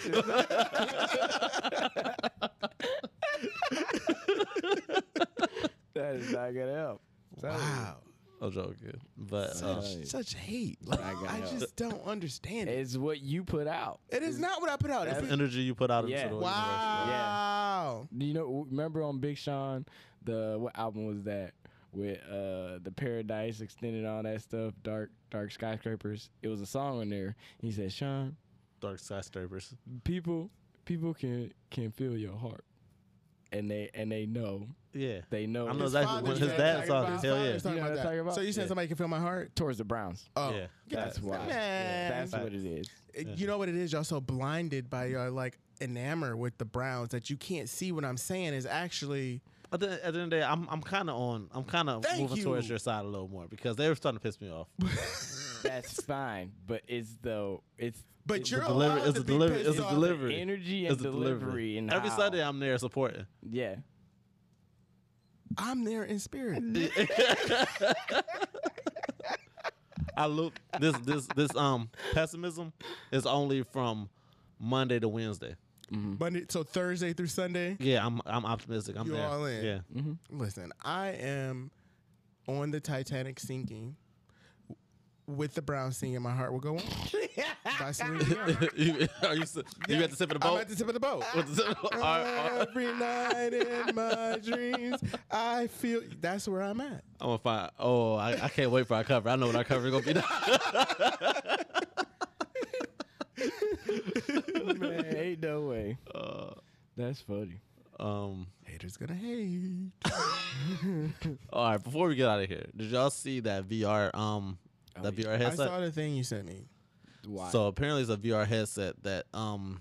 Speaker 1: That is not gonna help.
Speaker 5: Wow.
Speaker 2: I'm joking, but uh,
Speaker 1: Right.
Speaker 5: Such hate. Like,
Speaker 1: I got
Speaker 5: I
Speaker 1: help.
Speaker 5: just don't understand it.
Speaker 1: [LAUGHS] It's what you put out.
Speaker 5: It is not what I put out. It's
Speaker 2: the energy you put out
Speaker 1: Yeah.
Speaker 2: into the universe.
Speaker 5: Wow.
Speaker 1: You know, remember on Big Sean, the what album was that? With uh the Paradise Extended, all that stuff, dark dark skyscrapers. It was a song on there. He said, "Sean,
Speaker 2: Dark skyscrapers.
Speaker 1: people people can can feel your heart, and they and they know
Speaker 2: Yeah.
Speaker 1: they know."
Speaker 2: I know
Speaker 1: it's
Speaker 2: exactly
Speaker 5: Father's
Speaker 2: when his
Speaker 5: Day
Speaker 2: dad
Speaker 5: talking
Speaker 2: saw
Speaker 5: about-
Speaker 2: this. Hell
Speaker 5: Father's
Speaker 2: yeah.
Speaker 5: talking
Speaker 1: You know
Speaker 5: about
Speaker 1: what I'm
Speaker 5: that.
Speaker 1: talking about?
Speaker 5: So you saying
Speaker 2: Yeah.
Speaker 5: somebody can feel my heart?
Speaker 1: towards the Browns.
Speaker 5: Oh,
Speaker 2: Yeah,
Speaker 1: That's
Speaker 2: that's-
Speaker 1: why.
Speaker 5: man.
Speaker 1: That's what it is.
Speaker 5: It- You know what it is? Y'all so blinded by your like enamor with the Browns that you can't see what I'm saying is actually.
Speaker 2: At the, at the end of the day, I'm I'm kind of on. I'm kind of
Speaker 5: Thank
Speaker 2: moving towards
Speaker 5: you.
Speaker 2: your side a little more because they were starting to piss me off.
Speaker 1: That's fine, but it's the it's
Speaker 5: But
Speaker 1: it's
Speaker 5: you're
Speaker 1: the
Speaker 2: delivery-
Speaker 5: allowed
Speaker 2: it's
Speaker 5: to
Speaker 2: the
Speaker 5: be
Speaker 2: delivery-
Speaker 5: pissed
Speaker 2: it's the
Speaker 5: off.
Speaker 2: delivery.
Speaker 1: energy and
Speaker 2: It's the
Speaker 1: delivery,
Speaker 2: delivery.
Speaker 1: and
Speaker 2: Every
Speaker 1: how-
Speaker 2: Sunday, I'm there supporting.
Speaker 1: yeah.
Speaker 5: I'm there in spirit.
Speaker 2: I look this this this um pessimism is only from Monday to Wednesday.
Speaker 5: Monday, so Thursday through Sunday.
Speaker 2: Yeah, I'm I'm optimistic. I'm
Speaker 5: You
Speaker 2: there.
Speaker 5: all in. [LAUGHS]
Speaker 2: Yeah,
Speaker 5: Listen, I am on the Titanic sinking with the Browns singing my heart will
Speaker 2: [LAUGHS]
Speaker 5: go on. By Celine Dion.
Speaker 2: you, are you, s- you at the tip of the
Speaker 5: I'm
Speaker 2: boat?
Speaker 5: at the tip of the boat.
Speaker 2: [LAUGHS] With the tip- are- are-
Speaker 5: [LAUGHS] Every night
Speaker 1: [LAUGHS]
Speaker 5: in my dreams, I feel that's where I'm at.
Speaker 2: I'm gonna find. Oh, I, I can't wait for our cover. I know what our cover gonna be. [LAUGHS]
Speaker 1: Man, ain't no way.
Speaker 5: Uh,
Speaker 1: That's funny.
Speaker 2: um.
Speaker 5: Haters gonna hate.
Speaker 2: [LAUGHS] All right. Before we get out of here, did y'all see that VR? Um, that VR
Speaker 5: Oh, I
Speaker 2: headset.
Speaker 5: saw the thing you sent me. [LAUGHS]
Speaker 1: Why?
Speaker 2: So apparently, it's a VR headset that um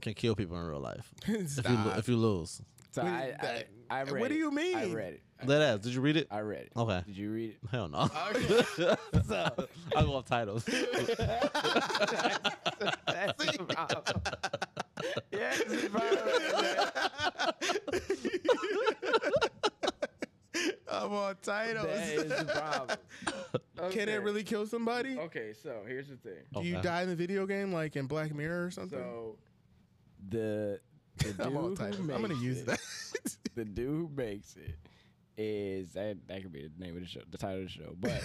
Speaker 2: can kill people in real life if you lo-
Speaker 5: Stop.
Speaker 2: if you lose.
Speaker 1: So
Speaker 5: What do
Speaker 1: I,
Speaker 5: you- that-
Speaker 1: I, I
Speaker 5: what
Speaker 1: read
Speaker 5: do
Speaker 1: it.
Speaker 5: you mean?
Speaker 1: I read it.
Speaker 2: That ass. Did you read it?
Speaker 1: I read it.
Speaker 2: Okay.
Speaker 1: Did you
Speaker 5: [LAUGHS]
Speaker 1: read it?
Speaker 2: Hell no.
Speaker 5: Oh,
Speaker 2: [LAUGHS] I go off
Speaker 5: [LAUGHS]
Speaker 1: [LAUGHS]
Speaker 2: titles. [LAUGHS]
Speaker 1: That's yes, it's viral.
Speaker 5: I'm on titles.
Speaker 1: that is the problem.
Speaker 5: [LAUGHS] Can it really kill somebody?
Speaker 1: Okay, so here's the thing.
Speaker 5: Do you
Speaker 2: Okay.
Speaker 5: die in the video game like in Black Mirror or something?
Speaker 1: So the the dude
Speaker 5: [LAUGHS] I'm on
Speaker 1: who
Speaker 5: titles.
Speaker 1: makes
Speaker 5: I'm gonna use
Speaker 1: it,
Speaker 5: that.
Speaker 1: The dude who makes it is that that could be the name of the show, the title of the show. But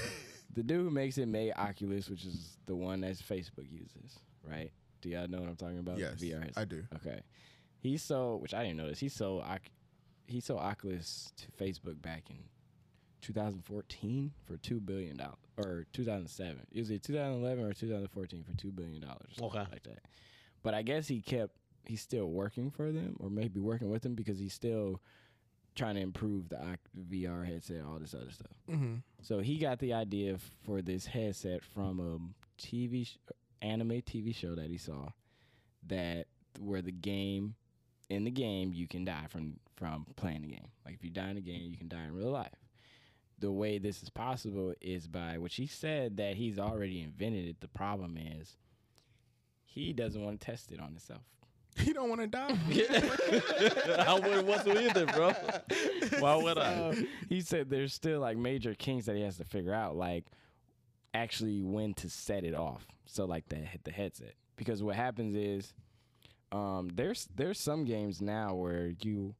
Speaker 1: the dude who makes it made Oculus, which is the one that Facebook uses, right? Do y'all know what I'm talking
Speaker 2: Uh,
Speaker 1: about?
Speaker 5: yes,
Speaker 1: VR.
Speaker 5: I
Speaker 1: headset.
Speaker 5: do.
Speaker 1: Okay. He sold, which I didn't know this. He sold, Oc- he sold Oculus to Facebook back in 2014 for two billion dollars, or 2007. It was either 2011 or 2014 for two billion dollars,
Speaker 2: Okay.
Speaker 1: like that. But I guess he kept, he's still working for them, or maybe working with them because he's still trying to improve the Oc- VR headset, all this other stuff.
Speaker 5: Mm-hmm.
Speaker 1: So he got the idea f- for this headset from a TV sh- anime TV show that he saw that where the game in the game you can die from from playing the game. Like if you die in the game, you can die in real life. The way this is possible is by which he said that he's already invented it. The problem is he doesn't want to test it on himself.
Speaker 5: You don't want
Speaker 1: [LAUGHS]
Speaker 5: to die.
Speaker 2: [LAUGHS] I wouldn't want to either,
Speaker 5: [LAUGHS]
Speaker 2: bro. Why would I?
Speaker 1: Uh, [LAUGHS] he said there's still like major kinks that he has to figure out, like actually when to set it off. So like the the headset, because what happens is, um, there's there's some games now where you,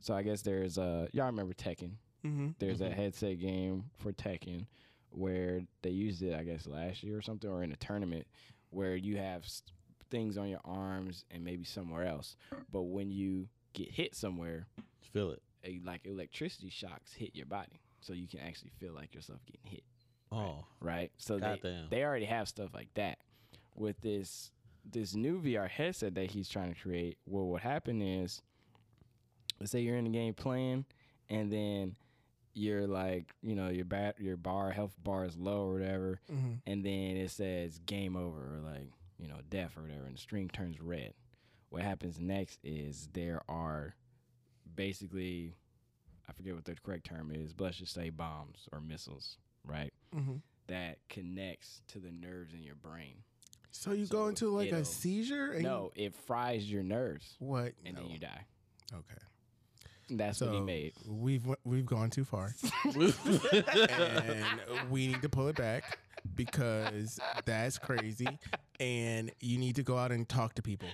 Speaker 1: so I guess there's uh y'all remember Tekken.
Speaker 5: Mhm.
Speaker 1: There's a headset game for Tekken where they used it I guess last year or something or in a tournament where you have s things on your arms and maybe somewhere else, but when you get hit somewhere
Speaker 2: Feel it.
Speaker 1: a, like electricity shocks hit your body, so you can actually feel like yourself getting hit,
Speaker 2: Oh,
Speaker 1: right? So they,
Speaker 2: Goddamn.
Speaker 1: they already have stuff like that. With this this new VR headset that he's trying to create, what would happen is, let's say you're in the game playing, and then your like you know your bat your bar health bar is low or whatever,
Speaker 5: Mhm.
Speaker 1: and then it says game over or like you know death or whatever, and the string turns red. What happens next is there are basically I forget what the correct term is, but let's just say bombs or missiles, right?
Speaker 5: Mhm.
Speaker 1: That connects to the nerves in your brain.
Speaker 5: So you
Speaker 1: So
Speaker 5: go into like
Speaker 1: it'll-
Speaker 5: a seizure? And
Speaker 1: No, it fries your nerves,
Speaker 5: What?
Speaker 1: and then
Speaker 5: No.
Speaker 1: you die.
Speaker 5: Okay.
Speaker 1: That's what he
Speaker 5: So
Speaker 1: made.
Speaker 5: we've w- we've gone too far, and we need to pull it back because that's crazy, and you need to go out and talk to people,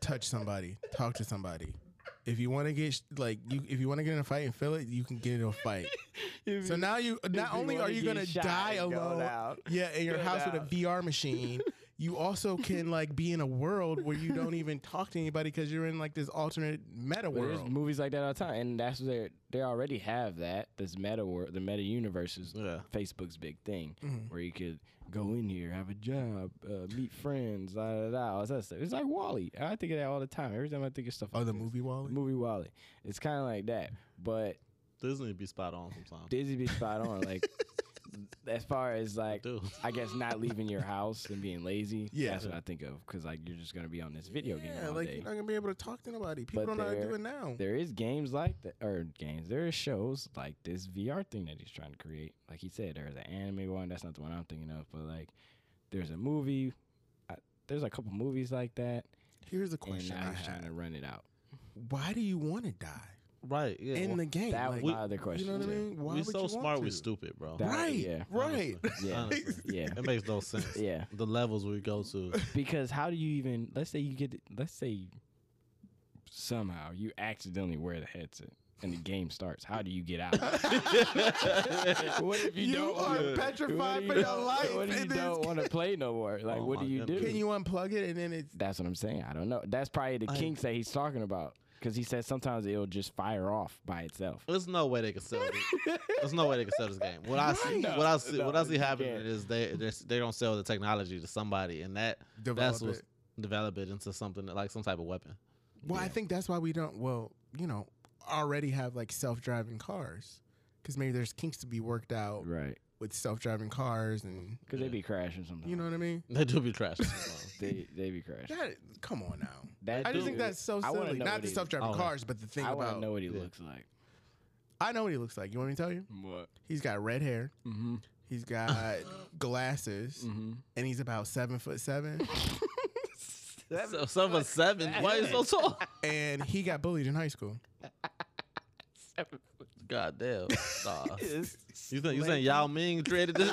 Speaker 5: touch somebody, talk to somebody. If you want to get sh- like you, if you want to get in a fight and feel it, you can get into a fight. So now you, not
Speaker 1: you
Speaker 5: only are
Speaker 1: wanna
Speaker 5: you
Speaker 1: get
Speaker 5: gonna
Speaker 1: shot,
Speaker 5: die
Speaker 1: go
Speaker 5: alone,
Speaker 1: out.
Speaker 5: yeah, in your house with a
Speaker 1: [LAUGHS]
Speaker 5: VR machine. You also can like be in a world where you don't even talk to anybody because you're in like this alternate meta
Speaker 1: But there's
Speaker 5: world.
Speaker 1: movies like that all the time, and that's they they already have that this meta world, the meta universe is
Speaker 2: [LAUGHS] Yeah.
Speaker 1: Facebook's big thing,
Speaker 5: Mm-hmm.
Speaker 1: where you could go in here, have a job, uh, meet friends, da da da, all that stuff. It's like Wally. I think of that all the time. Every time I think of stuff.
Speaker 5: Oh,
Speaker 1: like
Speaker 5: the
Speaker 1: this.
Speaker 5: movie Wally.
Speaker 1: movie Wally. It's kind of like that, but
Speaker 2: Disney be spot on sometimes.
Speaker 1: Disney be spot on.
Speaker 2: [LAUGHS]
Speaker 1: Like [LAUGHS] as far as like,
Speaker 2: do.
Speaker 1: I guess not leaving your house and being lazy.
Speaker 5: Yeah.
Speaker 1: that's what I think of because like you're just gonna be on this video game
Speaker 5: Yeah,
Speaker 1: all
Speaker 5: like
Speaker 1: day.
Speaker 5: you're not gonna be able to talk to nobody. People
Speaker 1: But
Speaker 5: don't know how to do
Speaker 1: there-
Speaker 5: it now.
Speaker 1: there is games like that, or games. There is shows like this VR thing that he's trying to create. Like he said, there's an anime one. That's not the one I'm thinking of, but like there's a movie. I, there's a couple movies like that,
Speaker 5: Here's a
Speaker 1: and
Speaker 5: question
Speaker 1: now
Speaker 5: I
Speaker 1: he's trying to
Speaker 5: have:
Speaker 1: run it out.
Speaker 5: Why do you want to die
Speaker 2: Right. Yeah.
Speaker 5: in
Speaker 2: wh-
Speaker 5: the game?
Speaker 1: That was
Speaker 5: Like,
Speaker 1: my other question.
Speaker 5: you know what I
Speaker 1: too.
Speaker 5: mean? Why
Speaker 2: we
Speaker 5: would you
Speaker 2: so
Speaker 5: want
Speaker 2: smart, we
Speaker 5: to?
Speaker 2: stupid, bro.
Speaker 1: That-
Speaker 5: Right,
Speaker 1: yeah,
Speaker 5: right. [LAUGHS]
Speaker 1: Yeah,
Speaker 2: Honestly.
Speaker 1: yeah,
Speaker 2: It makes no sense.
Speaker 1: yeah.
Speaker 2: The levels we go to.
Speaker 1: Because how do you even? Let's say you get. the- Let's say somehow you accidentally wear the headset and the game starts. How do you get out? [LAUGHS] what if you,
Speaker 5: You
Speaker 1: don't?
Speaker 5: are
Speaker 1: wanna-
Speaker 5: petrified
Speaker 1: what if you
Speaker 5: for your
Speaker 1: don't-
Speaker 5: life
Speaker 1: What if
Speaker 5: in
Speaker 1: you
Speaker 5: this
Speaker 1: don't want to play no more? Like,
Speaker 2: Oh
Speaker 1: what
Speaker 2: my
Speaker 1: do you
Speaker 2: goodness.
Speaker 1: do?
Speaker 5: [LAUGHS] Can you unplug it and then it's
Speaker 1: That's what I'm saying. I don't know. That's probably the
Speaker 2: I-
Speaker 1: kinks that he's talking about. Because he says sometimes it'll just fire off by itself.
Speaker 2: There's no way they can sell it. There's no way they can sell this game. What I see,
Speaker 1: Right.
Speaker 2: what I see,
Speaker 1: No,
Speaker 2: what I see
Speaker 1: you
Speaker 2: happening
Speaker 1: can't.
Speaker 2: is they they're s- they don't sell the technology to somebody, and that
Speaker 5: develop
Speaker 2: that's what's
Speaker 5: it?
Speaker 2: develop it into something that- like some type of weapon. [LAUGHS]
Speaker 5: Well, I think that's why we don't. Well, you know, already have like self-driving cars because maybe there's kinks to be worked out
Speaker 1: Right.
Speaker 5: with self-driving cars, and
Speaker 1: Because they be crashing sometimes.
Speaker 5: you know what I mean.
Speaker 2: They do
Speaker 1: [LAUGHS]
Speaker 2: be trash. Um, sometimes.
Speaker 1: They, they be crashing.
Speaker 5: That come on now.
Speaker 1: That
Speaker 5: I just
Speaker 1: dude-
Speaker 5: think that's so
Speaker 1: I wanna
Speaker 5: silly.
Speaker 1: know
Speaker 5: Not
Speaker 1: what
Speaker 5: the
Speaker 1: he-
Speaker 5: self-driving
Speaker 2: oh,
Speaker 5: cars, but the thing
Speaker 1: I want
Speaker 5: about
Speaker 1: to know what he
Speaker 2: Yeah.
Speaker 1: looks like.
Speaker 5: I know what he looks like. You want me to tell you?
Speaker 1: What?
Speaker 5: He's got red hair.
Speaker 1: Mm-hmm.
Speaker 5: He's got
Speaker 1: [LAUGHS]
Speaker 5: glasses,
Speaker 1: Mm-hmm.
Speaker 5: and he's about seven foot seven.
Speaker 2: So, seven seven. Why you so tall?
Speaker 5: and he got bullied in high school.
Speaker 2: God damn.
Speaker 1: [LAUGHS]
Speaker 2: Nah. You think you saying Yao Ming created this?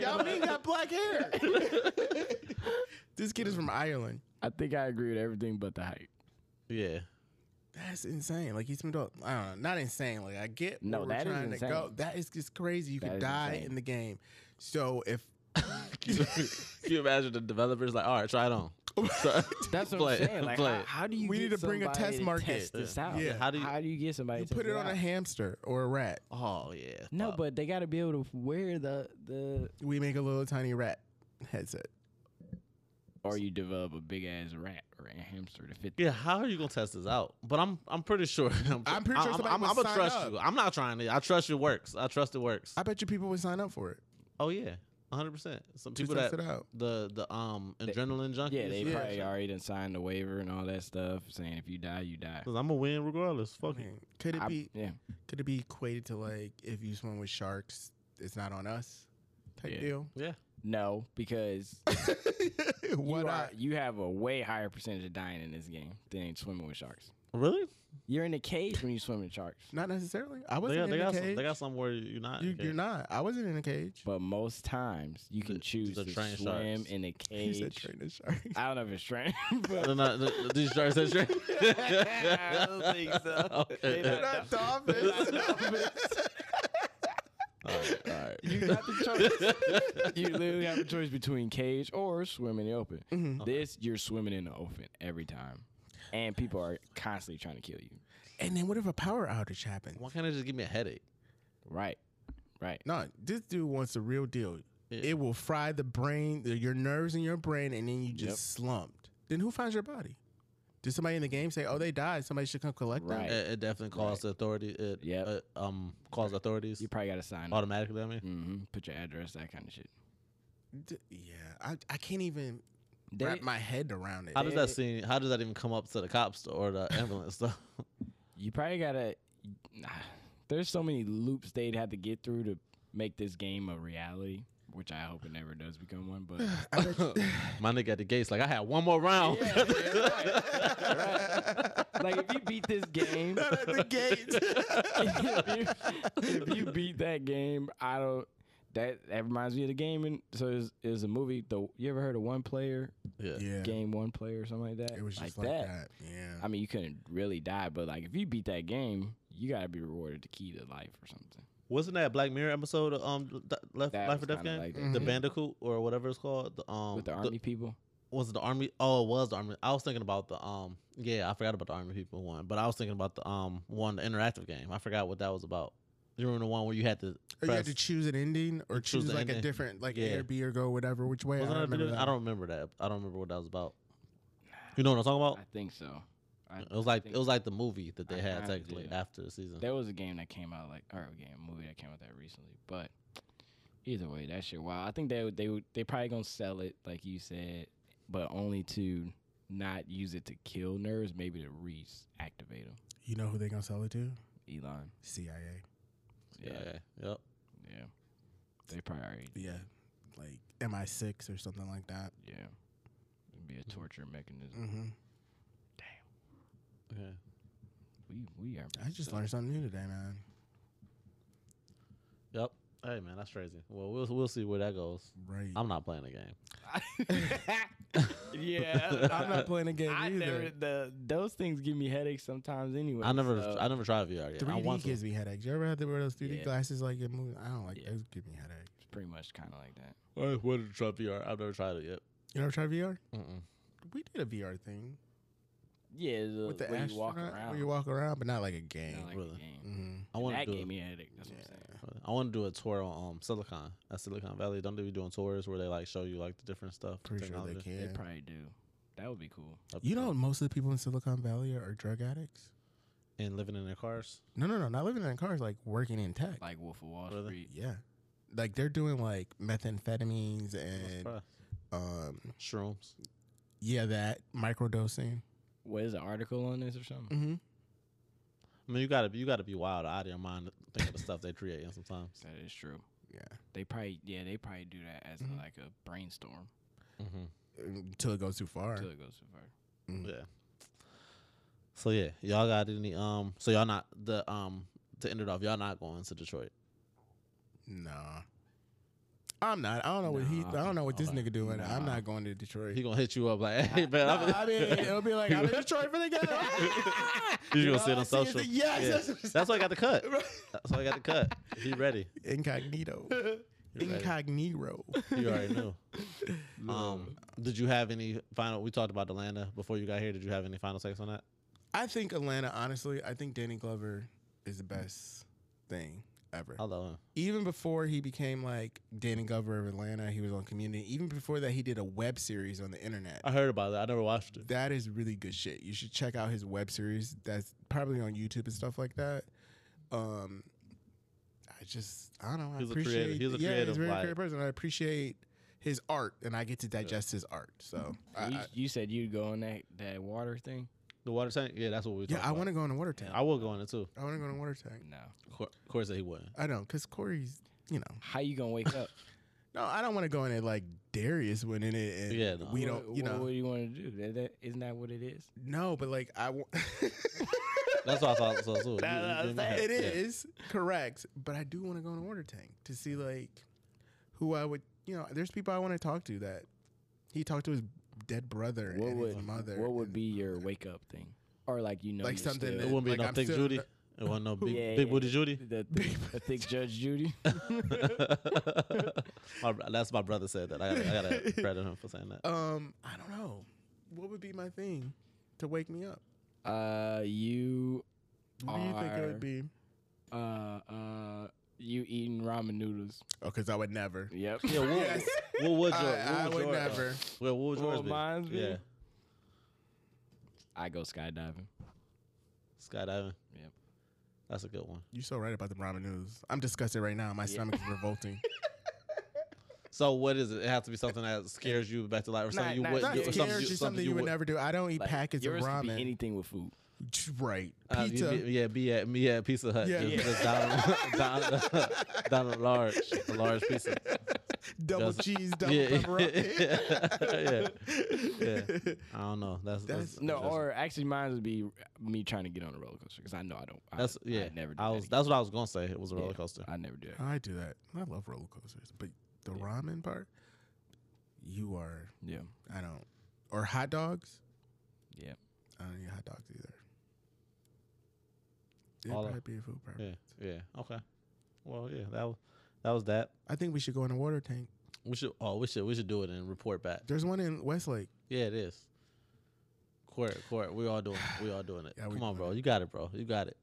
Speaker 5: Y'all mean got black hair? [LAUGHS] this kid is from Ireland.
Speaker 1: I think I agree with everything but the height.
Speaker 2: [LAUGHS] yeah. [LAUGHS]
Speaker 5: That's insane. Like he's been doing. I don't know. Not insane. Like I get
Speaker 1: No,
Speaker 5: where
Speaker 1: that
Speaker 5: we're
Speaker 1: is
Speaker 5: trying to
Speaker 1: insane.
Speaker 5: go. That is just crazy. You
Speaker 1: That
Speaker 5: could
Speaker 1: is
Speaker 5: die
Speaker 1: insane.
Speaker 5: in the game. So if
Speaker 2: Can you imagine the developers like, all right, try
Speaker 1: [LAUGHS]
Speaker 2: it on. Try-
Speaker 1: That's what
Speaker 2: play
Speaker 1: I'm
Speaker 2: it,
Speaker 1: saying. Like,
Speaker 2: play
Speaker 1: how,
Speaker 2: it."
Speaker 1: how do you?
Speaker 5: We
Speaker 1: get
Speaker 5: need to bring a
Speaker 1: somebody
Speaker 5: test
Speaker 1: to
Speaker 5: market.
Speaker 1: Test this out.
Speaker 5: Yeah.
Speaker 2: How do you-
Speaker 1: get somebody?
Speaker 5: you
Speaker 1: to
Speaker 5: put
Speaker 1: test
Speaker 5: it on
Speaker 1: out?
Speaker 5: a hamster or a rat,
Speaker 2: Oh yeah.
Speaker 1: No,
Speaker 2: fuck.
Speaker 1: but they got to be able to wear the the.
Speaker 5: we make a little tiny rat headset.
Speaker 1: Or you develop a big ass rat or a hamster to fit.
Speaker 2: yeah. How are you gonna test this out? But I'm I'm pretty sure. [LAUGHS] I'm,
Speaker 5: I'm pretty sure somebody would
Speaker 2: I'ma
Speaker 5: sign
Speaker 2: trust
Speaker 5: up.
Speaker 2: you. I'm not trying to. I trust it works. I trust it works.
Speaker 5: I bet you people would sign up for it.
Speaker 2: oh yeah, 100. percent Some
Speaker 5: To
Speaker 2: people
Speaker 5: test
Speaker 2: that
Speaker 5: it out.
Speaker 2: the the um adrenaline junkies.
Speaker 1: Yeah, they
Speaker 5: Yeah.
Speaker 1: probably already done signed the waiver and all that stuff, saying if you die, you die.
Speaker 2: Cause I'm gonna win regardless. Fuck it.
Speaker 5: Man, could it
Speaker 1: I-
Speaker 5: be?
Speaker 1: yeah,
Speaker 5: Could it be equated to like if you swim with sharks, it's not on us type
Speaker 1: Yeah.
Speaker 5: deal?
Speaker 2: Yeah.
Speaker 1: no, because [LAUGHS] you,
Speaker 5: [LAUGHS] what
Speaker 1: are-
Speaker 5: I,
Speaker 1: you have a way higher percentage of dying in this game than swimming with sharks.
Speaker 2: Really?
Speaker 1: You're in a cage when you swim with sharks,
Speaker 5: not necessarily. I
Speaker 2: They
Speaker 5: wasn't
Speaker 2: got,
Speaker 5: in
Speaker 2: they,
Speaker 5: a
Speaker 2: got some,
Speaker 5: cage.
Speaker 2: they got some where you're not.
Speaker 5: you,
Speaker 2: okay.
Speaker 5: You're not. I wasn't in a cage. [LAUGHS]
Speaker 1: but most times you can
Speaker 2: The-
Speaker 1: choose
Speaker 2: the
Speaker 1: to
Speaker 2: trained
Speaker 1: swim
Speaker 2: sharks.
Speaker 1: in a
Speaker 5: He said
Speaker 1: cage.
Speaker 5: train the shark.
Speaker 1: I don't know if it's trained, [LAUGHS] but
Speaker 2: They're not- they're- These sharks [LAUGHS]
Speaker 5: [LAUGHS]
Speaker 2: are trained.
Speaker 1: I don't think so.
Speaker 2: Okay.
Speaker 1: They're
Speaker 2: All
Speaker 1: not
Speaker 2: right. All right.
Speaker 1: You got the
Speaker 2: [LAUGHS]
Speaker 1: choice. you literally have a choice between cage or swim in the open.
Speaker 5: [LAUGHS]
Speaker 1: This you're swimming in the open every time, and people are constantly trying to kill you.
Speaker 5: and then what if a power outage happens?
Speaker 2: Why can't it just give me a headache?
Speaker 1: Right, right.
Speaker 5: No, this dude wants the real deal.
Speaker 2: Yeah.
Speaker 5: It will fry the brain, the- your nerves in your brain, and then you just
Speaker 1: Yep.
Speaker 5: slumped. Then who finds your body? Did somebody in the game say, "Oh, they died. Somebody should come collect
Speaker 1: Right.
Speaker 5: them"?
Speaker 2: It, it definitely calls
Speaker 1: Right.
Speaker 2: the authority. It
Speaker 1: Yep.
Speaker 2: it, um calls authorities
Speaker 1: You probably got to sign up.
Speaker 2: automatically. I mean,
Speaker 1: hmm Put your address, that kind of shit.
Speaker 5: D- yeah, I, I can't even
Speaker 1: They-
Speaker 5: wrap my head around it.
Speaker 2: how does that
Speaker 1: It-
Speaker 2: seem? How does that even come up to the cops or the ambulance? though? [LAUGHS]
Speaker 1: you probably gotta. [SIGHS] There's so many loops they'd have to get through to make this game a reality, which I hope it never does become one.
Speaker 5: [LAUGHS]
Speaker 1: But
Speaker 2: [LAUGHS] My nigga at the gates, like I had one more
Speaker 1: [LAUGHS]
Speaker 2: round.
Speaker 1: like, if you beat this game,
Speaker 5: Not at the gate.
Speaker 1: [LAUGHS] if, you, if you beat that game, I don't. That that reminds me of the game. And so is is a movie. The you ever heard of One Player
Speaker 2: [LAUGHS] yeah.
Speaker 5: yeah,
Speaker 1: Game One Player or something like that?
Speaker 5: it was just like, that. Yeah,
Speaker 1: I mean, you couldn't really die, but like if you beat that game, you gotta be rewarded the key to life or something.
Speaker 2: Wasn't that Black Mirror episode of um Th- Left
Speaker 1: That
Speaker 2: Life or
Speaker 1: was
Speaker 2: Death
Speaker 1: kinda
Speaker 2: game?
Speaker 1: like that,
Speaker 2: The
Speaker 5: Mhm.
Speaker 1: yeah.
Speaker 2: Bandicoot or whatever it's called. The, um,
Speaker 1: with the army people.
Speaker 2: was it the army? Oh, it was the army. I was thinking about the um. Yeah, I forgot about the army people one, but I was thinking about the um one the interactive game. I forgot what that was about. You remember the one where you had to?
Speaker 5: or you had
Speaker 2: press-
Speaker 5: to choose an ending or
Speaker 2: choose
Speaker 5: choose,
Speaker 2: the
Speaker 5: like a
Speaker 2: ending.
Speaker 5: different, like
Speaker 2: Yeah.
Speaker 5: A or B or go whatever which way. I
Speaker 2: Wasn't
Speaker 5: don't
Speaker 2: that a
Speaker 5: remember
Speaker 2: video-
Speaker 5: that.
Speaker 2: I don't remember that. I don't remember what that was about. You know what I'm talking about?
Speaker 1: I think so. I,
Speaker 2: Oh. It was like
Speaker 1: think
Speaker 2: it was like the movie that they
Speaker 1: I
Speaker 2: had
Speaker 1: kinda
Speaker 2: technically
Speaker 1: do.
Speaker 2: after the season.
Speaker 1: there was a game that came out like or a game a movie that came out that recently, but either way, that shit wow. I think they would- they would- they probably gonna sell it like you said, but only to not use it to kill nerds, maybe to reactivate them.
Speaker 5: You know who they gonna sell it to?
Speaker 1: Elon,
Speaker 5: CIA.
Speaker 2: yeah.
Speaker 1: yeah,
Speaker 2: Yep.
Speaker 1: yeah, they probably already,
Speaker 5: Yeah, like MI6 or something like that.
Speaker 1: yeah, it'd be a torture
Speaker 2: Mm.
Speaker 1: mechanism.
Speaker 5: hmm
Speaker 2: Yeah.
Speaker 1: We we are
Speaker 5: I just learned something new today, man.
Speaker 2: Yep. Hey man, that's crazy. Well, we'll we'll see where that goes.
Speaker 5: Right.
Speaker 2: I'm not playing the
Speaker 1: [LAUGHS]
Speaker 2: game.
Speaker 5: [LAUGHS]
Speaker 1: yeah.
Speaker 5: [LAUGHS] I'm not playing a game
Speaker 1: [LAUGHS] I
Speaker 5: either.
Speaker 1: never the those things give me headaches sometimes anyway.
Speaker 2: [LAUGHS] I never
Speaker 1: so-
Speaker 2: I never tried VR yet. I
Speaker 5: 3D
Speaker 2: want to.
Speaker 5: gives me headaches. You ever had to wear those 3D
Speaker 1: Yeah.
Speaker 5: glasses like in movies? I don't like
Speaker 1: Yeah.
Speaker 5: those. Give me headaches.
Speaker 1: It's pretty much kind of like that.
Speaker 2: I wanted to try VR. I've never tried it yet.
Speaker 5: You ever try VR?
Speaker 2: Mm-mm.
Speaker 5: We did a VR thing
Speaker 1: Yeah, the,
Speaker 5: with the
Speaker 1: where
Speaker 5: astronaut.
Speaker 1: you walk around.
Speaker 5: Where you walk around, but not like a game.
Speaker 1: not like
Speaker 2: really. Mm-hmm.
Speaker 1: a game.
Speaker 5: hmm
Speaker 2: I want to
Speaker 1: that
Speaker 2: do.
Speaker 1: gave
Speaker 2: it.
Speaker 1: me a headache. That's what I'm saying.
Speaker 2: I want to do a tour on um, Silicon at Silicon Valley. Don't they be doing tours where they like show you like the different stuff?
Speaker 5: Pretty sure they
Speaker 2: technology?
Speaker 5: can.
Speaker 1: They probably do. That would be cool.
Speaker 2: Up
Speaker 5: You
Speaker 2: there.
Speaker 5: know, most of the people in Silicon Valley are, are drug addicts.
Speaker 2: and living in their cars.
Speaker 5: No, no, no, not living in cars. Like working in tech.
Speaker 1: Like Wolf of Wall
Speaker 2: Really?
Speaker 1: Street.
Speaker 5: yeah, like they're doing like methamphetamines and
Speaker 2: Surprise.
Speaker 5: um,
Speaker 2: Shrooms.
Speaker 5: yeah, that microdosing.
Speaker 1: What is an article on this or something?
Speaker 5: Mm-hmm.
Speaker 2: I mean, you gotta be you gotta be wild out of your mind to think of the stuff they create sometimes.
Speaker 5: Mm-hmm.
Speaker 1: That is true.
Speaker 5: Yeah,
Speaker 1: They probably yeah they probably do that as
Speaker 5: Mhm.
Speaker 1: like a brainstorm
Speaker 2: Mm-hmm.
Speaker 5: until it goes too far.
Speaker 1: until it goes
Speaker 5: [LAUGHS]
Speaker 1: too far. [LAUGHS]
Speaker 5: Mhm.
Speaker 2: Yeah. So yeah, y'all got any um? So y'all not the um to end it off. Y'all not going to Detroit.
Speaker 5: No. I'm not. I don't know what he. I
Speaker 1: Nah.
Speaker 5: don't know what this
Speaker 2: Okay.
Speaker 5: nigga doing. I'm
Speaker 1: Nah.
Speaker 5: not going to Detroit.
Speaker 2: He gonna hit you up like, hey man.
Speaker 5: No,
Speaker 2: I'm-
Speaker 5: I
Speaker 2: [LAUGHS]
Speaker 5: mean, it'll be like I'm in Detroit for the game.
Speaker 2: you
Speaker 5: You
Speaker 2: gonna
Speaker 5: know,
Speaker 2: see it
Speaker 5: I
Speaker 2: on
Speaker 5: see his-
Speaker 2: social?
Speaker 5: yes, that's what I'm
Speaker 2: that's why I got the cut.
Speaker 5: [LAUGHS]
Speaker 2: That's why I got the cut. He ready.
Speaker 5: Incognito.
Speaker 2: He ready.
Speaker 5: [LAUGHS] Incognito.
Speaker 2: You already knew. Um, did you have any final? We talked about Atlanta before you got here. Did you have any final takes on that?
Speaker 5: I think Atlanta. Honestly, I think Danny Glover is the best thing ever.
Speaker 2: I love him.
Speaker 5: Even before he became like Danny Glover of Atlanta, he was on Community. Even before that, he did a web series on the internet.
Speaker 2: I heard about that. I never watched it.
Speaker 5: That is really good shit. You should check out his web series. That's probably on YouTube and stuff like that. Um, I just I don't know.
Speaker 2: He's
Speaker 5: I
Speaker 2: a creative-
Speaker 5: appreciate.
Speaker 2: he's a
Speaker 5: yeah,
Speaker 2: creative,
Speaker 5: he's a very
Speaker 2: like-
Speaker 5: creative person. I appreciate his art, and I get to digest his art. So I,
Speaker 1: you,
Speaker 5: I-
Speaker 1: you said you'd go on that that water thing.
Speaker 2: The water tank. Yeah, that's what we.
Speaker 5: yeah,
Speaker 2: talked
Speaker 5: I
Speaker 2: about.
Speaker 5: want to go on a water tank.
Speaker 2: I will go on it too.
Speaker 5: I want to go on a water tank.
Speaker 1: No.
Speaker 2: Cor- Of course, that he wouldn't.
Speaker 5: I know, cause Corey's. You know,
Speaker 1: How you gonna wake up?
Speaker 5: no, I don't want to go in it like Darius went in it, and
Speaker 2: Yeah, no.
Speaker 5: [LAUGHS] we
Speaker 1: What-
Speaker 5: don't. You
Speaker 1: what,
Speaker 5: know,
Speaker 1: What do you want to do? That, that, isn't that what it is?
Speaker 5: no, but like I. W- [LAUGHS]
Speaker 2: That's what I [LAUGHS] thought. So, so you-
Speaker 1: That's what I
Speaker 2: you
Speaker 1: was
Speaker 2: didn't have-
Speaker 5: It
Speaker 2: yeah.
Speaker 5: is correct, but I do want to go on a water tank to see like who I would. You know, there's people I want to talk to that he talked to his dead brother
Speaker 1: What
Speaker 5: and his
Speaker 1: would
Speaker 5: mother.
Speaker 1: what would
Speaker 5: and-
Speaker 1: be your wake up thing, or like you know
Speaker 5: Like
Speaker 1: you're
Speaker 5: something
Speaker 2: It
Speaker 1: still-
Speaker 5: that-
Speaker 2: wouldn't be
Speaker 5: Like,
Speaker 2: no
Speaker 5: I'm
Speaker 2: thick
Speaker 5: still- [LAUGHS]
Speaker 2: Judy. It wasn't no big,
Speaker 1: Yeah,
Speaker 2: big
Speaker 1: yeah,
Speaker 2: booty
Speaker 1: yeah. [LAUGHS]
Speaker 2: Judy. [LAUGHS]
Speaker 1: the, the, the thick Judge
Speaker 5: [LAUGHS]
Speaker 1: Judy.
Speaker 2: my, br- that's my brother said that. I gotta, I
Speaker 5: [LAUGHS]
Speaker 2: gotta credit him for saying that.
Speaker 5: Um, I don't know. What would be my thing to wake me up?
Speaker 1: Uh, you
Speaker 5: What do you think it
Speaker 1: Are-
Speaker 5: would be?
Speaker 1: uh uh you eating ramen noodles?
Speaker 5: Oh, because I would never.
Speaker 1: [LAUGHS] Yep.
Speaker 2: Yeah, what,
Speaker 5: Yes.
Speaker 2: what would your,
Speaker 5: I, I
Speaker 2: what
Speaker 5: would
Speaker 2: would your, uh,
Speaker 5: never.
Speaker 2: well, what would
Speaker 1: What
Speaker 2: yours
Speaker 1: would
Speaker 2: be?
Speaker 1: mine's be?
Speaker 2: Yeah,
Speaker 1: I go skydiving.
Speaker 2: Skydiving.
Speaker 1: Yep.
Speaker 2: That's a good one.
Speaker 5: You're so right about the ramen noodles. I'm disgusted right now. My stomach is revolting.
Speaker 2: So what is it? It has to be something that scares you back to life, or something
Speaker 1: Not-
Speaker 2: you
Speaker 1: not-
Speaker 2: would,
Speaker 1: not
Speaker 5: That
Speaker 2: you,
Speaker 5: scares
Speaker 1: scares
Speaker 2: something,
Speaker 5: you, something, you would
Speaker 2: never.
Speaker 5: never do. I don't eat
Speaker 1: Like,
Speaker 5: packets of
Speaker 1: yours could be
Speaker 5: ramen.
Speaker 1: anything with food.
Speaker 5: right.
Speaker 2: Uh,
Speaker 5: Pizza.
Speaker 2: you be- yeah, be at me at Pizza Hut.
Speaker 5: Yeah.
Speaker 2: Just, just down, [LAUGHS] down, down a large, a large pizza.
Speaker 5: double
Speaker 2: Does-
Speaker 5: cheese, double
Speaker 2: yeah,
Speaker 5: pepperoni.
Speaker 2: [LAUGHS] yeah,
Speaker 5: [LAUGHS]
Speaker 2: yeah. I don't know. That's that's,
Speaker 5: That's-
Speaker 1: No,
Speaker 2: that's-
Speaker 1: or actually, mine would be me trying to get on a roller coaster because I know I don't. I,
Speaker 2: that's yeah.
Speaker 1: I never. Do
Speaker 2: I
Speaker 1: that
Speaker 2: was
Speaker 1: again.
Speaker 2: that's what I was gonna say. It was a roller
Speaker 1: Yeah.
Speaker 2: coaster.
Speaker 1: I never do that.
Speaker 5: I do that. I love roller coasters, but the ramen part, you are.
Speaker 1: Yeah,
Speaker 5: I don't. Or hot dogs.
Speaker 1: yeah.
Speaker 5: I don't eat hot dogs either. It'd
Speaker 2: All of-
Speaker 5: probably be a food problem.
Speaker 2: Yeah, yeah. Okay. Well, yeah. That was that was that.
Speaker 5: I think we should go in a water tank.
Speaker 2: We should. Oh, we should. We should do it and report back.
Speaker 5: There's one in Westlake.
Speaker 2: Yeah, it is. Court, court. We all doing. We all doing it.
Speaker 5: [SIGHS] Yeah, we
Speaker 2: Come on,
Speaker 5: doing
Speaker 2: bro. You got it, bro. You got it.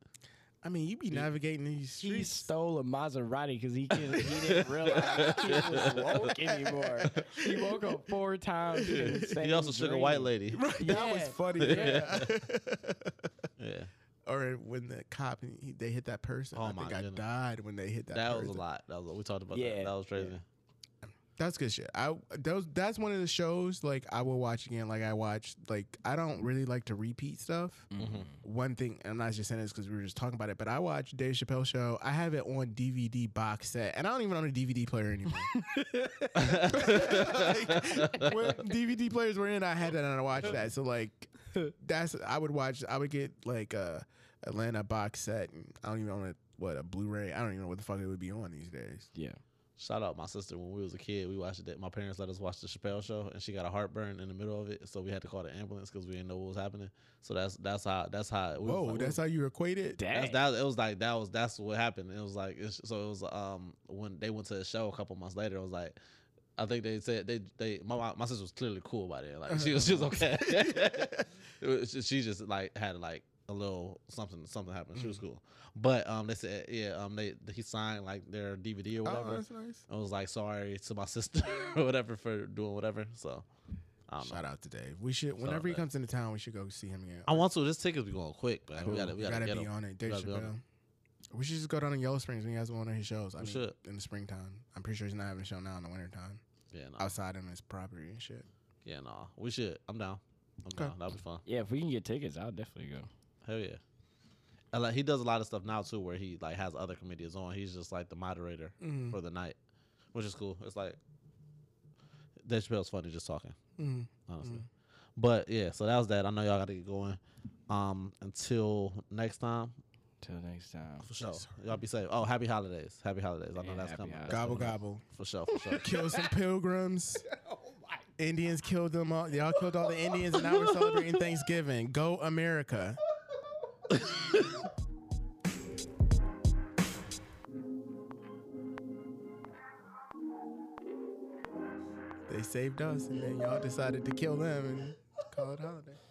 Speaker 5: I mean, you be navigating these
Speaker 1: He
Speaker 5: streets.
Speaker 1: stole a Maserati because he, couldn't- he
Speaker 2: [LAUGHS]
Speaker 1: didn't realize he was woke anymore. He woke
Speaker 2: [LAUGHS]
Speaker 1: up four times. in the
Speaker 2: He
Speaker 1: same
Speaker 2: also shook a white
Speaker 1: dream. [LAUGHS]
Speaker 2: lady.
Speaker 5: That was
Speaker 1: Yeah.
Speaker 5: funny. [LAUGHS]
Speaker 1: Yeah.
Speaker 2: Yeah,
Speaker 5: or when the cop he, they hit that person.
Speaker 2: Oh
Speaker 5: I
Speaker 2: my
Speaker 5: think I
Speaker 2: goodness.
Speaker 5: died when they hit that.
Speaker 2: that, was a
Speaker 5: person.
Speaker 2: lot. That was. a- We talked about
Speaker 1: Yeah,
Speaker 2: that. That was
Speaker 1: yeah.
Speaker 2: crazy.
Speaker 5: That's good shit. I those that's one of the shows like I will watch again. Like I watch like I don't really like to repeat stuff.
Speaker 1: Mm-hmm.
Speaker 2: Mhm.
Speaker 5: One thing and I'm not just saying this because we were just talking about it, but I watch Dave Chappelle show. I have it on DVD box set, and I don't even own a DVD player anymore.
Speaker 1: [LAUGHS]
Speaker 2: [LAUGHS]
Speaker 5: like, when DVD players were in, I had that and I watched that. So like that's I would watch. I would get like a Atlanta box set. And I don't even own a what a Blu-ray. I don't even know what the fuck it would be on these days.
Speaker 1: Yeah.
Speaker 2: Shout out my sister. When we was a kid, we watched it. My parents let us watch the Chappelle show, and she got a heartburn in the middle of it, so we had to call the ambulance because we didn't know what was happening. So that's that's how that's how. We was
Speaker 5: Whoa,
Speaker 2: like-
Speaker 5: Oh, that's how you equate it.
Speaker 1: Dang.
Speaker 2: That's, that it was like that was that's what happened. It was like it's, so it was um when they went to the show a couple months later. It was like I think they said they they my mom- my sister was clearly cool about it. Like she was she was
Speaker 5: [LAUGHS]
Speaker 2: okay. [LAUGHS] It was just- she just like had like a little something something happened. She was
Speaker 5: Mm.
Speaker 2: cool, but um they said yeah um they he signed like their DVD or
Speaker 5: Oh,
Speaker 2: whatever.
Speaker 5: that's nice.
Speaker 2: I was like sorry to my sister [LAUGHS] or whatever for doing whatever. So I don't know.
Speaker 5: Shout out to Dave. We should
Speaker 2: out
Speaker 5: whenever he
Speaker 2: Dave.
Speaker 5: comes into town, we should go see him again.
Speaker 2: I want to. This ticket's be going quick, man.
Speaker 5: Cool.
Speaker 2: We gotta we gotta, get
Speaker 5: be
Speaker 2: 'em.
Speaker 5: on it. Dave
Speaker 2: gotta be on
Speaker 5: Chappelle. We should just go down to Yellow Springs when he has one of his shows. I
Speaker 2: We
Speaker 5: mean,
Speaker 2: should.
Speaker 5: in the springtime. I'm pretty sure he's not having a show now in the wintertime.
Speaker 2: Yeah, no,
Speaker 5: Outside on his property and shit.
Speaker 2: yeah, no. We should. I'm down. I'm
Speaker 5: Okay.
Speaker 2: down. That'll be fun.
Speaker 1: yeah, if we can get tickets, I'll definitely go.
Speaker 2: Hell yeah. And like he does a lot of stuff now too, where he like has other comedians on. He's just like the moderator
Speaker 5: Mhm.
Speaker 2: for the night, which is cool. It's like Dave Chappelle's funny just talking,
Speaker 5: Mm.
Speaker 2: honestly. But yeah, so that was that. I know y'all got to get going. Um, until next time,
Speaker 1: Till next time.
Speaker 2: for sure. Y'all be safe. Oh, happy holidays! Happy holidays! I know
Speaker 1: Yeah,
Speaker 2: that's
Speaker 1: happy
Speaker 2: coming.
Speaker 1: holidays.
Speaker 2: That's
Speaker 5: Gobble
Speaker 2: coming up.
Speaker 5: gobble.
Speaker 2: For sure, for sure.
Speaker 5: Kill some pilgrims. Indians killed them all. Y'all killed all the Indians, and now we're celebrating Thanksgiving. Go America. they saved us, and then y'all decided to kill them and call it holiday.